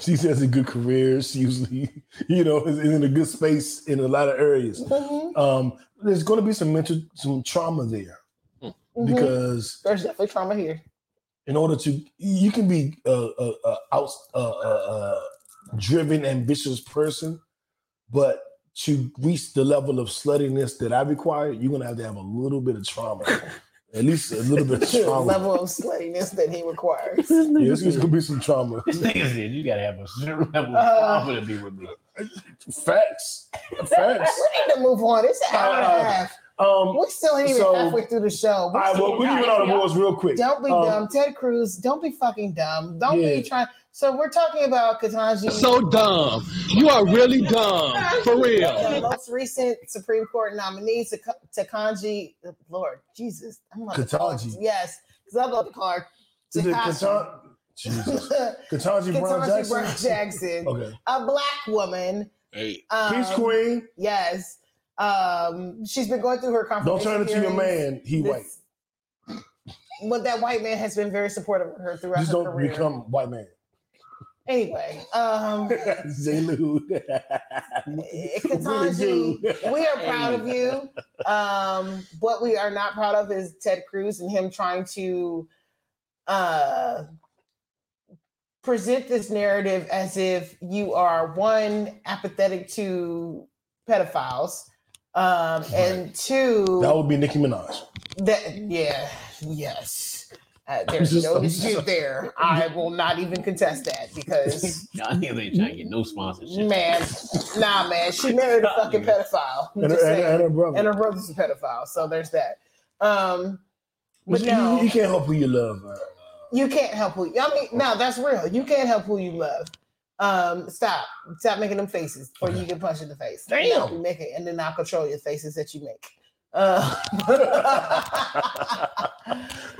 A: She has a good career. She usually, you know, is is in a good space in a lot of areas.
D: Mhm,
A: Um, there's going to be some mental, some trauma there
D: mhm.
A: because
D: there's definitely trauma here.
A: in order to, you can be a, a, a out, a, a, a driven, ambitious person, but to reach the level of sluttiness that I require, you're going to have to have a little bit of trauma, at least a little bit of
D: The
A: trauma.
D: level of sluttiness that he requires.
A: Yeah, it's, it's gonna be some trauma.
B: This nigga said you gotta have a certain level
D: Uh,
B: of confidence to be with me.
A: Facts. Facts.
D: we need to move on. It's an hour
A: Uh,
D: and a half.
A: Um,
D: We still ain't even
A: so-
D: halfway through the show.
A: all
D: We
A: right, well, we're giving out awards real quick.
D: Don't be
A: Um,
D: dumb, Ted Cruz. Don't be fucking dumb. Don't
A: Yeah.
D: be trying. So we're talking about Katanji.
E: So dumb. You are really dumb. For
D: the
E: real.
D: most recent Supreme Court nominee, Sak- Takanji. Lord Jesus, I'm about to call her-
A: Katanji.
D: Yes, because I'm about to call her
A: Is it
D: Takashi.
A: Katan- Jesus. Katanji Brown
D: Katanji
A: Jackson.
D: Brown Jackson,
A: Okay.
D: a black woman.
B: Hey,
D: Um,
A: Peace Queen.
D: Yes, um, she's been going through her
A: Don't
D: confirmation.
A: turn it to your
D: hearings.
A: man. He white.
D: This- But that white man has been very supportive of her throughout
A: Just
D: her
A: don't
D: career.
A: become white man.
D: anyway, um,
A: Zay Lou. Really
D: Katanji,
A: do.
D: we are proud of you. Um, what we are not proud of is Ted Cruz and him trying to uh, present this narrative as if you are one apathetic to pedophiles, um, and two
A: That would be Nicki Minaj.
D: that yeah, yes. Uh, there's
A: just-
D: no
A: I'm just-
D: dispute there. I will not even contest that because
B: y'all niggas ain't trying to get no sponsorship.
D: man, nah, man, she married a fucking pedophile. I'm
A: And her,
D: just
A: and,
D: saying.
A: her- and her brother.
D: And her brother's a pedophile, so there's that. Um,
A: But
D: but
A: you,
D: no,
A: you- you can't help who you love. man.
D: you can't help who. I mean, no, that's real. You can't help who you love. Um, stop, stop making them faces, or you get punched in the face.
A: Damn.
D: you make it, and then I'll control your faces that you make. Uh,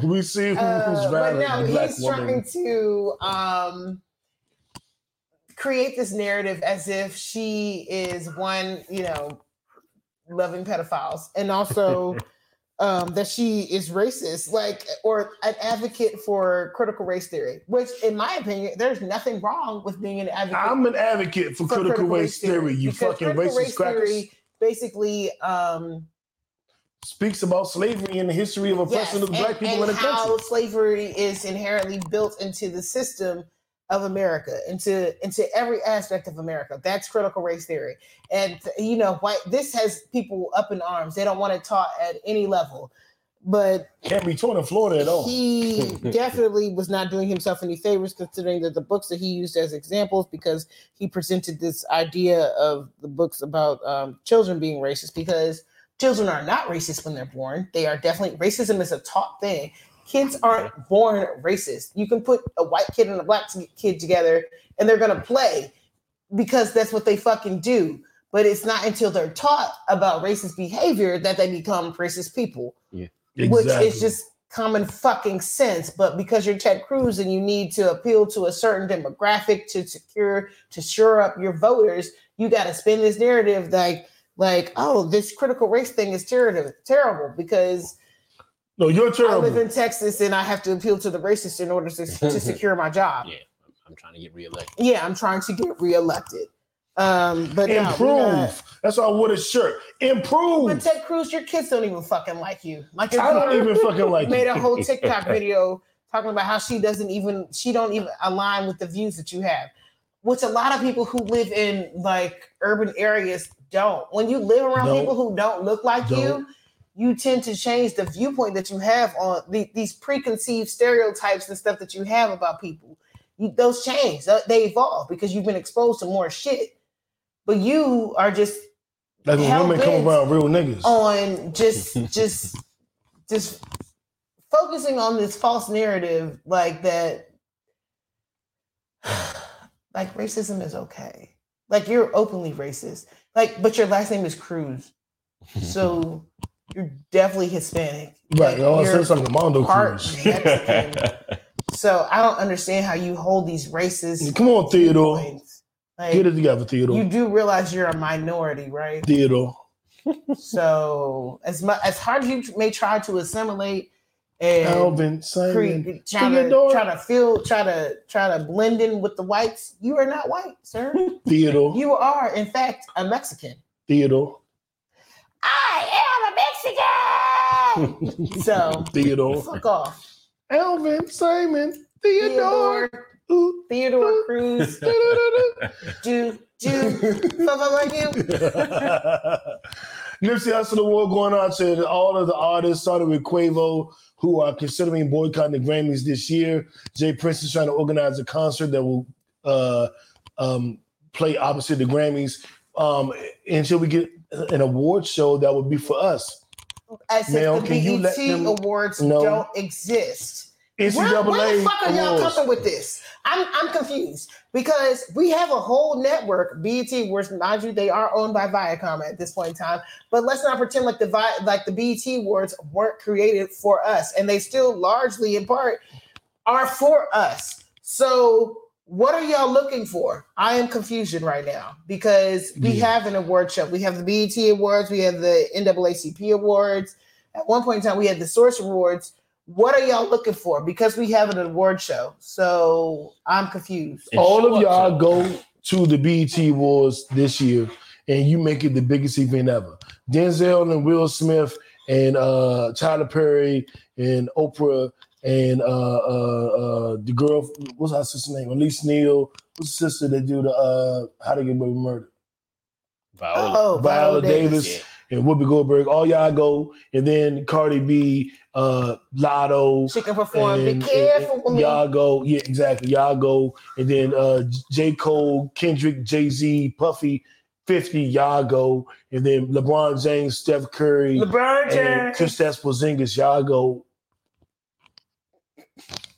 A: We see who's
D: Uh, but
A: violent.
D: no,
A: the black
D: he's
A: woman.
D: trying to um, create this narrative as if she is one, you know, loving pedophiles, and also um, that she is racist, like or an advocate for critical race theory. Which, in my opinion, there's nothing wrong with being an advocate
A: I'm an advocate for,
D: for
A: critical, race theory. You
D: because
A: fucking
D: critical
A: racist crackers.
D: basically. Um,
A: Speaks about slavery and the history of oppression of
D: and-
A: black people
D: and
A: in the
D: how
A: country.
D: slavery is inherently built into the system of America, into into every aspect of America. That's critical race theory, and you know, white. This has people up in arms. They don't want it taught at any level. But
A: Can't be taught in Florida at all.
D: he definitely was not doing himself any favors, considering that the books that he used as examples, because he presented this idea of the books about um, children being racist because children are not racist when they're born. They are definitely racism is a taught thing. Kids aren't born racist. You can put a white kid and a black t- kid together and they're going to play because that's what they fucking do. But it's not until they're taught about racist behavior that they become racist people which is just common fucking sense. But because you're Ted Cruz and you need to appeal to a certain demographic to secure to shore up your voters, you got to spin this narrative like like oh this critical race thing is terrible terrible because
A: no, you're terrible.
D: I live in Texas and I have to appeal to the racists in order to, to secure my job.
B: Yeah,
A: Mm-hmm.
B: I'm, I'm trying to get reelected.
D: Yeah, I'm trying to get reelected. Um, but no,
A: Improve.
D: we're not-
A: That's why I wore this shirt. Improve.
D: But Ted Cruz, your kids don't even fucking like you. Like your
A: I don't
D: daughter-
A: even fucking like
D: made
A: it.
D: a whole TikTok video talking about how she doesn't even she don't even align with the views that you have, which a lot of people who live in like urban areas don't. When you live around
A: Don't.
D: people who don't look like you,
A: Don't.
D: you tend to change the viewpoint that you have on the, these preconceived stereotypes and stuff that you have about people. You, those change, Th- they evolve because you've been exposed to more shit. But you are just
A: Like when
D: Hell
A: women come
D: bent.
A: around real niggas.
D: on just just just focusing on this false narrative like that like racism is okay like you're openly racist like but your last name is cruz so you're definitely hispanic
A: right.
D: Like,
A: Y'all
D: you're
A: said something to Mondo
D: part
A: Cruz.
D: Mexican. so i don't understand how you hold these racist
A: Come on, Theodore.
D: points like,
A: Get it together,
D: you
A: Theodore.
D: do realize you're a minority right
A: Theodore.
D: So as much as hard as you may try to assimilate and
A: Alvin, Simon.
D: create, try to
A: Theodore.
D: try to feel, try to try to blend in with the whites, you are not white, sir.
A: Theodore.
D: you are, in fact, a Mexican.
A: Theodore.
D: I am a Mexican. so
A: Theodore.
D: fuck off,
A: Alvin, Simon. Theodore.
D: Theodore,
A: Ooh,
D: Theodore Cruz,
A: da-da-da-da.
D: Jew, Jew, fuck up like you.
A: Nipsey Hussle Award going out to all of the artists, starting with Quavo, who are considering boycotting the Grammys this year. Jay Prince is trying to organize a concert that will uh, um, play opposite the Grammys um, until we get an award show that would be for us.
D: As
A: Mel,
D: if
A: can you
D: the
A: let them
D: BET E awards
A: know?
D: don't exist. Where,
A: NCAA
D: where the fuck are y'all
A: awards.
D: coming with this? I'm I'm confused because we have a whole network, BET, Awards. mind you, they are owned by Viacom at this point in time. But let's not pretend like the Vi- like the BET Awards weren't created for us, and they still largely in part are for us. So what are y'all looking for? I am confusion right now because we
A: Yeah.
D: have an award show. We have the BET Awards, we have the NAACP Awards. At one point in time, we had the Source Awards. What are y'all looking for? Because we have an award show. So I'm confused.
B: And
A: all
B: show
A: of
B: up
A: y'all
B: to-
A: go to the BET Awards this year, and you make it the biggest event ever. Denzel and Will Smith and uh, Tyler Perry and Oprah and uh, uh, uh, the girl, what's her sister's name? Elise Neal. What's the sister that do the uh, How to Get Away with Murder?
B: Viola.
D: Oh,
A: Viola Davis.
B: Yeah.
A: And Whoopi Goldberg. All y'all go, and then Cardi B, uh, Lotto,
D: She can perform.
A: and-
D: Be
A: and-
D: careful,
A: and
D: woman.
A: Y'all go, yeah, exactly. Y'all go, and then uh J. Cole, Kendrick, Jay Z, Puffy, 50, y'all go, and then LeBron James, Steph Curry,
D: LeBron
A: and
D: James.
A: Kristaps Porzingis, y'all go.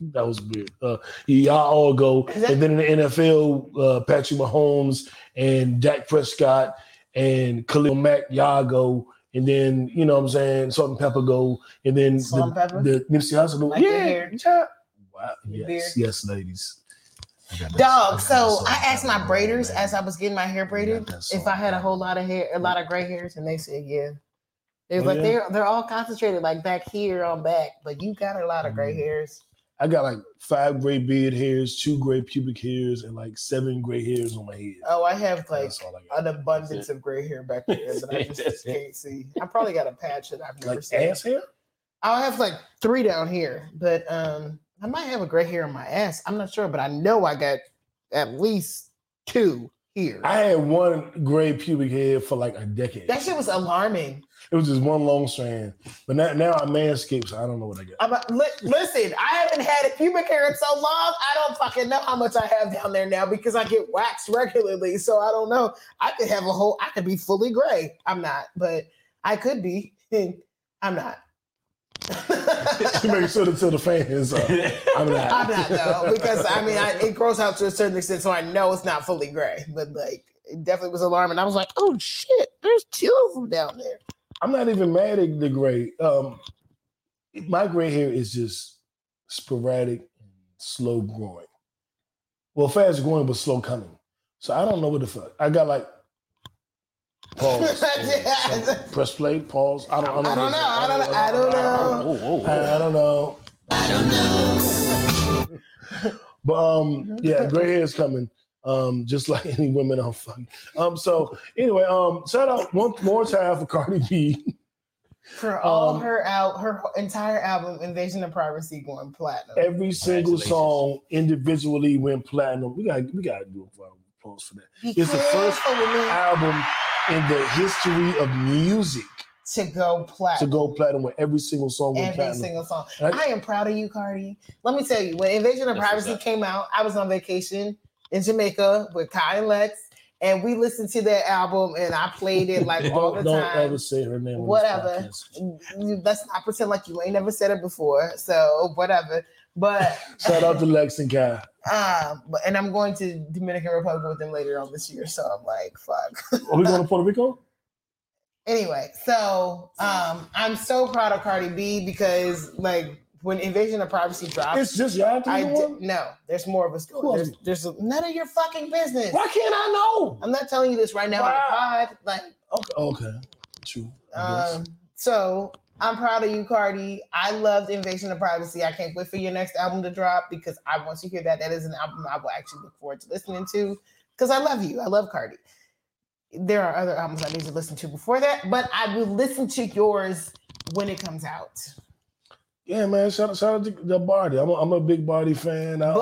A: That was weird. Uh, y'all all go,
D: Is that-
A: and then in the NFL, uh, Patrick Mahomes and Dak Prescott and Khalil Mack, y'all go, and then you know what I'm saying salt and pepper go, and then
D: Salt and
A: the,
D: pepper?
A: the Nipsey Hussle.
D: Like your
A: yeah,
D: hair.
A: yeah. Wow.
D: Your
A: Yes, yes, ladies. I got that- I
D: Dog,
A: got
D: so
A: that
D: I asked my
A: salt and pepper,
D: braiders
A: man.
D: as I was getting my hair braided
A: got that
D: if I had a
A: salt.
D: whole lot of hair, a lot of gray hairs, and they said yeah. They was
A: Oh,
D: like
A: yeah?
D: they're they're all concentrated like back here on back, but you got a lot of gray
A: Mm.
D: hairs.
A: I got like five gray beard hairs, two gray pubic hairs, and like seven gray hairs on my head.
D: Oh, I have like
A: That's all I got.
D: an abundance of gray hair back there that I
B: That's
D: just
B: it.
D: can't see. I probably got a patch that I've never
A: Like
D: seen.
A: ass hair?
D: I'll have like three down here, but um, I might have a gray hair on my ass. I'm not sure, but I know I got at least two here.
A: I had one gray pubic hair for like a decade.
D: that shit was alarming.
A: It was just one long strand. But now, now I manscape, so I don't know what I got.
D: I'm a, li- listen, I haven't had a pubic hair in so long. I don't fucking know how much I have down there now because I get waxed regularly. So I don't know. I could have a whole. I could be fully gray. I'm not, but I could be. I'm not.
A: She makes sure to tell the fans. Uh, I'm not.
D: I'm not though, because I mean, I, it grows out to a certain extent, so I know it's not fully gray. But like, it definitely was alarming. I was like, "Oh shit, there's two of them down there."
A: I'm not even mad at the gray. Um, my gray hair is just sporadic, slow growing. Well, fast growing but slow coming. So I don't know what the fuck. I got like pause, press play, pause. I don't, I don't,
D: I don't know. I don't. I don't
B: Whoa,
D: know.
B: whoa, whoa.
A: I don't know. But um, yeah, gray hair is coming. Um, just like any women on fucking. Um, so anyway, um, shout out one more time for Cardi B.
D: For all
A: Um,
D: her out, her whole- entire album "Invasion of Privacy" going platinum.
A: Every single
B: Congratulations.
A: song individually went platinum. We got to we got to do a round of applause for that
D: Be
A: it's the first
D: careful with me
A: album in the history of music
D: to go
A: to
D: platinum.
A: go platinum with every single song went
D: Every
A: platinum.
D: single song.
A: And I-
D: I am proud of you, Cardi. Let me tell you, when Invasion of
B: That's
D: Privacy
B: what's up.
D: came out, I was on vacation in Jamaica with Kai and Lex, and we listened to that album, and I played it like all the
A: don't, don't
D: time.
A: ever say her name. on this
D: Whatever.
A: podcast.
D: You- Let's not pretend like you ain't never said it before. So whatever. But
A: Shout out to Lex and Kai.
D: um, but and I'm going to Dominican Republic with them later on this year. So I'm like, fuck.
A: Are we going to Puerto Rico?
D: Anyway, so um, I'm so proud of Cardi B because like when Invasion of Privacy dropped,
A: It's just y'all three.
D: I
A: to
D: did,
A: one?
D: no. There's more of us going.
A: Who
D: There's,
A: else?
D: there's a- none of your fucking business.
A: Why can't I know?
D: I'm not telling you this right now on the pod. Like,
A: Okay, okay. true. I guess.
D: um, so I'm proud of you, Cardi. I loved Invasion of Privacy. I can't wait for your next album to drop because I want to hear that. That is an album I will actually look forward to listening to because I love you. I love Cardi. There are other albums I need to listen to before that, but I will listen to yours when it comes out.
A: yeah, man. Shout, shout out to the Barty. I'm a, I'm a big Barty fan. I,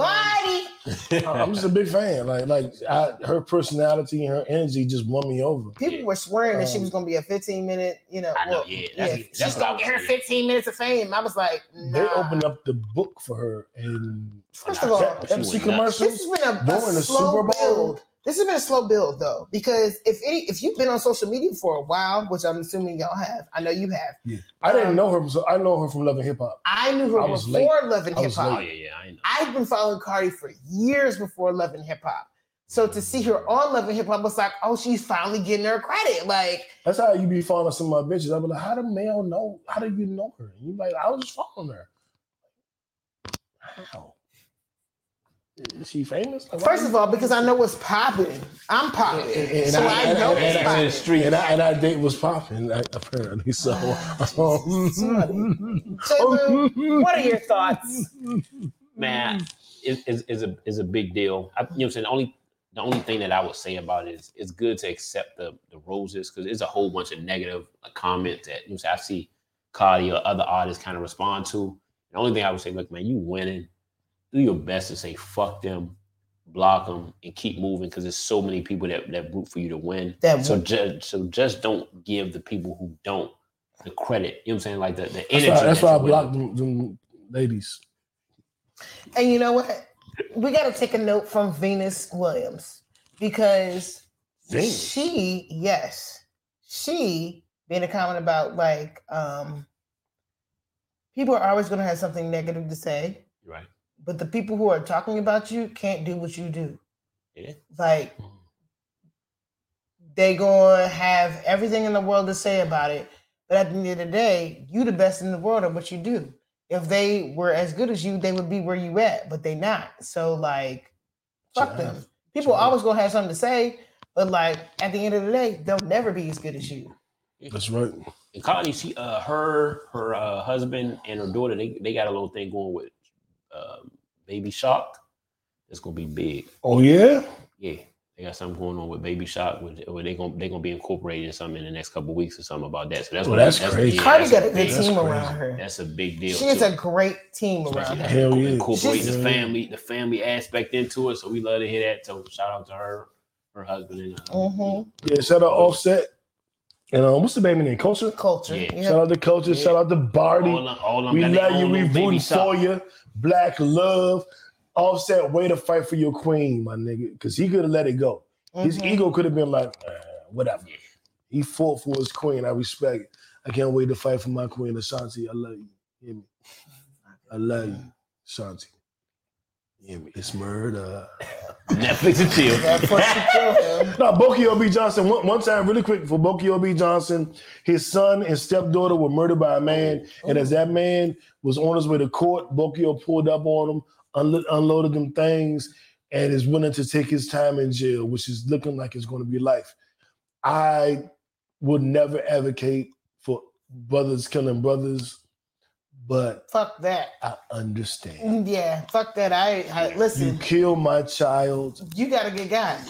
D: Buddy,
A: I'm just a big fan. Like like I, her personality and her energy just won me over.
D: people were swearing that she
A: Um,
D: was going to be a 15 minute, you know.
B: I know,
D: well,
B: yeah. That's,
D: yeah,
B: that's
D: she's
B: what I
D: gonna
B: was
D: get her
B: thinking.
D: 15 minutes of fame. I was like,
A: They
D: nah. Oh,
A: opened up the book for her and
D: First of all,
A: Pep-
B: She went
A: Pepsi
B: nuts.
D: this has
A: commercials.
D: been a, a
A: During the
D: slow
A: Super Bowl.
D: build. This has been a slow build though, because if any, if you've been on social media for a while, which I'm assuming y'all have, I know you have.
A: I didn't know her. So I know her from Love and Hip Hop.
D: I knew her
A: I was late.
D: before Love and
A: I
D: Hip
A: was
B: Oh,
D: Hop.
B: yeah, yeah. I know.
D: I've been following Cardi for years before Love and Hip Hop. So to see her on Love and Hip Hop was like, oh, she's finally getting her credit. Like,
A: That's how you be following some of my bitches. I be like, how do male know? How do you know her? And you like, I was just following her. How? Is she famous? Like, why
D: first
A: you-
D: of all, because I know what's popping. I'm popping.
A: And- and
D: so
A: I-
D: I,
A: and-
D: know
A: and-
D: what's
A: and-
D: popping.
B: in the street.
A: and I and I date was popping like, apparently. So, um,
D: Taylor, what are your thoughts?
B: man, is is is a is a big deal. I, you know, what I'm saying the only the only thing that I would say about it is it's good to accept the the roses because it's a whole bunch of negative uh, comments that you know, what I'm saying, I see Cardi or other artists kind of respond to. The only thing I would say, look, man, you winning. Do your best to say fuck them, block them, and keep moving because there's so many people that that root for you to win.
D: That
B: so just so just don't give the people who don't the credit. You know what I'm saying? Like the, the
A: That's
B: energy.
A: why, that's
B: that
A: why I
B: you win.
A: blocked them, them ladies.
D: And you know what? We got to take a note from Venus Williams because
A: Venus?
D: she, yes, she made a comment about like um people are always going to have something negative to say,
B: Right.
D: but the people who are talking about you can't do what you do.
B: Yeah.
D: Like
A: Mm-hmm.
D: they gonna have everything in the world to say about it, But at the end of the day, you the best in the world at what you do. If they were as good as you, they would be where you at, but they not. So like, fuck
A: Jeff,
D: them. People always gonna have something to say, but like at the end of the day, they'll never be as good as you.
A: That's right.
B: And Connie, she, uh, her, her uh, husband and her daughter, they, they got a little thing going with um, Baby Shark. It's gonna be big.
A: Oh yeah.
B: Yeah, they got something going on with Baby Shark. With or they gonna they gonna be incorporating something in the next couple weeks or something about that. So that's
A: Oh,
B: what
A: that's crazy. Yeah,
D: Cardi
B: that's
D: got a good
B: big,
A: that's
D: team
A: crazy.
D: around her.
B: That's a big deal.
D: She is
B: too.
D: a great team around
B: Especially
D: her.
A: Hell yeah.
B: incorporating
D: She's-
B: the family, the family aspect into it. So we love to hear that. So shout out to her, her husband, and uh,
D: Mhm.
A: Yeah, shout out Offset. And um, what's the baby name? Culture?
D: Culture.
B: Yeah.
D: Yep.
A: Shout out to Culture.
B: Yeah.
A: Shout out to Barty.
B: all, them- all them
A: We
B: got their
A: love you.
B: own
A: We
B: little baby
A: rooting for
B: shop.
A: you. Black love. Offset, way to fight for your queen, my nigga. Because he could have let it go. His
D: Mhm.
B: Mm-hmm.
A: ego could have been like, "Uh, whatever. He fought for his queen. I respect it. I can't wait to fight for my queen, Ashanti. I love you. Hear me? I love you, Ashanti. Hear me? It's murder.
B: Netflix and
D: That person
B: chill.
D: killed him.
A: No, Boki O.B. Johnson. One, one time, really quick, for Boki O.B. Johnson, his son and stepdaughter were murdered by a man. And as that man was on his way to court, Bokio pulled up on him, unlo- unloaded them things, and is willing to take his time in jail, which is looking like it's going to be life. I would never advocate for brothers killing brothers, but
D: Fuck that. Mm,
A: I understand.
D: Yeah, fuck that. I, I
A: You
D: listen.
A: kill my child.
D: You got a good guy.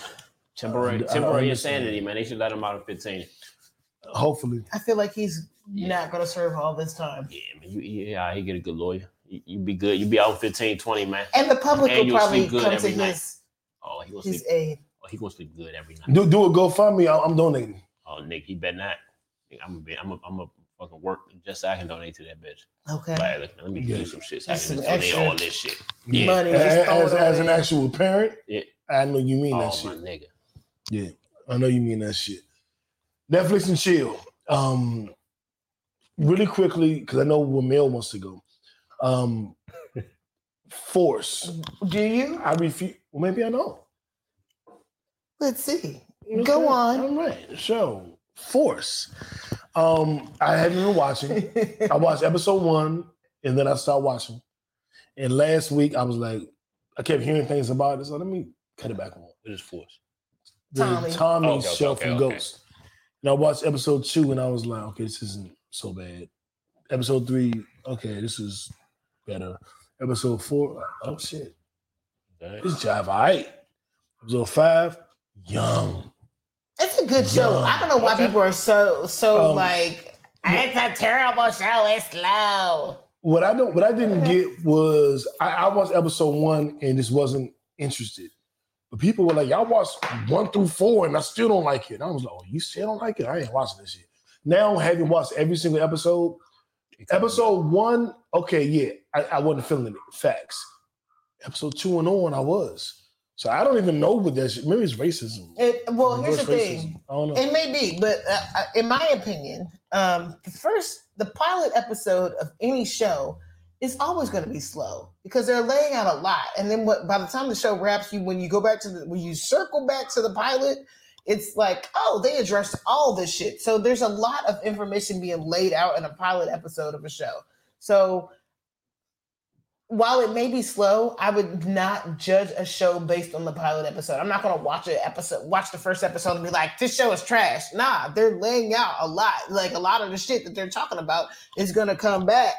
B: Temporary,
A: I
B: temporary
A: understand.
B: insanity, man. They should let him out at fifteen.
A: Hopefully,
D: I feel like he's not gonna serve all this time.
B: Yeah, man. You, yeah, he get a good lawyer. You, you be good. You be out in 15, 20, man.
D: And the public
B: And
D: will
B: you'll
D: probably
B: sleep good
D: come to
B: every night.
D: his
B: Oh, he gonna sleep.
D: his aid.
B: Oh, he gonna sleep good every night.
A: do do a GoFundMe. I- I'm donating.
B: Oh, Nick, he better not. Nick, I'm gonna be, I'm gonna, I'm gonna fucking work just so I can donate to that bitch.
D: Okay.
B: Like, look, let me
A: Yeah.
B: do some shit so I
D: That's
B: can
D: some
B: donate
D: extra
B: all this shit. Yeah.
D: Money. just
A: As,
D: throw it
A: as, as an
D: away.
A: actual parent,
B: Yeah.
A: I know you mean
B: Oh,
A: that shit.
B: my nigga.
A: Yeah, I know you mean that shit. Netflix and chill. Um, really quickly, because I know where Mel wants to go. Um, force.
D: Do you?
A: I refuse. Well, maybe I know.
D: Let's see.
A: You know
D: Go
A: what I'm
D: on.
A: saying? All right. So, force. Um, I haven't been watching. I watched episode one, and then I stopped watching. And last week, I was like, I kept hearing things about it, so let me cut it back on.
B: What is force?
A: the
D: Tommy.
A: Tommy,
B: Okay, okay,
A: show
B: okay,
A: from
B: okay.
A: Ghost. And I watched episode two and I was like, okay, this isn't so bad. Episode three, okay, this is better. Episode four, oh shit,
B: Alright.
A: this job all right. Episode five, young.
D: It's a good show.
A: Yeah.
D: I don't know why people are so so
A: Um,
D: like it's a terrible show. It's low.
A: What I don't, what I didn't get was I, I watched episode one and just wasn't interested. But people were like, y'all watched one through four and I still don't like it. And I was like, oh, you still don't like it? I ain't watching this shit. Now, having watched every single episode, Episode one, okay, yeah, I, I wasn't feeling it. Facts. Episode two and on, I was. So I don't even know what that shit. Maybe it's racism.
D: It, well, here's the
A: Reverse
D: thing.
A: racism. I don't know.
D: It may be, but uh, uh, in my opinion, um, the first, the pilot episode of any show is always going to be slow because they're laying out a lot, and then what, by the time the show wraps, you when you go back to the when you circle back to the pilot, it's like oh they addressed all this shit. So there's a lot of information being laid out in a pilot episode of a show. So while it may be slow, I would not judge a show based on the pilot episode. I'm not gonna watch an episode, watch the first episode and be like, this show is trash. Nah, they're laying out a lot. Like a lot of the shit that they're talking about is gonna come back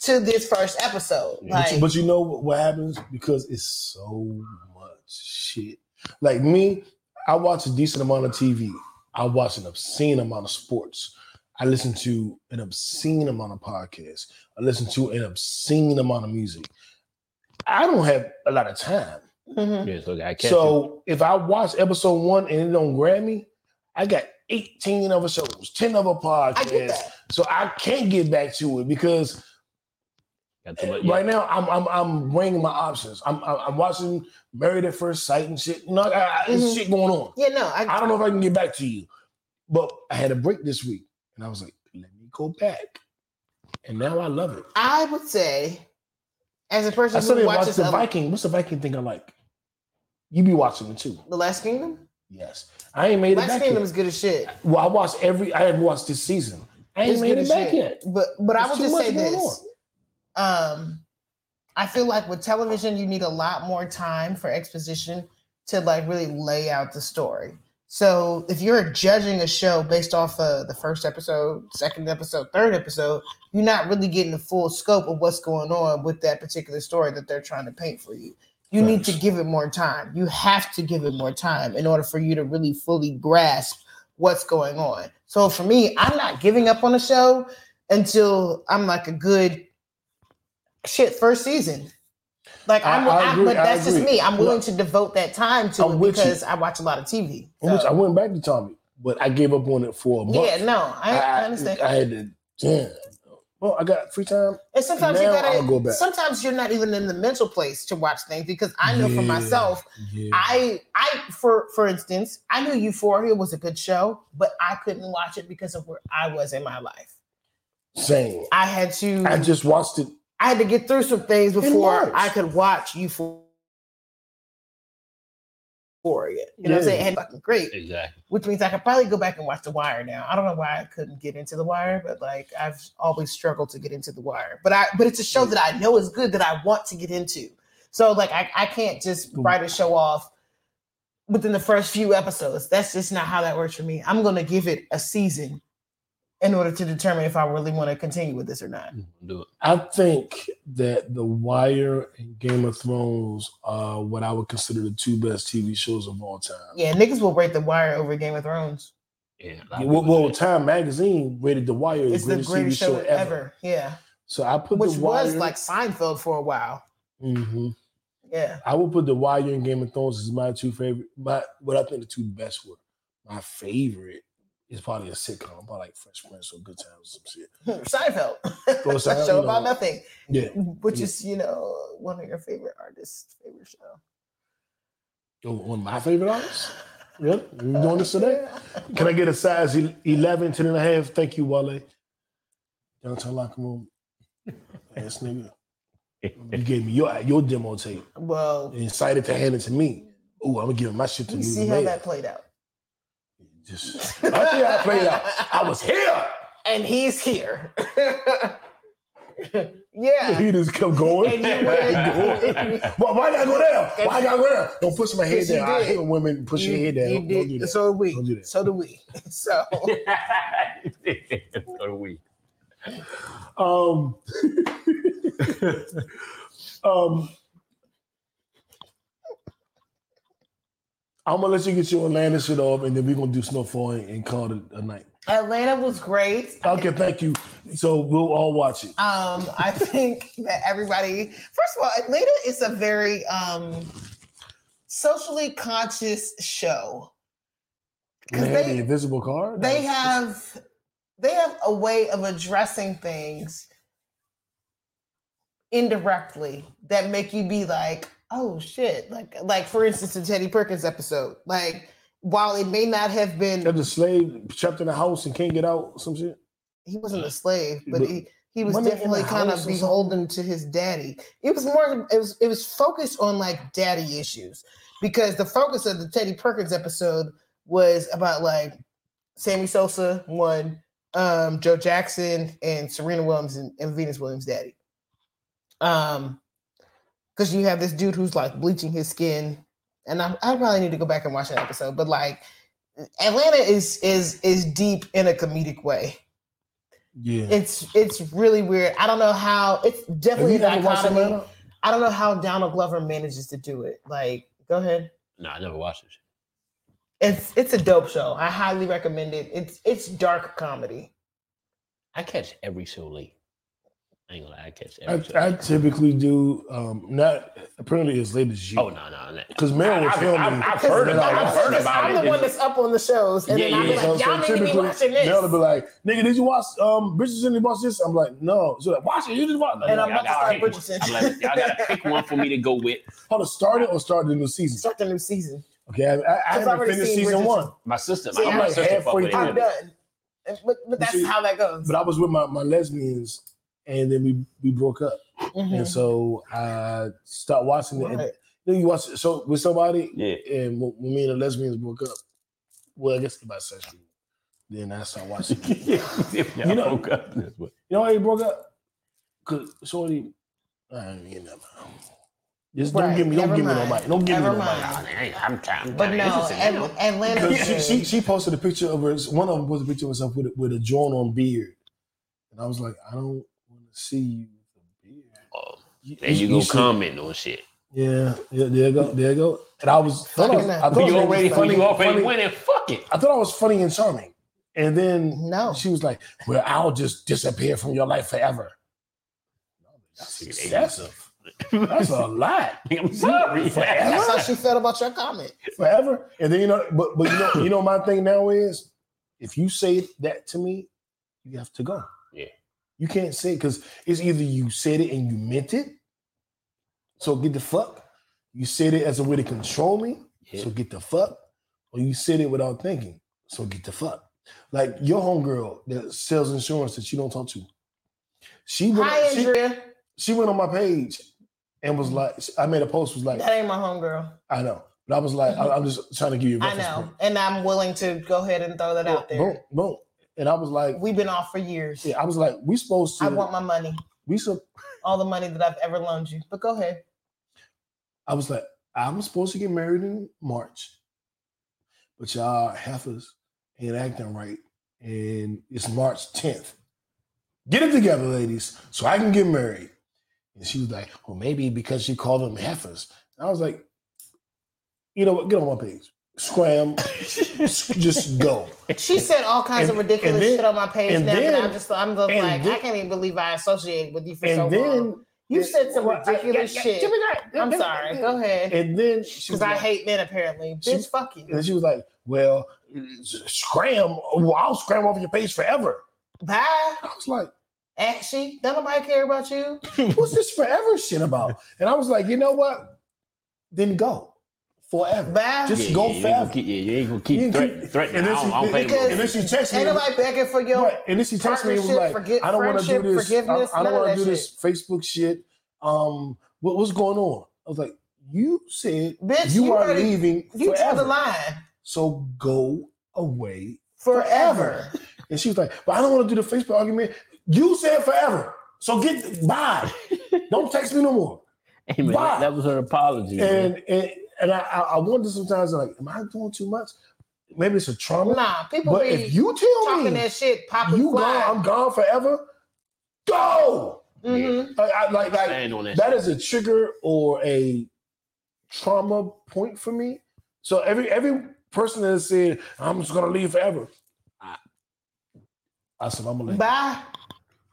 D: to this first episode.
A: But, you,
D: Like
A: but you know what, what happens? Because it's so much shit. Like me, I watch a decent amount of TV. I watch an obscene amount of sports. I listen to an obscene amount of podcasts. I listen to an obscene amount of music. I don't have a lot of time.
D: Mhm.
B: Yeah, so I catch so,
A: so if I watch episode one and it don't grab me, I got 18 other shows, 10 other
D: I get
A: podcasts.
D: that.
A: So I can't get back to it because
B: Got the, yeah.
A: right now I'm I'm I'm weighing my options. I'm I'm, I'm watching Married at First Sight and shit. You know, I, I, there's
D: Mhm.
A: shit going on.
D: Yeah, no, I,
A: I don't know if I can get back to you, but I had a break this week and I was like, let me go back, and now I love it.
D: I would say as a person
A: I
D: who
A: started watching
D: watches
A: the
D: other-
A: Viking. What's the Viking thing I like? You be watching it too.
D: The Last Kingdom?
A: Yes, I ain't made it
D: Last
A: back.
D: Kingdom
A: yet.
D: is good as shit.
A: Well, I watched every. I had watched this season. I
B: I ain't
D: It's
B: made
D: good
B: it
D: as
B: back
D: shit.
B: yet.
D: But but I
B: There's
D: will
B: too
D: just
B: much
D: say
B: going
D: this. Um, I feel like with television, you need a lot more time for exposition to like really lay out the story. So if you're judging a show based off of the first episode, second episode, third episode, you're not really getting the full scope of what's going on with that particular story that they're trying to paint for you. You need to
A: Facts.
D: give it more time. You have to give it more time in order for you to really fully grasp what's going on. So for me, I'm not giving up on a show until I'm like a good shit first season. Like
A: I-
D: I'm,
A: I
D: I-
A: agree,
D: but
A: I
D: that's just
A: agree.
D: me. I'm
A: Look,
D: willing to devote that time to
A: I'm
D: it
A: with you.
D: because I watch a lot of TV.
A: In which
D: So,
A: I went back to Tommy, but I gave up on it for a month.
D: yeah, no, I, I understand.
A: I had to. Yeah. Well, I got free time.
D: and sometimes you
A: now I'll go
D: gotta.
A: back.
D: Sometimes you're not even in the mental place to watch things because I know for
A: Yeah.
D: myself,
A: Yeah.
D: I I for for instance, I knew Euphoria was a good show, but I couldn't watch it because of where I was in my life.
A: Same.
D: I had to.
A: I just watched it.
D: I had to get through some things
A: March.
D: before I could watch Euphoria. You know what I'm saying?
A: Yeah.
D: And fucking great.
B: Exactly.
D: which means I could probably go back and watch The Wire now. I don't know why I couldn't get into The Wire, but like I've always struggled to get into The Wire. But I but it's a show that I know is good that I want to get into. So like I, I can't just write a show off within the first few episodes. That's just not how that works for me. I'm gonna give it a season in order to determine if I really want to continue with this or not.
B: Do it.
A: I think that The Wire and Game of Thrones are what I would consider the two best TV shows of all time.
D: Yeah, niggas will rate The Wire over Game of Thrones.
B: Yeah. a lot
A: Yeah,
B: of
A: Well,
B: people
A: well,
B: do that.
A: Time Magazine rated The Wire
D: It's
A: as the
D: the
A: greatest,
D: greatest
A: TV
D: show ever. Yeah.
A: So I put
D: Which
A: The Wire.
D: was like Seinfeld for a while.
A: Mhm.
D: Yeah.
A: I would put The Wire and Game of Thrones as my two favorite. My what I think the two best were. My favorite is probably a sitcom, probably like Fresh Prince or Good Times or some shit.
D: Seinfeld.
A: Well,
D: It's a
A: Seinfeld,
D: show about
A: no.
D: nothing,
A: Yeah,
D: which
A: Yeah.
D: is you know one of your favorite artists' favorite show.
A: Oh, one of my favorite artists. Really? You doing this today? Can I get a size el- 11, 10 and a half? Thank you, Wale. Downtown locker room. Ass nigga. You gave me your your demo tape
D: Well,
A: and decided to hand it to me. Oh, I'm gonna give my shit to
D: you
A: you.
D: see
A: the
D: how
A: mayor.
D: that played out,
A: Just, I think I played out. I was here.
D: and he's here. yeah,
A: He just kept going.
D: And you
A: Kept going. Why, why did I go down? Why did I go down? Don't push my head
D: Yes, you
A: down. I
D: did.
A: hate when women push your head down.
D: you
A: Don't
D: did.
A: do that.
D: So do we.
A: Don't do that.
D: So do we. So
B: so do we.
A: Um, um, I'm gonna let you get your Atlanta shit off, and then we're gonna do snowfall and, and call it a night.
D: Atlanta was great.
A: Okay, thank you. So we'll all watch it.
D: Um, I think that everybody, first of all, Atlanta is a very um socially conscious show.
A: They,
D: 'Cause
A: had
D: they-
A: the invisible card.
D: they have they have a way of addressing things indirectly that make you be like oh shit like like for instance the teddy perkins episode like while it may not have
A: Got
D: been
A: the slave trapped in the house and can't get out. Some shit.
D: he wasn't a slave but he he was
A: Wasn't it in the
D: definitely kind
A: house
D: of
A: or something?
D: beholden to his daddy it was more it was it was focused on like daddy issues because the focus of the teddy perkins episode was about like Sammy Sosa won, um, Joe Jackson and Serena Williams and, and Venus Williams' daddy. Um, because you have this dude who's like bleaching his skin, and I, I probably need to go back and watch that episode. But like, Atlanta is is is deep in a comedic way.
A: Yeah.
D: It's it's really weird. I don't know how. It's
A: Have
D: definitely
A: you
D: a
A: ever watched
D: dichotomy.
A: Atlanta?
D: I don't know how Donald Glover manages to do it. Like, go ahead.
B: No, I never watched it.
D: It's it's a dope show. I highly recommend it. It's it's dark comedy.
B: I catch every show late. I ain't gonna lie, I catch every show.
A: I, I typically do um not apparently as late as you.
B: oh no, no, no.
A: Because Meryl was
B: I- I-
A: filming.
B: I- I've
D: Because
B: heard about
D: I'm-
B: it. I've heard
D: because
B: about
D: I'm
B: it.
D: the one that's up on the shows, and
B: Yeah,
D: then
B: yeah,
D: I'm
A: So-
D: like, y'all
A: so
D: need to be
A: typically,
D: watching
A: They'll be
D: this.
A: like, nigga, did you watch um Bridgerton? Did you watch this? I'm like, no. So like, watch it. You just watch it.
D: And
B: Y'all
D: I'm about to
B: gotta
D: start
B: pick one.
D: Bridgerton.
B: I'm like, y'all gotta pick one for me to go with.
A: Hold on, start it or start the new season?
D: Start the new season.
A: Okay, I, I, I
D: I've
A: haven't
D: already
A: finished
D: seen
A: season
D: Bridgerton.
A: one,
B: My sister,
D: See,
B: my,
D: I'm
B: my
D: like
B: sister fuck
A: halfway
B: with it.
A: through.
D: I'm done. And- But, but that's
A: see,
D: how that goes.
A: but I was with my, my lesbians and then we, we broke up.
D: Mhm.
A: And so I stopped watching it. And
D: Right.
A: then you watch it so with somebody,
B: Yeah.
A: and when when me and the lesbians broke up, well, I guess about sexual. Then that's how I watched it.
B: yeah,
A: You know-
B: I broke up this way.
A: You know why they broke up? Cause Shorty, I ain't getting that. man. Just don't
D: Right,
A: give me, don't
D: never
A: give me no
D: mind.
A: mic. Don't give
D: Never
A: me no mic.
D: mind.
B: Hey, I'm trying.
D: But no, At- Atlanta.
A: Because she, she she posted a picture of her. One of them posted a picture of herself with a, with a drawn on beard, and I was like, I don't want to see you with a beard.
B: and Oh, you gonna
A: should-
B: comment on shit.
A: Yeah, yeah, there you go, there you go. And I was, thought I, was- I thought
B: You
A: I was
B: already,
A: funny,
B: you already
A: funny-
B: winning. Fuck it.
A: I thought I was funny and charming, and then
D: No.
A: she was like, "Well, I'll just disappear from your life forever." That's
B: See, they-
A: excessive. That's a lot.
B: I'm sorry.
D: That's how she felt about your comment.
A: forever. And then you know, but but you know, you know, my thing now is if you say that to me, you have to go.
B: Yeah.
A: You can't say because it's either you said it and you meant it, so get the fuck. You said it as a way to control me,
B: Yeah.
A: so get the fuck. Or you said it without thinking, so get the fuck. Like your homegirl that sells insurance that you don't talk to. She went,
D: Hi,
A: she,
D: Andrea.
A: she went on my page and was like, I made a post was like,
D: That ain't my homegirl.
A: I know. But I was like, I, am just trying to give you. A
D: I
A: reference
D: know.
A: point.
D: And I'm willing to go ahead and throw that out
A: Boom,
D: there.
A: boom. And I was like,
D: We've been off for years.
A: yeah, I was like, we supposed to.
D: I want my money,
A: we so.
D: all the money that I've ever loaned you. But go ahead.
A: I was like, I'm supposed to get married in March, but y'all heifers ain't acting right, and it's March 10th. Get it together, ladies, so I can get married. And she was like, well, maybe because she called them heifers. And I was like, you know what? Get on my page. Scram. just go.
D: She said all kinds
A: And-
D: of ridiculous
A: and then-
D: shit on my page
A: and
D: now. and
A: then-
D: I'm just, I'm just
A: and
D: like, I
A: then-
D: can't even believe I associated with you for so
A: And
D: long.
A: then
D: You said some
A: Well, I-
D: ridiculous
A: yeah, yeah,
D: shit.
A: give me that.
D: I'm
A: Give me
D: sorry.
A: that.
D: Go ahead.
A: And then she was
D: Because I
A: like-
D: hate men, apparently.
A: she-
D: Bitch, fuck you.
A: And she was like, "Well, scram! Well, I'll scram off your page forever."
D: Bye.
A: I was like,
D: Actually, don't nobody care about you.
A: "What's this forever shit about?" And I was like, "You know what? Then go forever.
D: Bye.
A: Just
B: Yeah,
A: go
B: yeah, you ain't gonna
A: forever."
B: keep- yeah, you ain't gonna
A: You
B: keep
A: ain't
B: threatening.
A: keep-
B: threatening.
A: and then
B: I
A: she-
B: don't, I don't pay
A: because-
B: no
A: and then she texted me.
D: Ain't nobody begging for your
A: Right. And then she texted me and was
D: partnership,
A: like,
D: forget
A: "I don't want to do
D: friendship,
A: this. I,
D: forgiveness,
A: I don't
D: none of
A: want to
D: that
A: do this Facebook shit. Um, what, what's going on?" I was like, "You said
D: Bitch,
A: you,
D: you
A: are
D: already-
A: leaving
D: You drew the
A: forever,
D: line
A: so go away
D: forever.
A: And she was like, "But I don't want to do the Facebook argument. You said forever, so get bye. don't text me no more."
B: Hey, man,
A: Bye.
B: that, that was her apology. man.
A: And and and I I I wonder sometimes like, am I doing too much? Maybe it's a trauma.
D: Nah, people
A: but
D: be
A: if you tell
D: talking
A: me
D: that shit, popping
A: you
D: fly.
A: gone, I'm gone forever. Go.
D: Mhm.
A: Like, I, like like
B: stand on that.
A: that is a trigger or a trauma point for me. So every every person that said I'm just gonna leave forever, I, I said I'm gonna leave.
D: Bye.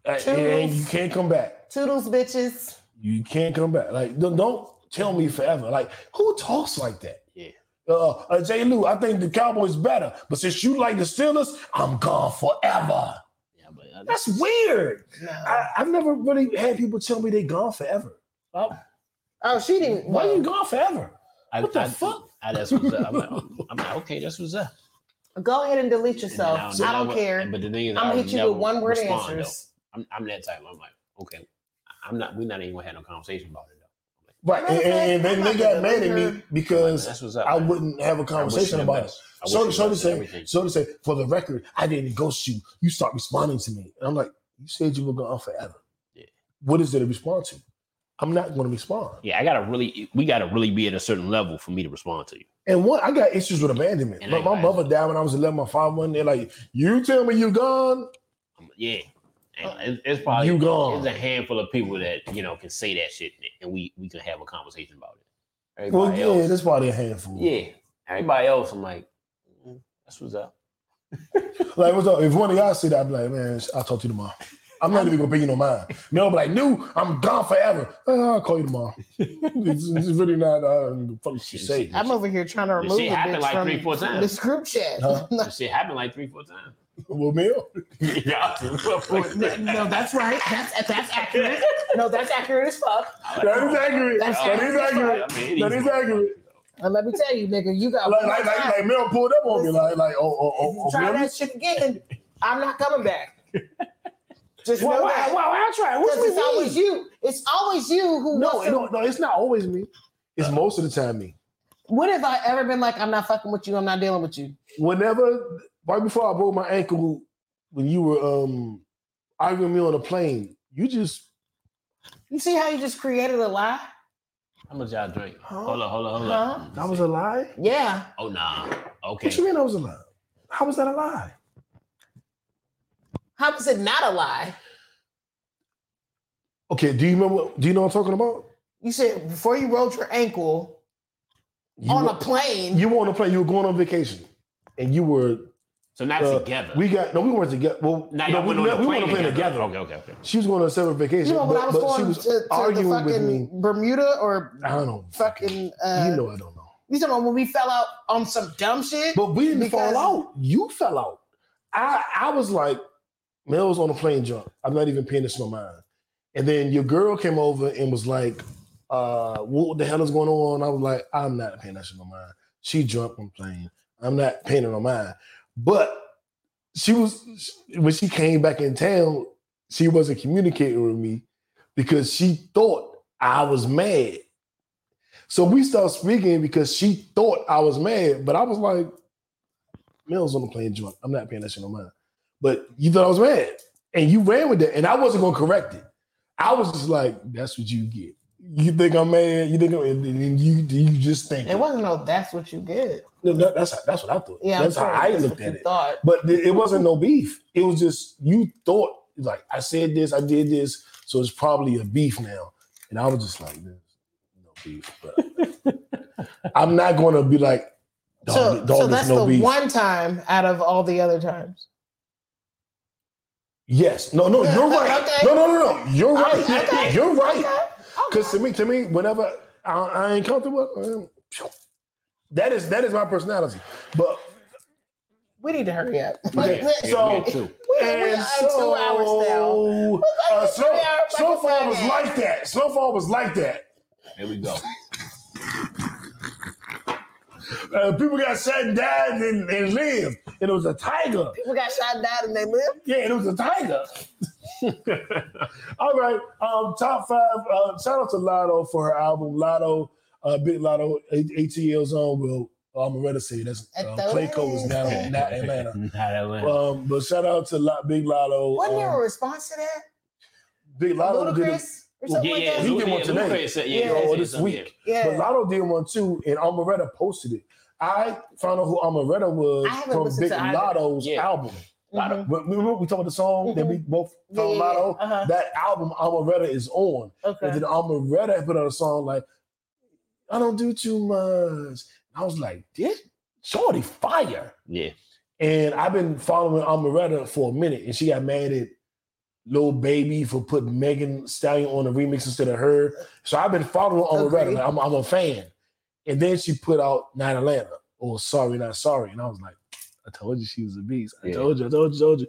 A: Uh,
D: Toodles.
A: and you can't come back.
D: Toodles, bitches.
A: You can't come back. Like don't, don't tell me forever. Like who talks like that?
B: Yeah.
A: Uh, uh, Jay Lou, I think the Cowboys better, but since you like the Steelers, I'm gone forever.
B: yeah, but I-
A: That's weird.
D: No.
A: I, I've never really had people tell me they gone forever. Uh,
D: oh, she didn't.
A: Why you gone forever?
B: I,
A: What the
B: I-
A: fuck?
B: I, that's what's up. I'm like, oh, I'm like, okay, that's what's up.
D: Go ahead and delete
B: And then
D: yourself. I
B: I
D: don't
B: would-
D: care. I'm
B: But the thing is, I
D: gonna
B: would
D: hit you
B: never
D: with one word
B: respond, though.
D: answers.
B: I'm, I'm that type. I'm like, okay, I'm not. We're not even gonna have no conversation about it though.
A: Right. And, and- and then they got mad at me because
B: That's what's up.
A: I
B: man.
A: wouldn't have a
B: I wish you
A: conversation
B: the
A: about it.
B: best. I wish you
A: So,
B: the
A: so to
B: best in
A: say,
B: everything.
A: so to say, for the record, I didn't ghost you. You start responding to me, and I'm like, you said you were gone forever.
B: Yeah.
A: What is there to respond to? I'm not going to respond.
B: yeah, I gotta really. We gotta really be at a certain level for me to respond to you.
A: And one, I got issues with abandonment.
B: And
A: Like, my
B: I-
A: mother died when I was 11. My father wasn't there. Like, you tell me you gone,
B: I'm like, yeah, And it- it's probably
A: Uh, you
B: There's
A: gone.
B: a handful of people that you know can say that shit, and we we can have a conversation about it.
A: Well,
B: Everybody
A: yeah,
B: else,
A: that's probably a handful.
B: yeah. Everybody else, I'm like, mm, that's what's up.
A: Like, what's up? If one of y'all see that, I'd be like, man, sh- I'll talk to you tomorrow. I'm not even gonna pay you no mind. No, but like, new, I'm gone forever. "Uh, I'll call you tomorrow. it's, it's really not. I don't know what you say.
D: I'm over here trying to
B: This
D: remove
B: shit
D: the
B: happened
D: bitch
B: like
D: from
B: three, four times.
D: this group chat.
A: Huh?
D: no,
B: This shit happened like three, four times.
A: Well, Mel,
B: yeah,
D: no, that's right. That's that's accurate. No, that's accurate as fuck.
A: that is accurate.
D: That's-
A: that is accurate. That is accurate.
D: And let me tell you, nigga, you got
A: Like,
D: one
A: like,
D: more
A: like,
D: time.
A: like Mel pulled up on me, like, like, oh, oh,
D: If
A: oh,
D: you
A: oh
D: try
A: really?
D: that shit again, I'm not coming back. Just
A: Why,
D: know
A: why,
D: that.
A: why, why I try? What's
D: 'Cause it's always
A: with me?
D: you. It's always you who
A: No,
D: wants to-
A: no, no, it's not always me. It's most of the time me.
D: What have I ever been like? I'm not fucking with you. I'm not dealing with you.
A: Whenever right before I broke my ankle, when you were um arguing with me on a plane, you just
D: You see how you just created a lie?
B: How much y'all drink?
A: Huh?
B: Hold on, hold on, hold on.
D: Huh?
A: that was a lie.
D: Yeah.
B: Oh nah. Okay.
A: What you mean that was a lie? How was that a lie?
D: How is it not a lie?
A: Okay, do you remember? Do you know what I'm talking about?
D: You said before you rolled your ankle
A: You
D: on
A: were,
D: a plane.
A: you were on a plane. You were going on vacation, and you were
B: So not
A: uh,
B: together.
A: We got no. We weren't together. Well,
B: now
A: no,
B: y'all
A: we,
B: went on
A: we,
B: the
A: we
B: plane
A: went on a plane together.
B: Okay, okay, okay.
A: She was going on a separate vacation.
D: You know,
A: but,
D: when I was
A: but
D: going
A: she was
D: to, to
A: arguing
D: the
A: with me.
D: fucking Bermuda or
A: I don't know.
D: fucking, uh,
A: you know, I don't know.
D: you talking about when we fell out on some dumb shit?
A: But we didn't
D: because-
A: fall out. You fell out. I I was like, Mel was on a plane jump. I'm not even paying this no mind. And then your girl came over and was like, uh, what the hell is going on? I was like, I'm not paying that shit no mind. She jumped on plane. I'm not paying her no mind. But she was when she came back in town, she wasn't communicating with me because she thought I was mad. So we stopped speaking because she thought I was mad, but I was like, Mills on the plane joint. I'm not paying that shit no mind. But you thought I was mad. And you ran with that. And I wasn't gonna correct it. I was just like, that's what you get. You think I'm mad? You think I'm and then you you just think
D: it wasn't no, that's what you get.
A: No, that- that's how- that's what I thought.
D: Yeah, I'm
A: that's how
D: sorry,
A: I
D: that's
A: looked
D: what
A: at
D: you
A: it.
D: Thought.
A: But th- it wasn't no beef. It was just you thought like I said this, I did this, so it's probably a beef now. And I was just like, "There's no beef. But I'm not going to be like, dog,
D: so,
A: dog,
D: so
A: there's
D: that's
A: no
D: the
A: beef.
D: one time out of all the other times.
A: Yes. No. No. You're right.
D: Okay.
A: No. No. No. No. You're right.
D: okay.
A: You're right.
D: Okay.
A: Because to me, to me, whenever I, I ain't comfortable, um, phew. that is that is my personality. But
D: We need to hurry up.
A: Okay,
D: We're-
A: so-
B: Yeah, too.
D: we're, we're
A: and
D: on two hours now.
A: so,
D: like
A: uh,
D: a
A: snow,
D: three-hour
A: snowfall
D: fucking
A: was
D: podcast.
A: like that. Snowfall was like that.
B: There we go.
A: Uh, people got shot and died and, and lived, and it was a tiger.
D: We got shot and died and they lived.
A: Yeah, and it was a tiger. All right. Um, top five. Uh, shout out to Lotto for her album Lotto. Uh, Big Lotto A- ATL Zone. Will I'm already say that's
D: I
A: um,
D: thought
A: Clayco is now
D: it.
A: not Atlanta.
B: Not Atlanta.
A: Um, but shout out to Lot Big Lotto.
D: Wasn't there a
A: Um,
D: response to that?
A: Big Lotto did it,
D: Ludacris or something
B: yeah,
D: like
B: yeah,
D: that?
A: He
B: Lupe-
A: did one
B: yeah,
A: today.
B: Lupe said-
D: Yeah,
B: yeah,
A: or
B: yeah,
A: this week. but
D: Yeah.
A: Lotto did one too, and Amaretta posted it. I found out who Amaretta was
D: I haven't
A: from Big
D: listened to either.
A: Lotto's
B: Yeah.
A: album.
D: Mhm.
A: When- Remember we talked about the song that we both
D: Mm-hmm. Yeah,
A: found
D: yeah, yeah.
A: Lotto?
D: Uh-huh.
A: That album Amaretta is on.
D: Okay.
A: And then Amaretta put out a song like, I don't do too much. I was like, this shorty fire.
B: Yeah.
A: And I've been following Amaretta for a minute, and she got mad at Lil Baby for putting Megan Stallion on a remix instead of her. So I've been following Amaretta.
D: Agreed.
A: Like, I'm, I'm a fan. And then she put out Not Atlanta or Sorry Not Sorry, and I was like, I told you she was a beast. I
B: Yeah.
A: told you. I told you. Told you.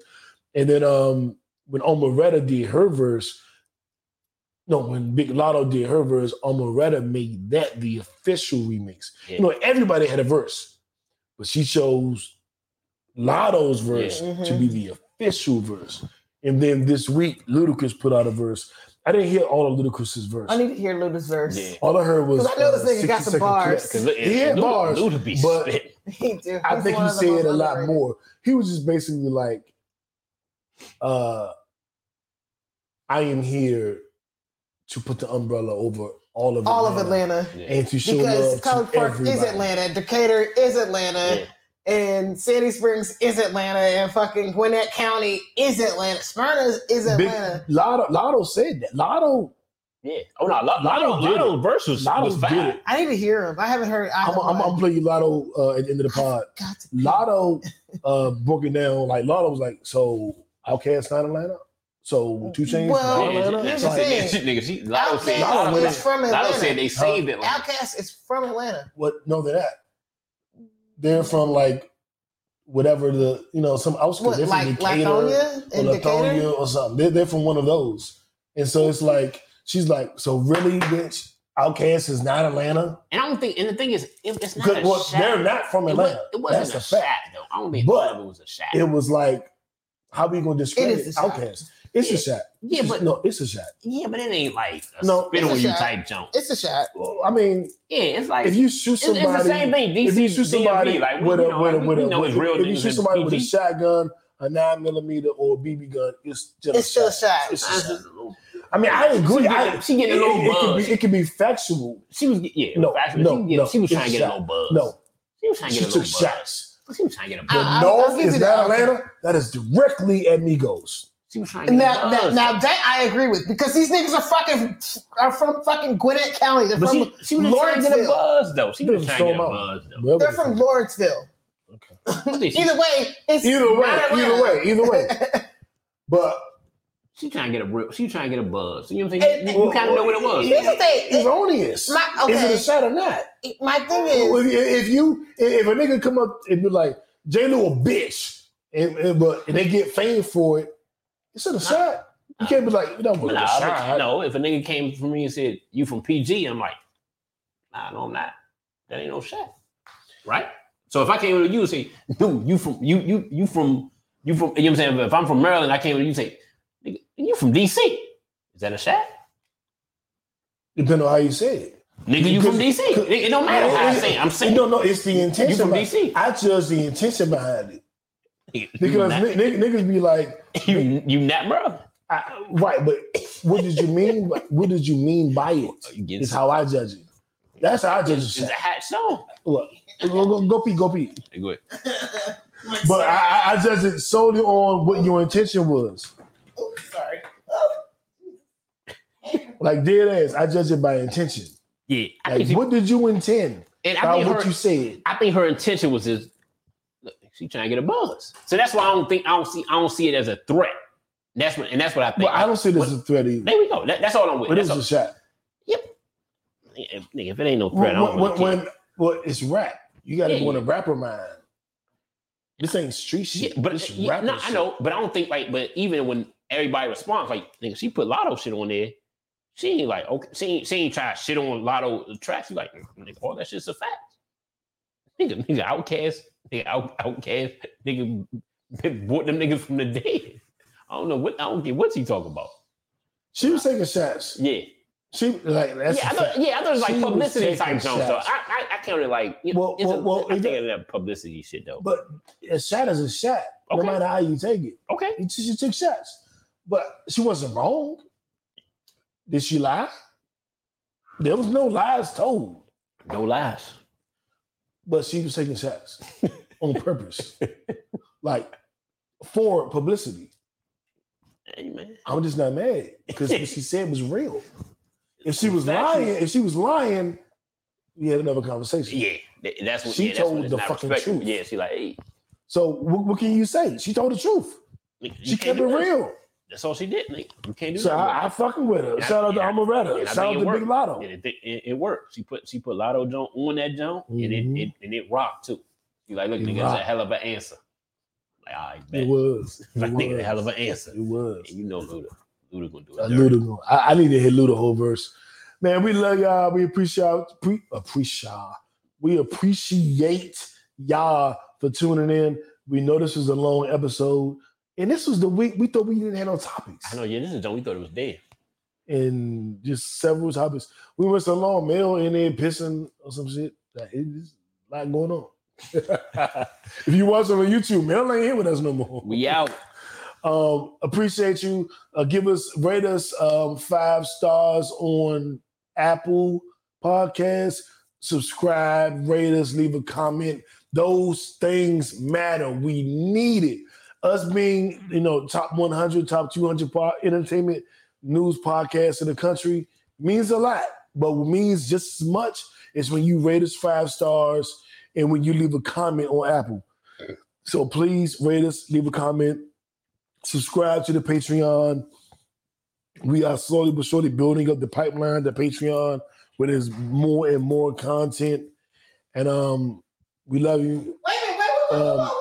A: And then um, when Amaretta did her verse, no, when Big Lotto did her verse, Amaretta made that the official remix.
B: Yeah.
A: You know, everybody had a verse, but she chose Lotto's verse
D: Yeah.
A: to be the official verse. And then this week, Ludacris put out a verse. I didn't hear all of Ludacris's verse.
D: I need to hear Ludacris verse.
B: Yeah.
A: all I heard was.
D: Because I know this
A: uh,
D: nigga
A: 60
D: got some
A: second
D: bars.
A: clips.
B: Cause look,
A: He had
B: Luda-
A: bars,
B: Luda be
A: but-
B: spit.
D: He do.
A: I
D: He's
A: think
D: one
A: he
D: of the
A: said
D: most
A: a lot
D: underrated.
A: more. He was just basically like, uh, I am here to put the umbrella over all of
D: All of Atlanta.
B: Yeah.
A: and to show
D: Because
A: love
D: College
A: to
D: Park
A: everybody.
D: is Atlanta, Decatur is Atlanta, and Sandy Springs is Atlanta, and fucking Gwinnett County is Atlanta, Smyrna is
A: Big-
D: Atlanta.
A: Lotto, Lotto said that. Lotto,
B: Yeah. Oh no, Lotto,
A: Lotto
B: Lotto,
A: did it.
B: Lotto's verse was,
A: Lotto
B: was
A: did
B: fire.
A: it.
D: I need to hear him. I haven't heard.
A: I'm
D: either
A: gonna
D: one.
A: play you Lotto uh, at the end of the pod.
D: God, to-
A: Lotto uh, broke it down like Lotto was like, so Outcast not Atlanta, so Two Chainz
D: Well,
A: not Atlanta.
D: here's
A: It's
D: the
A: like,
D: thing.
B: Nigga, she- nigga, she- Lotto said,
D: Outkast
B: Lotto,
A: Lotto
D: is from
B: Lotto
D: Atlanta.
B: said they saved it.
D: Outcast is from Atlanta.
A: what? No, they're not. They're from like whatever the you know some outskirts.
D: What,
A: They're from
D: like
A: Decatur or
D: Lithonia and Decatur?
A: Lithonia or something. They're, they're from one of those, and so it's like she's like, so really, bitch, Outcast is not Atlanta
B: And I don't think, and the thing is, it, it's not
A: because
B: a
A: well,
B: shot.
A: they're not from
B: It, was,
A: Atlanta.
B: it
A: That's
B: wasn't
A: the
B: a
A: fact.
B: shot though. I don't think
A: But
B: it was a shot.
A: It was like, how we gonna
D: It
A: discredit
D: is a shot.
A: Outcast? It's
B: Yeah.
A: a shot.
B: Yeah, but-
A: no, it's a shot.
B: Yeah, but it ain't like a
A: No,
B: spit
D: it's a
B: on you
D: shot.
B: type jump.
D: It's a shot.
A: Well, I mean,
B: Yeah, it's like
A: if you shoot
B: it's,
A: somebody,
B: it's the same thing. DC,
A: if you shoot somebody
B: DMV, like, we,
A: with a
B: you know,
A: with a
B: like,
A: with
B: we
A: a
B: know it's
A: with-
B: real
A: if you
B: niggas
A: shoot
B: in
A: somebody with a
B: PG.
A: shotgun, a nine millimeter, or a BB gun, it's still
D: It's still a shot.
A: It's
B: It's
A: a shot.
B: just a little-
A: I mean, I agree.
B: She
A: I,
B: getting- she getting a little
A: it, it could
B: buzz.
A: be, it could be factual.
B: She was get- yeah,
A: No,
B: factually,
A: no,
B: she, was get-
A: no,
B: she was
A: it's
B: trying to get
A: shot.
B: a little buzz.
A: No,
B: she was trying to
A: she
B: get a
A: took
B: little buzz.
A: shots.
B: She was trying to get
A: The
B: a buzz.
D: I'll- I'll
A: North
D: give
A: is
D: you that.
A: not Atlanta. That is directly at Migos.
B: She was trying
A: Mm-hmm.
B: to get
D: Now,
B: a
D: now,
B: buzz.
D: now that I agree with because these niggas are fucking are from fucking Gwinnett County. They're
B: but
D: from
B: she, she was trying to get a
D: Lawrenceville.
B: buzz though. She was
A: Just
B: trying
A: throw
B: to get a
A: them
B: buzz
A: out.
B: though.
A: Wherever
D: they're
A: the
D: from
A: fuck-
D: Lawrenceville. Either way, it's
A: Either way,
D: not
A: either
D: Atlanta.
A: way, either way. But
B: She trying to get a real- she trying to get a buzz. You know what I'm
D: And-
B: saying? You kind of know what it
D: Here's
B: was.
D: the thing.
A: erroneous.
D: My, okay,
A: Is it a shot Um, or not?
D: my thing
A: Well,
D: is,
A: If if you if a nigga come up and be like J Lo a bitch, and, and but and they get fame for it, it's in a shot. You can't be like no, but
B: But
A: it's
B: nah,
A: a
B: I
A: shot.
B: would- no, if a nigga came for me and said you from PG, I'm like, nah, no, I'm not. That ain't no shot, right? So if I came to you and say, dude, you from you you you from you from you know what I'm saying? But if I'm from Maryland, I came to you and say, nigga, you from DC? Is that a shot?
A: Depending on how you say it.
B: Nigga, you from DC?
A: Because-
B: It, it don't matter how I
A: It-
B: say it. I'm saying
A: No, no, it's the intention.
B: from
A: behind-
B: DC?
A: I judge the intention behind it
B: You
A: because
B: not-
A: ni- ni- niggas be like,
B: you you not bro.
A: I, right, but what did you mean? by- what did you mean by it?
B: You getting
A: Is how I judge it. That's how I judge
B: it's,
A: it.
B: it's a hot song.
A: Look, go, go, go pee, go pee.
B: Hey, go ahead.
A: But I, I- I judge it solely on what your intention was.
D: sorry.
A: Like dead ass, I judge it by intention.
B: Yeah, I
A: Like,
B: think she,
A: what did you intend
B: and I
A: by
B: think
A: what
B: her,
A: you said?
B: I think her intention was just look, she trying to get a buzz. So that's why I don't think I don't see I don't see it as a threat. That's what and that's what I think.
A: Well, I don't see this
B: What-
A: as a threat either.
B: there we go. That, that's all I'm with.
A: But it
B: That's
A: was
B: all,
A: a shot.
B: if, nigga, if it ain't no threat, I
A: When,
B: don't
A: when,
B: really care.
A: when, well, it's rap. You got to
B: Yeah,
A: go in a
B: yeah.
A: rapper mind. This ain't street shit.
B: Yeah, but
A: it's
B: yeah,
A: rapper
B: no, I
A: shit.
B: know, but I don't think like, but even when everybody responds, like, nigga, she put Lotto shit on there. She ain't like, okay, she ain't, she ain't try to shit on Lotto tracks. She like, "Mm, nigga, all that shit's a fact. Nigga, nigga, outcast, nigga, out, outcast, nigga, bought them niggas from the dead. I don't know what, I don't get what she talking about.
A: She was taking shots.
B: Yeah,
A: She like that's
B: yeah, I
A: a
B: thought,
A: fact.
B: yeah, I thought it was like
A: She was
B: publicity
A: taking
B: type jump. So
A: shots.
B: I, I, I can't really like, you
A: Well,
B: know, it's a-
A: well, well,
B: I
A: it-
B: think of that publicity shit though.
A: But a shot is a shot, no
B: Okay.
A: matter how you take it.
B: Okay,
A: She, she took shots, but she wasn't wrong. Did she lie? There was no lies told,
B: no lies.
A: but she was taking shots on purpose, like for publicity.
B: Hey, man.
A: I'm just not mad because what she said was real. If she was
B: Exactly.
A: lying, if she was lying, we had another conversation.
B: Yeah, th- that's what
A: She
B: yeah, that's when
A: told
B: it's
A: the
B: not
A: fucking
B: respectful.
A: truth.
B: Yeah, she like, hey,
A: So what, what can you say? She told the truth.
B: nigga, you
A: She kept
B: can't
A: it
B: do that.
A: real.
B: That's all she did. Nigga. You can't do
A: So
B: that.
A: I, I fucking with her.
B: And I-
A: Shout out to
B: and I-
A: Amaretta.
B: and I
A: Shout out
B: think it
A: to Big
B: worked.
A: Lotto.
B: and it, did- it, it worked. She put she put Lotto Jones on that Jones, and
A: Mhm.
B: it, it and it rocked too. You like, look,
A: It
B: nigga, that's a
A: rocked.
B: hell of an answer. Like, all right, bet.
A: It was. It
B: like, nigga,
A: was.
B: a hell of an answer.
A: It was.
B: And you know, Luda, Luda gonna do
A: Uh,
B: it. dirty.
A: Luda, I, I need to hit Luda whole verse. Man, we love y'all. We appreciate y'all. Pre, appreciate. y'all. We appreciate y'all for tuning in. We know this was a long episode, and this was the week we thought we didn't have no topics,
B: I know. Yeah, this is Jones. We thought it was dead.
A: and just several topics. We went so long, male in there pissing or some shit. Like, it- it's a lot going on. if you watch it on YouTube, Mel ain't here with us no more.
B: We out.
A: Um, appreciate you. Uh, give us rate us um, five stars on Apple Podcasts. Subscribe, rate us, leave a comment. Those things matter. We need it. Us being, you know, top 100, top 200 po- entertainment news podcast in the country means a lot, but what means just as much is when you rate us five stars and when you leave a comment on Apple. So please rate us, leave a comment, subscribe to the Patreon. We are slowly but surely building up the pipeline, the Patreon, where there's more and more content. And um, we love you.
D: Wait a minute, wait, wait, wait, wait,
A: Um,
D: wait, wait,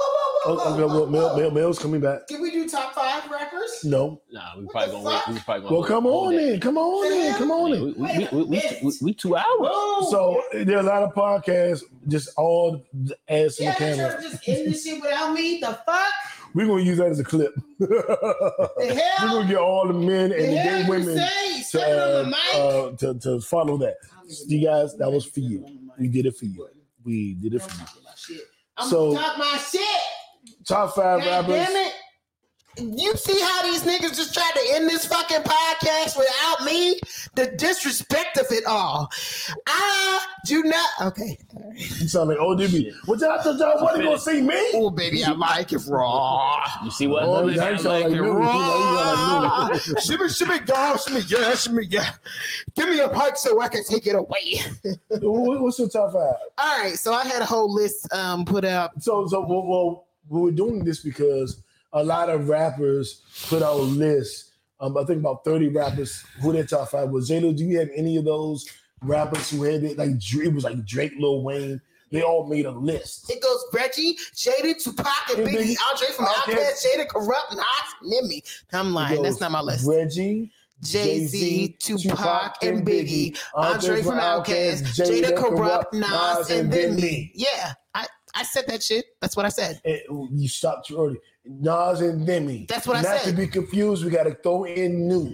A: Oh,
D: wait,
A: oh,
D: wait,
A: Mel,
D: wait,
A: Mel,
D: wait.
A: Mel, Mel's coming back.
D: Did we do top five records?
A: No.
B: Nah, we
D: What
B: probably
D: the
B: gonna. wait-
D: fuck?
B: We probably gonna.
A: Well,
B: wait-
A: come
D: Oh,
B: hold
A: on
B: that.
A: in. Come on in. Come on in.
B: We, we, we, we, we, we two hours.
D: Whoa.
A: So there are a lot of podcasts, just all the ass in
D: yeah,
A: the
D: they
A: camera.
D: tryna just end this shit without me. The fuck?
A: We're gonna use that as a clip. We're
D: hell?
A: gonna get all the men and the
D: The hell
A: gay
D: you
A: women
D: say?
A: to,
D: Say it on the
A: uh,
D: mic.
A: uh, to to follow that. You guys, that was for you. We did it for you. We did it
D: Don't
A: for you.
D: talk my shit. I'm
A: So-
D: gonna talk my shit.
A: Top five
D: God
A: rappers.
D: damn it. You see how these niggas just tried to end this fucking podcast without me? The disrespect of it all. I do not. Okay.
A: You sound like ODB. What y'all thought y'all wasn't gonna see me?
D: Oh, baby, I like it raw.
B: You see what?
A: Oh,
B: I
A: yeah, you
B: did?
A: sound like me. You sound like me.
D: Ah, shimmy, shimmy, go, shimmy, yeah, shimmy, yeah. Give me a pipe so I can take it away.
A: What- What's your top five?
D: All right, so I had a whole list um put up.
A: So, so well, well, we're doing this because a lot of rappers put out lists. Um, I think about thirty rappers who their top five was. Jada, do you have any of those rappers who had it? Like Dr- it was like Drake, Lil Wayne. They all made a list.
D: It goes Reggie, Jada, Tupac, and
A: And then-
D: Biggie, Andre from
A: Okay.
D: Outkast, Jada, Corrupt, Nas, Nimmy. I'm lying.
A: It
D: That's
A: goes
D: not my list.
A: Reggie,
D: Jay Z, Tupac, and Biggie, Andre from Outkast, Jada, Corrupt, Nas, and then me. Yeah, I, I said that shit. That's what I said.
A: Eh, you stopped too early. Nas and Demi.
D: That's what I
A: Not
D: said.
A: to be confused, we got to throw in new.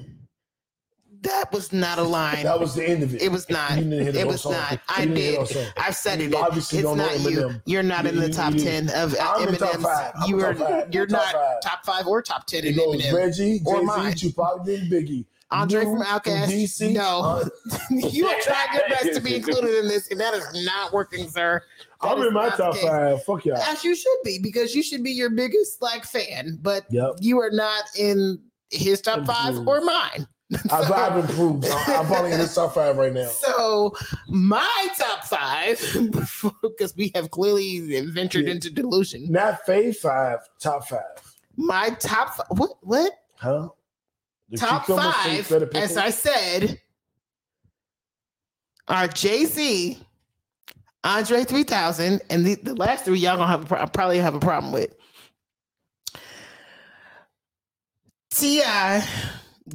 D: That was not a line.
A: That was the end of it.
D: It was not.
A: You didn't hit
D: It
A: our
D: was
A: song.
D: not.
A: You
D: I
A: didn't hit
D: did. Uh,
A: our song.
D: I've said
A: You
D: it.
A: obviously
D: It's
A: don't know
D: not you.
A: Eminem.
D: You're not in
A: You-
D: the
A: you-
D: top
A: you-
D: ten of uh,
A: I'm in top five.
D: Eminem's.
A: I'm
D: You
A: top
D: are.
A: five.
D: You're
A: I'm top
D: not
A: five.
D: top five or top
A: It
D: ten in
A: goes
D: Eminem.
A: Reggie,
D: Or
A: Jay
D: mine.
A: Z, Tupac, then Biggie.
D: Andre from
A: New,
D: Outkast.
A: DC.
D: No,
A: Uh,
D: you are trying your best to be included in this, and that is not working, sir. That
A: I'm
D: is
A: in my
D: not the
A: top
D: case.
A: five. Fuck y'all.
D: As you should be, because you should be your biggest like fan, but
A: Yep.
D: you are not in his top five
A: Mhm.
D: or mine.
A: I've, I've improved. I'm I'm probably in the top five right now.
D: So my top five, because we have clearly ventured
A: Yeah.
D: into delusion.
A: Not fave five, top five.
D: My top fi- what what
A: Huh? The
D: top
A: cucumber shaped
D: five?
A: feta pickle?
D: As I said, are Jay Z, Andre three thousand, and the, the last three y'all gonna have a pro- probably have a problem with. Ti,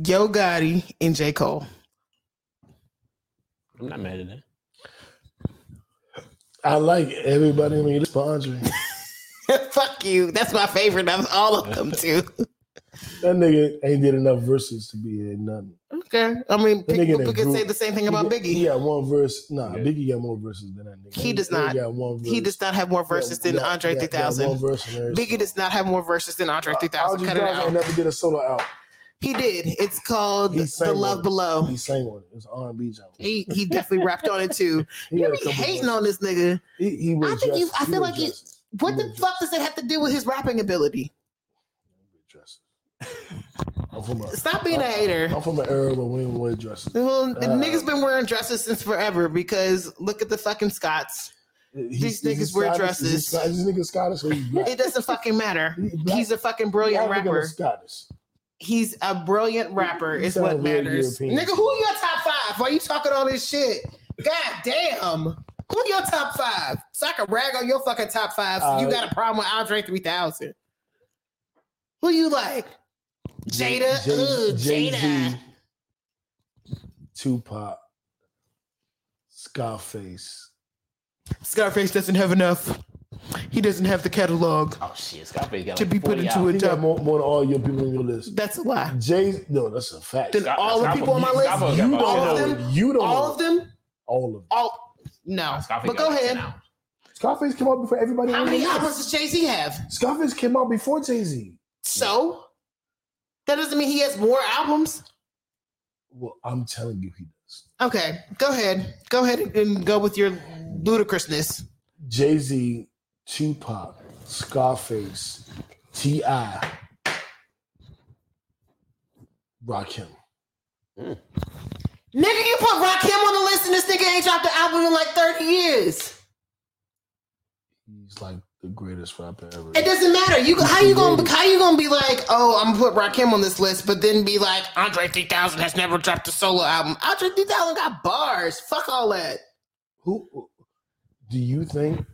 D: Yo Gotti, and J Cole.
B: I'm not mad at that.
A: I like everybody on your list, but Andre.
D: Fuck you. That's my favorite of all of them too.
A: That nigga ain't did enough verses to be in nothing.
D: Okay. I mean,
A: That
D: pe-
A: nigga
D: people
A: done
D: could
A: grew-
D: say the same thing about
A: He- He
D: Biggie.
A: got one verse. Nah,
B: Yeah.
A: Biggie got more verses than that nigga.
D: He does
A: Nigga
D: not.
A: Got one verse.
D: He does not have more verses than
A: Yeah, yeah,
D: Andre
A: yeah, yeah,
D: 3000.
A: one verse than every
D: Biggie does not have more verses than Andre
A: song.
D: 3000.
A: Andre
D: Cut it
A: 3000
D: out.
A: never did a solo out.
D: He did. It's called
A: He
D: The
A: sang
D: Love
A: on it.
D: Below.
A: He sang on it. It was R and B genre.
D: He he definitely rapped on it too.
A: He
D: You
A: had a
D: be
A: couple
D: hating
A: verses.
D: on this nigga.
A: He, he was
D: I think
A: just,
D: you- I
A: he
D: feel
A: was
D: like you-
A: just-
D: What
A: he
D: the
A: was
D: fuck does it have to do with his rapping ability?
A: just- I'm from a-
D: Stop being a hater.
A: I'm from an era when we didn't wear dresses.
D: Well, the
A: Uh,
D: niggas been wearing dresses since forever because look at the fucking Scots.
A: He's-
D: niggas
A: he's
D: wear
A: Scottish.
D: dresses.
A: He's Scottish. This nigga Scottish. So he's black.
D: It doesn't fucking matter.
A: He black.
D: He's a fucking
A: He
D: brilliant
A: African or
D: rapper.
A: Scottish.
D: He's a brilliant rapper,
A: You
D: is
A: sound
D: what
A: real
D: matters.
A: European.
D: Nigga, who are your top five? Why you talking all this shit? God damn. Who your top five? So I can rag on your fucking top five. So you
A: Uh,
D: got a problem with Andre 3000. Who you like? Jada. Uh, Ooh,
A: Jay-Z,
D: Jada.
A: Tupac, Scarface.
D: Scarface doesn't have enough. He doesn't have the catalog
B: Oh shit, Scarface got
D: to
B: like
D: be put
B: 40
D: into
B: albums.
A: You
D: a
A: got
D: top.
A: more, more than all your people on your list.
D: That's a lie.
A: Jay, no, that's a fact.
D: Then all the
B: Scarface-
D: people on my list,
B: Scarface
A: you
B: got
A: don't
B: about
D: all of
A: know.
D: them?
A: You don't
D: all
A: know.
D: of them,
A: All of them.
D: all no.
B: Scarface
D: But
B: got
D: go
B: like 10
D: ahead.
B: albums.
A: Scarface came out before everybody.
D: How
A: on
D: many
A: your list.
D: albums does Jay Z have?
A: Scarface came out before Jay Z.
D: So that doesn't mean he has more albums.
A: Well, I'm telling you, he does.
D: Okay, go ahead. Go ahead and go with your ludicrousness.
A: Jay Z, Tupac, Scarface, T.I., Rakim.
D: Nigga, you put Rakim on the list and this nigga ain't dropped an album in like 30 years.
A: He's like the greatest rapper ever.
D: It doesn't matter. You how you gonna how you gonna be like, oh, I'm gonna put Rakim on this list, but then be like, Andre 3000 has never dropped a solo album. Andre 3000 got bars. Fuck all that.
A: Who do you think?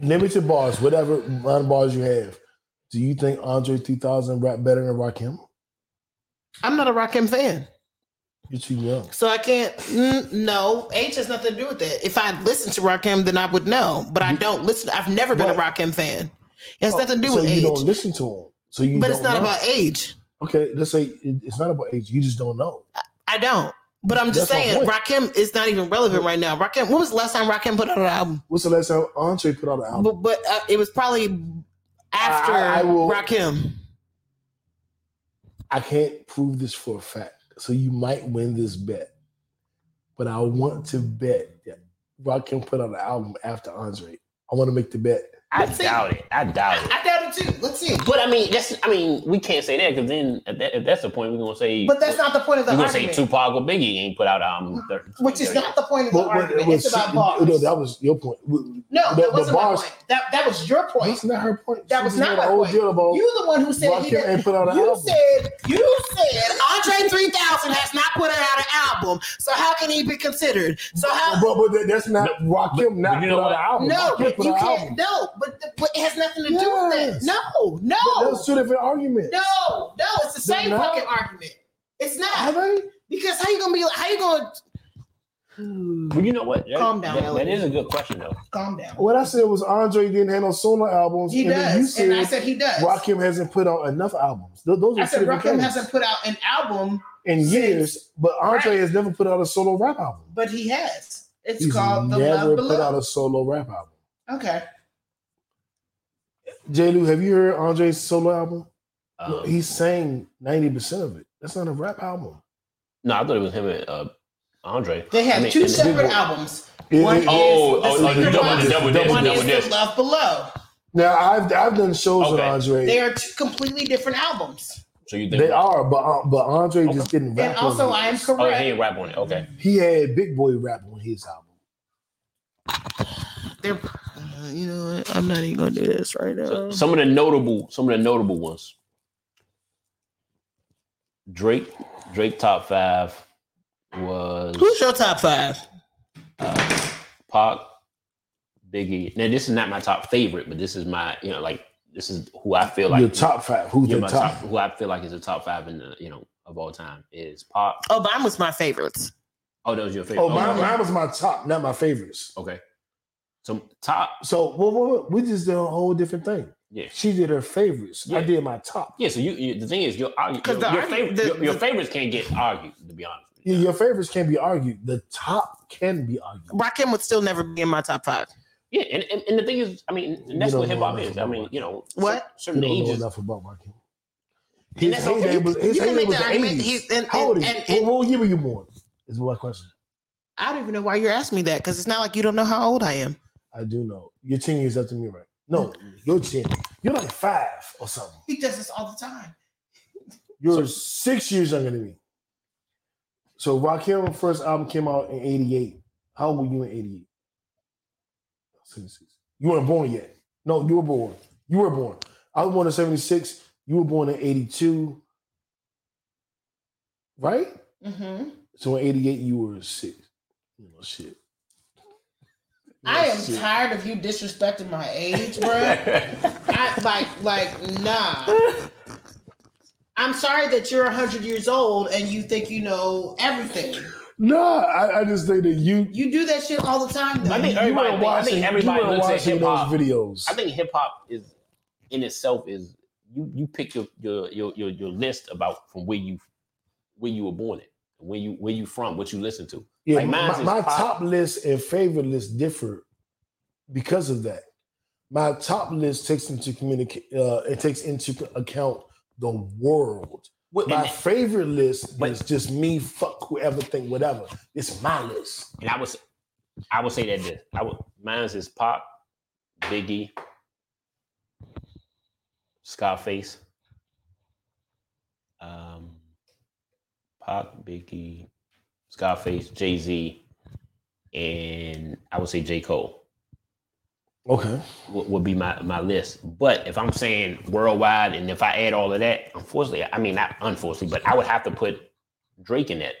A: Limited bars, whatever amount of bars you have. Do you think Andre 3000 rap better than Rakim?
D: I'm not a Rakim fan.
A: You're too young.
D: So I can't. Mm, no, age has nothing to do with that. If I listened to Rakim, then I would know. But I don't listen. I've never been a
A: Right. Oh,
D: Rakim fan. It has nothing to do
A: so
D: with
A: you
D: age.
A: don't listen to them. So you.
D: But it's
A: don't
D: not
A: know.
D: about age.
A: Okay, let's say it- it's not about age. You just don't know.
D: I don't. But I'm just
A: That's my
D: saying, Rakim is not even relevant right now. Rakim, when was the last time Rakim put out an album?
A: What's the last time Andre put out an album?
D: But, but uh, it was probably after
A: Um, I- I will-
D: Rakim.
A: I can't prove this for a fact, so you might win this bet. But I want to bet that Rakim put out an album after Andre. I want to make the bet.
B: I
D: Let's see.
B: doubt it. I doubt it.
D: I doubt it too. Let's see.
B: But I mean, that's I mean, we can't say that because then at that, if that's the point, we're gonna say.
D: But that's not the point of the
B: We're gonna say
D: argument.
B: Tupac or Biggie ain't put out an album. thir-
D: which is
B: 30.
D: not the point of the
A: But- but
D: argument.
A: it was-
D: it's about bars.
A: No, that was your point. W-
D: no,
A: the-
D: that
A: the
D: wasn't my
A: bars-
D: point. That that was your point.
A: That's not her point.
D: That
A: She "Oh,
D: was
A: just
D: not
A: made
D: my
A: a whole
D: point.
A: deal about
D: You the one who said he
A: Rakim
D: did
A: ain't put out an
D: You
A: album.
D: said you said Andre three thousand has not put out an album, so how can he be considered? So how?
A: but, but that- that's not Rakim not
B: but you
A: put
B: know
A: out
B: what?
A: an album.
D: No,
A: Rakim
D: you
A: put out an
D: can't.
A: album.
D: No, but, the, but it has nothing to do
A: Yes.
D: with that. No, no,
A: But Those two different arguments.
D: no, no. It's the
A: They're
D: same
A: not.
D: fucking argument. It's
A: Are
D: not
A: they?
D: because how you gonna be? like- How you gonna?
B: But you know what? That-
D: Calm down,
B: that- that
D: Elliot.
B: is a good question though.
D: Calm down.
A: What I said was Andre didn't have no solo albums.
D: He
A: and Then you
D: does,
A: said,
D: and I said he does.
A: Rakim hasn't put out enough albums. Th- those are
D: I said
A: two different
D: Rakim
A: things.
D: hasn't put out an album,
A: in
D: since-
A: years, but Andre
D: Right.
A: has never put out a solo rap album.
D: but he has. It's
A: He's
D: called The
A: never put
D: Love Below.
A: out a solo rap album.
D: okay.
A: J. Lou, have you heard Andre's solo album?
D: Uh,
B: Um,
A: he sang ninety percent of it. That's not a rap album.
B: no, I thought it was him and uh, Andre.
D: They had
B: I mean,
D: two
B: and-
D: separate albums.
A: It-
D: One
A: it-
D: is
B: Oh,
D: the
B: oh, oh,
D: Sneaker
B: double-
D: Box,
B: double disc,
D: one
B: double
D: is
B: disc.
D: the Love Below.
A: now I've I've done shows with
B: Okay.
A: Andre.
D: They
A: They,
D: are two completely different albums.
B: So you think?
A: are, but uh, but Andre just didn't rap.
D: And
A: on
D: also,
A: it.
D: I am correct.
B: Oh, he ain't rap on it. Okay.
A: he had Big Boy rap on his album.
D: They're, uh, you know, what? I'm not even gonna do this right
B: So
D: now.
B: some of the notable, some of the notable ones. Drake, Drake top five was
D: Who's your top five?
B: Pac, Biggie. Now this is not my top favorite, but this is my you know like this is who I feel like
A: Your top five. Who's
B: yeah,
A: the
B: my
A: top?
B: top- who I feel like is the top five in the you know of all time is Pac.
D: Obama's Oh, my favorites.
B: Oh, that was your favorite.
A: Oh, mine,
B: okay.
A: mine was my top, not my favorites.
B: Okay. So top,
A: So whoa, whoa, whoa, we just did a whole different thing.
B: yeah.
A: She did her favorites. I
B: Yeah.
A: did my top.
B: Yeah, so you, you the thing is your argu-
D: 'Cause
B: your,
D: the
B: your,
D: argu-
B: favorite,
D: the-
B: your, your
D: the-
B: favorites can't get argued to be honest. with you.
A: Yeah, your favorites can be argued. The top can be argued.
D: Rakim would still never be in my top five.
B: Yeah, and, and, and the thing is, I mean, and that's
A: You
B: what
A: don't
B: hip
A: know
B: hop
A: enough
B: is. I
A: about
B: mean,
A: it.
B: you know,
D: What?
A: You
B: certain
A: don't know
B: ages.
A: enough about Rakim.
D: And
A: His
D: that's okay.
A: heyday
D: You-
A: was, his
D: you can
A: heyday
D: make
A: was
D: the
A: the
D: argument.
A: 80s.
D: He's- and-
A: How old is
D: and-
A: he?
D: and-
A: What- what year were you born? Is my question.
D: I don't even know why you're asking me that because it's not like you don't know how old I am.
A: I do know. You're 10 years after me, right? No, you're 10. You're like five or something.
D: He does this all the time.
A: You're six years younger than me. So Rakim's first album came out in 88. How old were you in 88? 76. You weren't born yet. No, you were born. You were born. I was born in 76. You were born in 82. Right?
D: Mm-hmm.
A: So in 88, you were six. You know, shit.
D: I am
A: Shit.
D: tired of you disrespecting my age, bro. I, like, like, nah. I'm sorry that you're 100 years old and you think you know everything.
A: Nah, I, I just think that you.
D: You do that shit all the time. Though.
B: I think
A: You
B: everybody.
A: were
B: Think, I
A: watching,
B: think
A: you
B: everybody
A: were
B: looks at
A: watching
B: hip
A: those
B: hop.
A: videos.
B: I think hip hop is in itself is you you pick your your your your, your list about from where you where you were born in, where you where you from, what you listen to.
A: Yeah,
B: Like, mine's
A: my,
B: is
A: my
B: pop.
A: top list and favorite list differ because of that. My top list takes into communicate. Uh, it takes into account the world.
B: What,
A: My
B: and,
A: favorite list
B: But-
A: is just me. Fuck whoever, think whatever. It's my list.
B: and I was I would say that this. I would mine's is E, Pop, Biggie, Scarface, um, Pop, Biggie, Scarface, Jay Z, and I would say J Cole
A: Okay.
B: would, would be my, my list. But if I'm saying worldwide, and if I add all of that, unfortunately, I mean not unfortunately, but I would have to put Drake in that.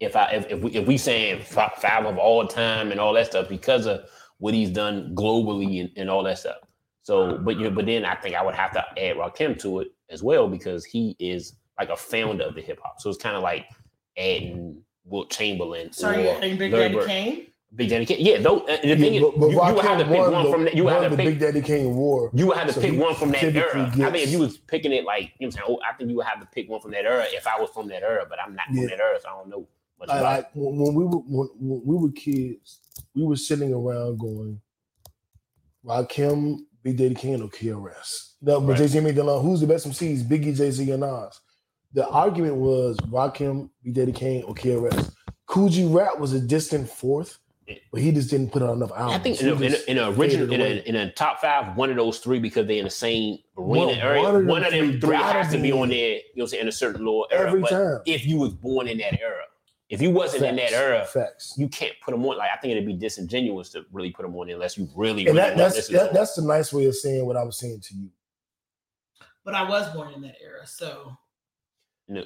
B: If I if, if we if we saying fi- five of all time and all that stuff because of what he's done globally and, and all that stuff. So, but you know, but then I think I would have to add Rakim to it as well because he is like a founder of the hip hop. So it's kind of like adding Wilt Chamberlain.
D: Sorry, you
B: or
D: adding Big
B: Larry
D: Daddy
B: Bird.
D: Kane?
B: Big Daddy Kane. Yeah, though. uh, The thing
A: Yeah,
B: is,
A: but- but
B: you, you would
A: Rakim
B: have to pick
A: won
B: one
A: the-
B: from that. You would
A: won
B: have to
A: the
B: pick.
A: Big Daddy Kane War.
B: You would have to
A: So
B: pick
A: he
B: one from that
A: typically
B: era. I
A: gets-
B: mean, if you was picking it like you know, what I'm saying, oh, I think you would have to pick one from that era. If I was from that era, but I'm not from
A: Yeah.
B: that era, so I don't know much.
A: I,
B: about it.
A: like when when we were when, when we were kids, we were sitting around going, Rakim, Big Daddy Kane, or KRS. That was
B: Right.
A: Jay Z made the line, E who's the best MCs, Biggie, Jay Z, and Nas. The argument was Rakim, Big Daddy Kane, or KRS. Coogee Rap was a distant fourth, but he just didn't put out enough albums.
B: I think in
A: He
B: a, in, a,
A: just
B: in a
A: faded
B: original in
A: away.
B: a, in a top five, one of those three because they're in the same arena
A: One-
B: area.
A: one
B: One
A: of
B: of,
A: them three
B: them three
A: gotta
B: has to
A: be.
B: be on there. You know, what I'm saying in a certain little era.
A: Every
B: but
A: time.
B: if you was born in that era, if you wasn't in that
A: Facts.
B: era,
A: Facts.
B: you can't put them on. Like I think it'd be disingenuous to really put them on unless you really.
A: and
B: really
A: that,
B: want
A: that's
B: this
A: that,
B: song.
A: that's the nice way of saying what I was saying to you.
I: But I was born in that era, so
B: No.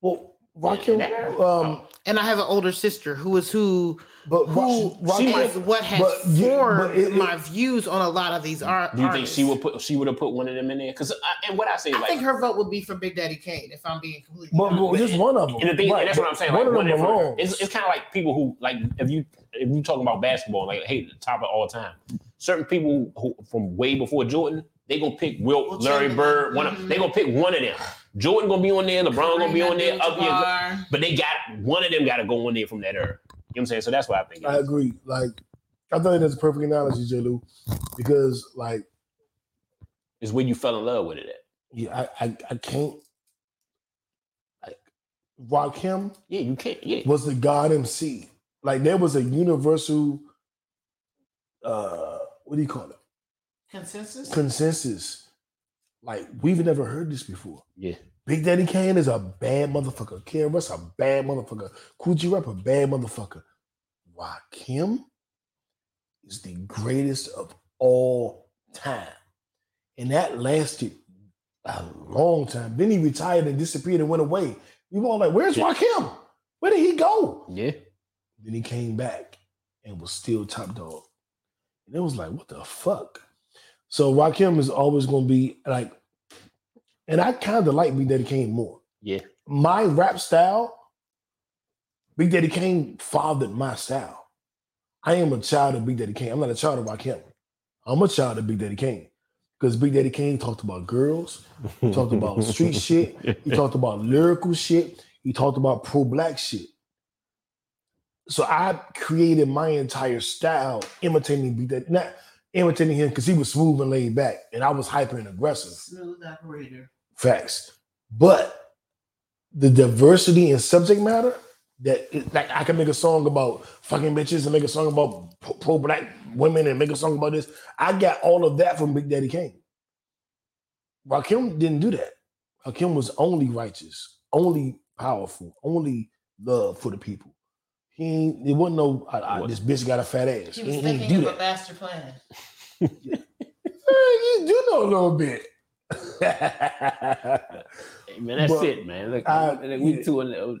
A: Well,
B: Yeah,
A: Rakim,
B: that era was-
A: um,
D: And I have an older sister who is who
A: but
D: who
A: Ra-
B: She
A: Rakim-
B: might-
D: is what has
A: but you-
D: formed
A: but it- it-
D: my views on a lot of these ar-
B: Do you think
D: artists.
B: she would put she would have put one of them in there? Because and what I say,
D: I
B: like,
D: think her vote would be for Big Daddy Kane, if I'm being completely
A: But,
D: honest.
A: but just one of them.
B: and the thing,
A: Right,
B: and that's
A: but
B: what I'm saying.
A: One
B: Like,
A: of
B: one
A: them
B: in
A: alone.
B: front- it's it's kind of like people who like if you if you talking about basketball, like hey, the top of all time, certain people who from way before Jordan, they gonna pick Wilt,
I: Wilt
B: Larry
I: Chamberlain.
B: Bird. One of
D: Mm-hmm.
I: Mhm.
B: they gonna pick one of them. Jordan gonna be on there, LeBron gonna be on there, Ugly and-
I: Abdul-Jabbar.
B: but they got one of them got to go on there from that era. You know what I'm saying? So that's why I think. it
A: I
B: is.
A: agree. Like, I think that's a perfect analogy, Jalu, because like,
B: It's when you fell in love with it. At.
A: yeah, I, I, I can't. Like, Rakim
B: Yeah, you can't. Yeah,
A: was the God MC. Like, there was a universal. uh What do you call it?
I: Consensus.
A: Consensus. Like, we've never heard this before.
B: yeah.
A: Big Daddy Kane is a bad motherfucker. KRS a bad motherfucker. Coogee Rap a bad motherfucker. Rakim is the greatest of all time. And that lasted a long time. Then he retired and disappeared and went away. We were all like, where's
B: Yeah.
A: Rakim? Where did he go?
B: Yeah.
A: Then he came back and was still top dog. And it was like, what the fuck? So Rakim is always going to be like, and I kind of like Big Daddy Kane more.
B: Yeah.
A: My rap style, Big Daddy Kane fathered my style. I am a child of Big Daddy Kane. I'm not a child of Rakim. I'm a child of Big Daddy Kane. Because Big Daddy Kane talked about girls, he talked about street shit, he talked about lyrical shit. He talked about pro black shit. So I created my entire style imitating Big Daddy, not imitating him because he was smooth and laid back, and I was hyper and aggressive.
I: Smooth operator.
A: Facts. But the diversity in subject matter that it- like I can make a song about fucking bitches and make a song about pro black women and make a song about this. I got all of that from Big Daddy Kane. Rakim didn't do that. Rakim was only righteous, only powerful, only love for the people. He ain't, it wasn't no I, I, this bitch got a fat ass.
I: He
A: He
I: was
A: didn't
I: thinking
A: Mm-hmm. do
I: of
A: that.
I: a master plan.
A: Eh, you do know a little bit.
B: Hey, man, that's
A: But
B: it, man. Look,
A: I-
B: look, we
A: yeah.
B: two and look,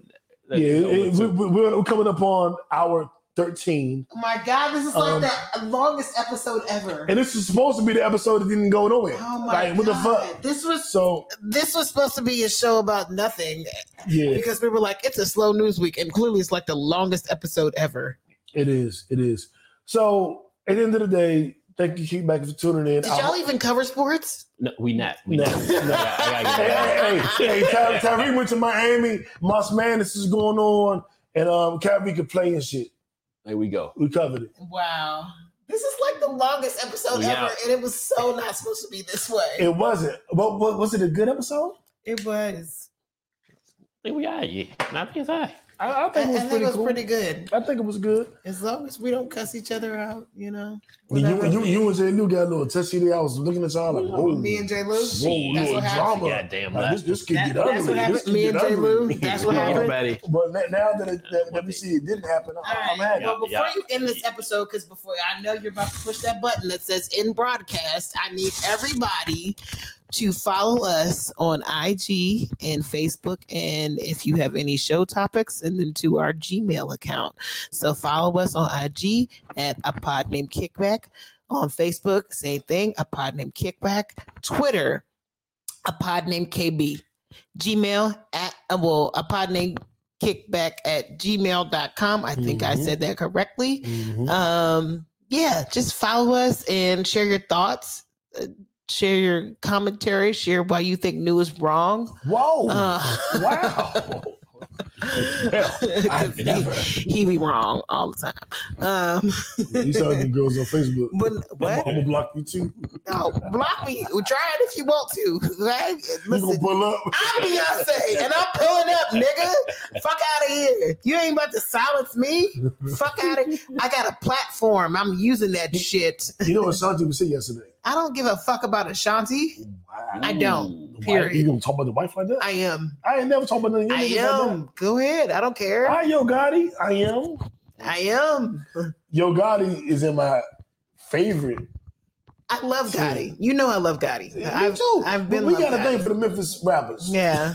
A: yeah,
B: you know,
A: it-
B: we
A: we,
B: two.
A: we, we're we're coming up on hour 13.
I: Oh my God, this is
A: Um,
I: like the longest episode ever.
A: And this is supposed to be the episode that didn't go nowhere.
I: Oh my
A: like, what the
I: God.
A: fuck?
D: This was
A: So,
D: this was supposed to be a show about nothing
A: yeah,
D: because we were like, it's a slow news week, and clearly it's like the longest episode ever.
A: it is. It is. So, at the end of the day, thank you, Keep Back, for tuning in.
D: Did
A: I-
D: y'all even cover sports?
B: No, we not. We
A: No,
B: not.
A: no.
B: I gotta- I gotta get
A: Hey,
B: that out.
A: hey, hey, hey, Ty- Tyreek went to Miami. Moss Madness is going on. And um, Kyrie could play and shit.
B: There we go.
A: We covered it.
I: wow.
D: This is like the longest episode
B: Yeah.
D: ever, and it was so not supposed to be this way.
A: It wasn't. What, what, was it a good episode?
D: It was.
B: I think we are. Yeah, I think it's all right.
A: I, I
D: I, I
A: think it was,
D: think
A: pretty,
D: it was
A: cool.
D: pretty good.
A: I think it was good.
D: As long as we don't cuss each other out, you know.
A: You,
D: whatever.
A: you, you and J. Lou got a little touchy there. I was looking at y'all like, whoa.
D: me and J. Lou.
A: Whoa,
D: That's
A: little
D: what happened.
A: drama.
B: Goddamn,
A: Like, this,
B: last.
A: this could
D: That-
A: get ugly.
D: that's what
A: This
D: happened.
A: could
D: Me
A: get
D: and J.
A: ugly.
D: Lou. That's what happened.
B: Everybody.
A: But na- now that it, that, that we see it didn't happen, I, I'm happy.
D: Well, before
B: Yeah.
D: you end this episode, because before I know you're about to push that button that says "in broadcast," I need everybody to follow us on IG and Facebook, and if you have any show topics, and then to our Gmail account. So follow us on IG at a pod named Kickback. On Facebook, same thing, a pod named Kickback. Twitter, a pod named KB. Gmail at uh, well, a pod named kickback at gmail.com. I think I
A: Mhm.
D: said that correctly.
A: Mhm.
D: Um, yeah, just follow us and share your thoughts, uh, share your commentary, share why you think new is wrong.
A: Whoa!
D: Uh,
A: wow! I've never.
D: he, he be wrong all the time. Um,
A: you saw the girls on Facebook.
D: but
A: I'm
D: what?
A: gonna block you too.
D: No, block me. Try it if you want to. Right?
A: You gonna
D: Listen,
A: pull up?
D: I'm Beyonce and I'm pulling up, nigga. Fuck out of here. You ain't about to silence me. Fuck out of I got a platform. I'm using that shit.
A: You know what Sanji was saying yesterday?
D: I don't give a fuck about Ashanti.
A: Wow.
D: I don't.
A: The wife- You
D: Period.
A: gonna talk about the wife like that?
D: I am.
A: I, ain't never talked about nothing.
D: I am. Go ahead. I don't care.
A: I Yo Gotti. I am.
D: I am.
A: Yo Gotti is in my favorite.
D: I love Gotti. You know I love Gotti.
A: Me
D: I've,
A: too.
D: I've been
A: We
D: love
A: got a
D: Gotti.
A: thing for the Memphis rappers.
D: Yeah.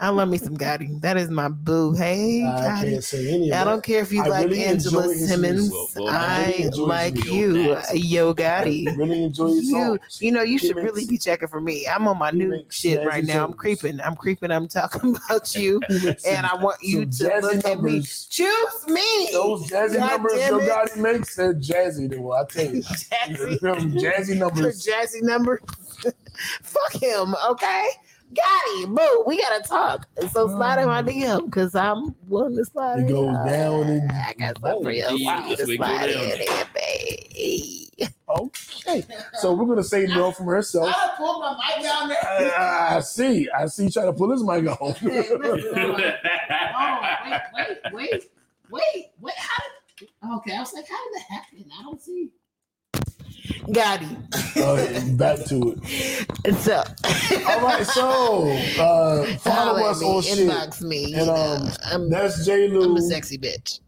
D: I love me some Gotti. That is my boo. Hey,
A: I
D: Gotti.
A: can't say any of
D: I don't
A: that.
D: care if you
A: I
D: like
A: really
D: Angela
A: enjoy his
D: Simmons.
A: music.
B: Well, well,
A: I really
D: I
A: enjoy his
D: like
A: music.
D: you, uh,
B: Nasty.
D: Yo Gotti.
A: Really enjoy his
D: You,
A: songs.
D: you know, you
A: He
D: should
A: makes-
D: really be checking for me. I'm on my
A: he
D: new
A: makes
D: shit
A: jazzy
D: right now. I'm
A: songs.
D: creeping. I'm creeping. I'm talking about you, and I want you
A: some
D: to look
A: jazzy
D: at me.
A: numbers.
D: Choose me.
A: Those jazzy
D: God
A: numbers
D: damn
A: Yo
D: it.
A: Gotti makes, they're jazzy. They were, I tell you.
D: Jazzy,
A: Them jazzy
D: your
A: numbers.
D: jazzy number. Fuck him. Okay. Gotti, boo. We gotta talk. So slide in my DM because I'm willing to slide.
A: Um, It
D: in.
A: goes down and-
D: I got something for you.
B: Oh,
D: I want you to
B: it go
D: slide
B: down.
D: in there, babe.
A: Okay. So we're gonna say no from herself.
I: I pulled my mic down there.
A: I, I see. I see you trying to pull his mic on.
I: Oh, wait, wait, wait, wait, wait. How did, okay, I was like, how did that happen? I don't see.
A: Uh,
D: Gotti.
A: back to it.
D: so
A: All right, so uh, follow
D: Holler
A: us
D: at
A: on
D: me,
A: shit.
D: inbox me. you
A: And,
D: know,
A: um,
D: I'm,
A: That's J
D: I'm
A: Lou.
D: a sexy bitch.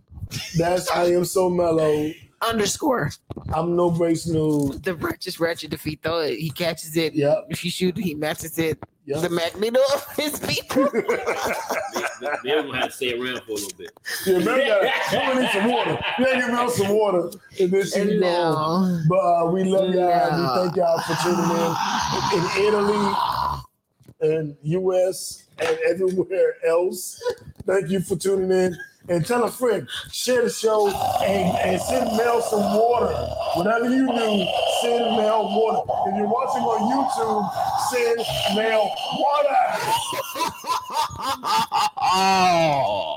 A: That's I am so mellow.
D: Underscore
A: I'm no brace new.
D: the righteous ratchet defeat though he catches it.
A: Yep.
D: If you shoot, he matches it. The
A: Yep.
D: magneto of his people.
B: They're gonna have to stay around for a little bit.
A: Yeah, man, we gotta- I'm gonna need some water. You gotta give me some water. And then she be gone.
D: no.
A: But uh, we love y'all.
D: No.
A: We thank y'all for tuning in. in Italy and US and everywhere else. Thank you for tuning in. And tell a friend, share the show, and, and send Mel some water. Whatever you do, send Mel water. If you're watching on YouTube, send Mel water.
B: Oh.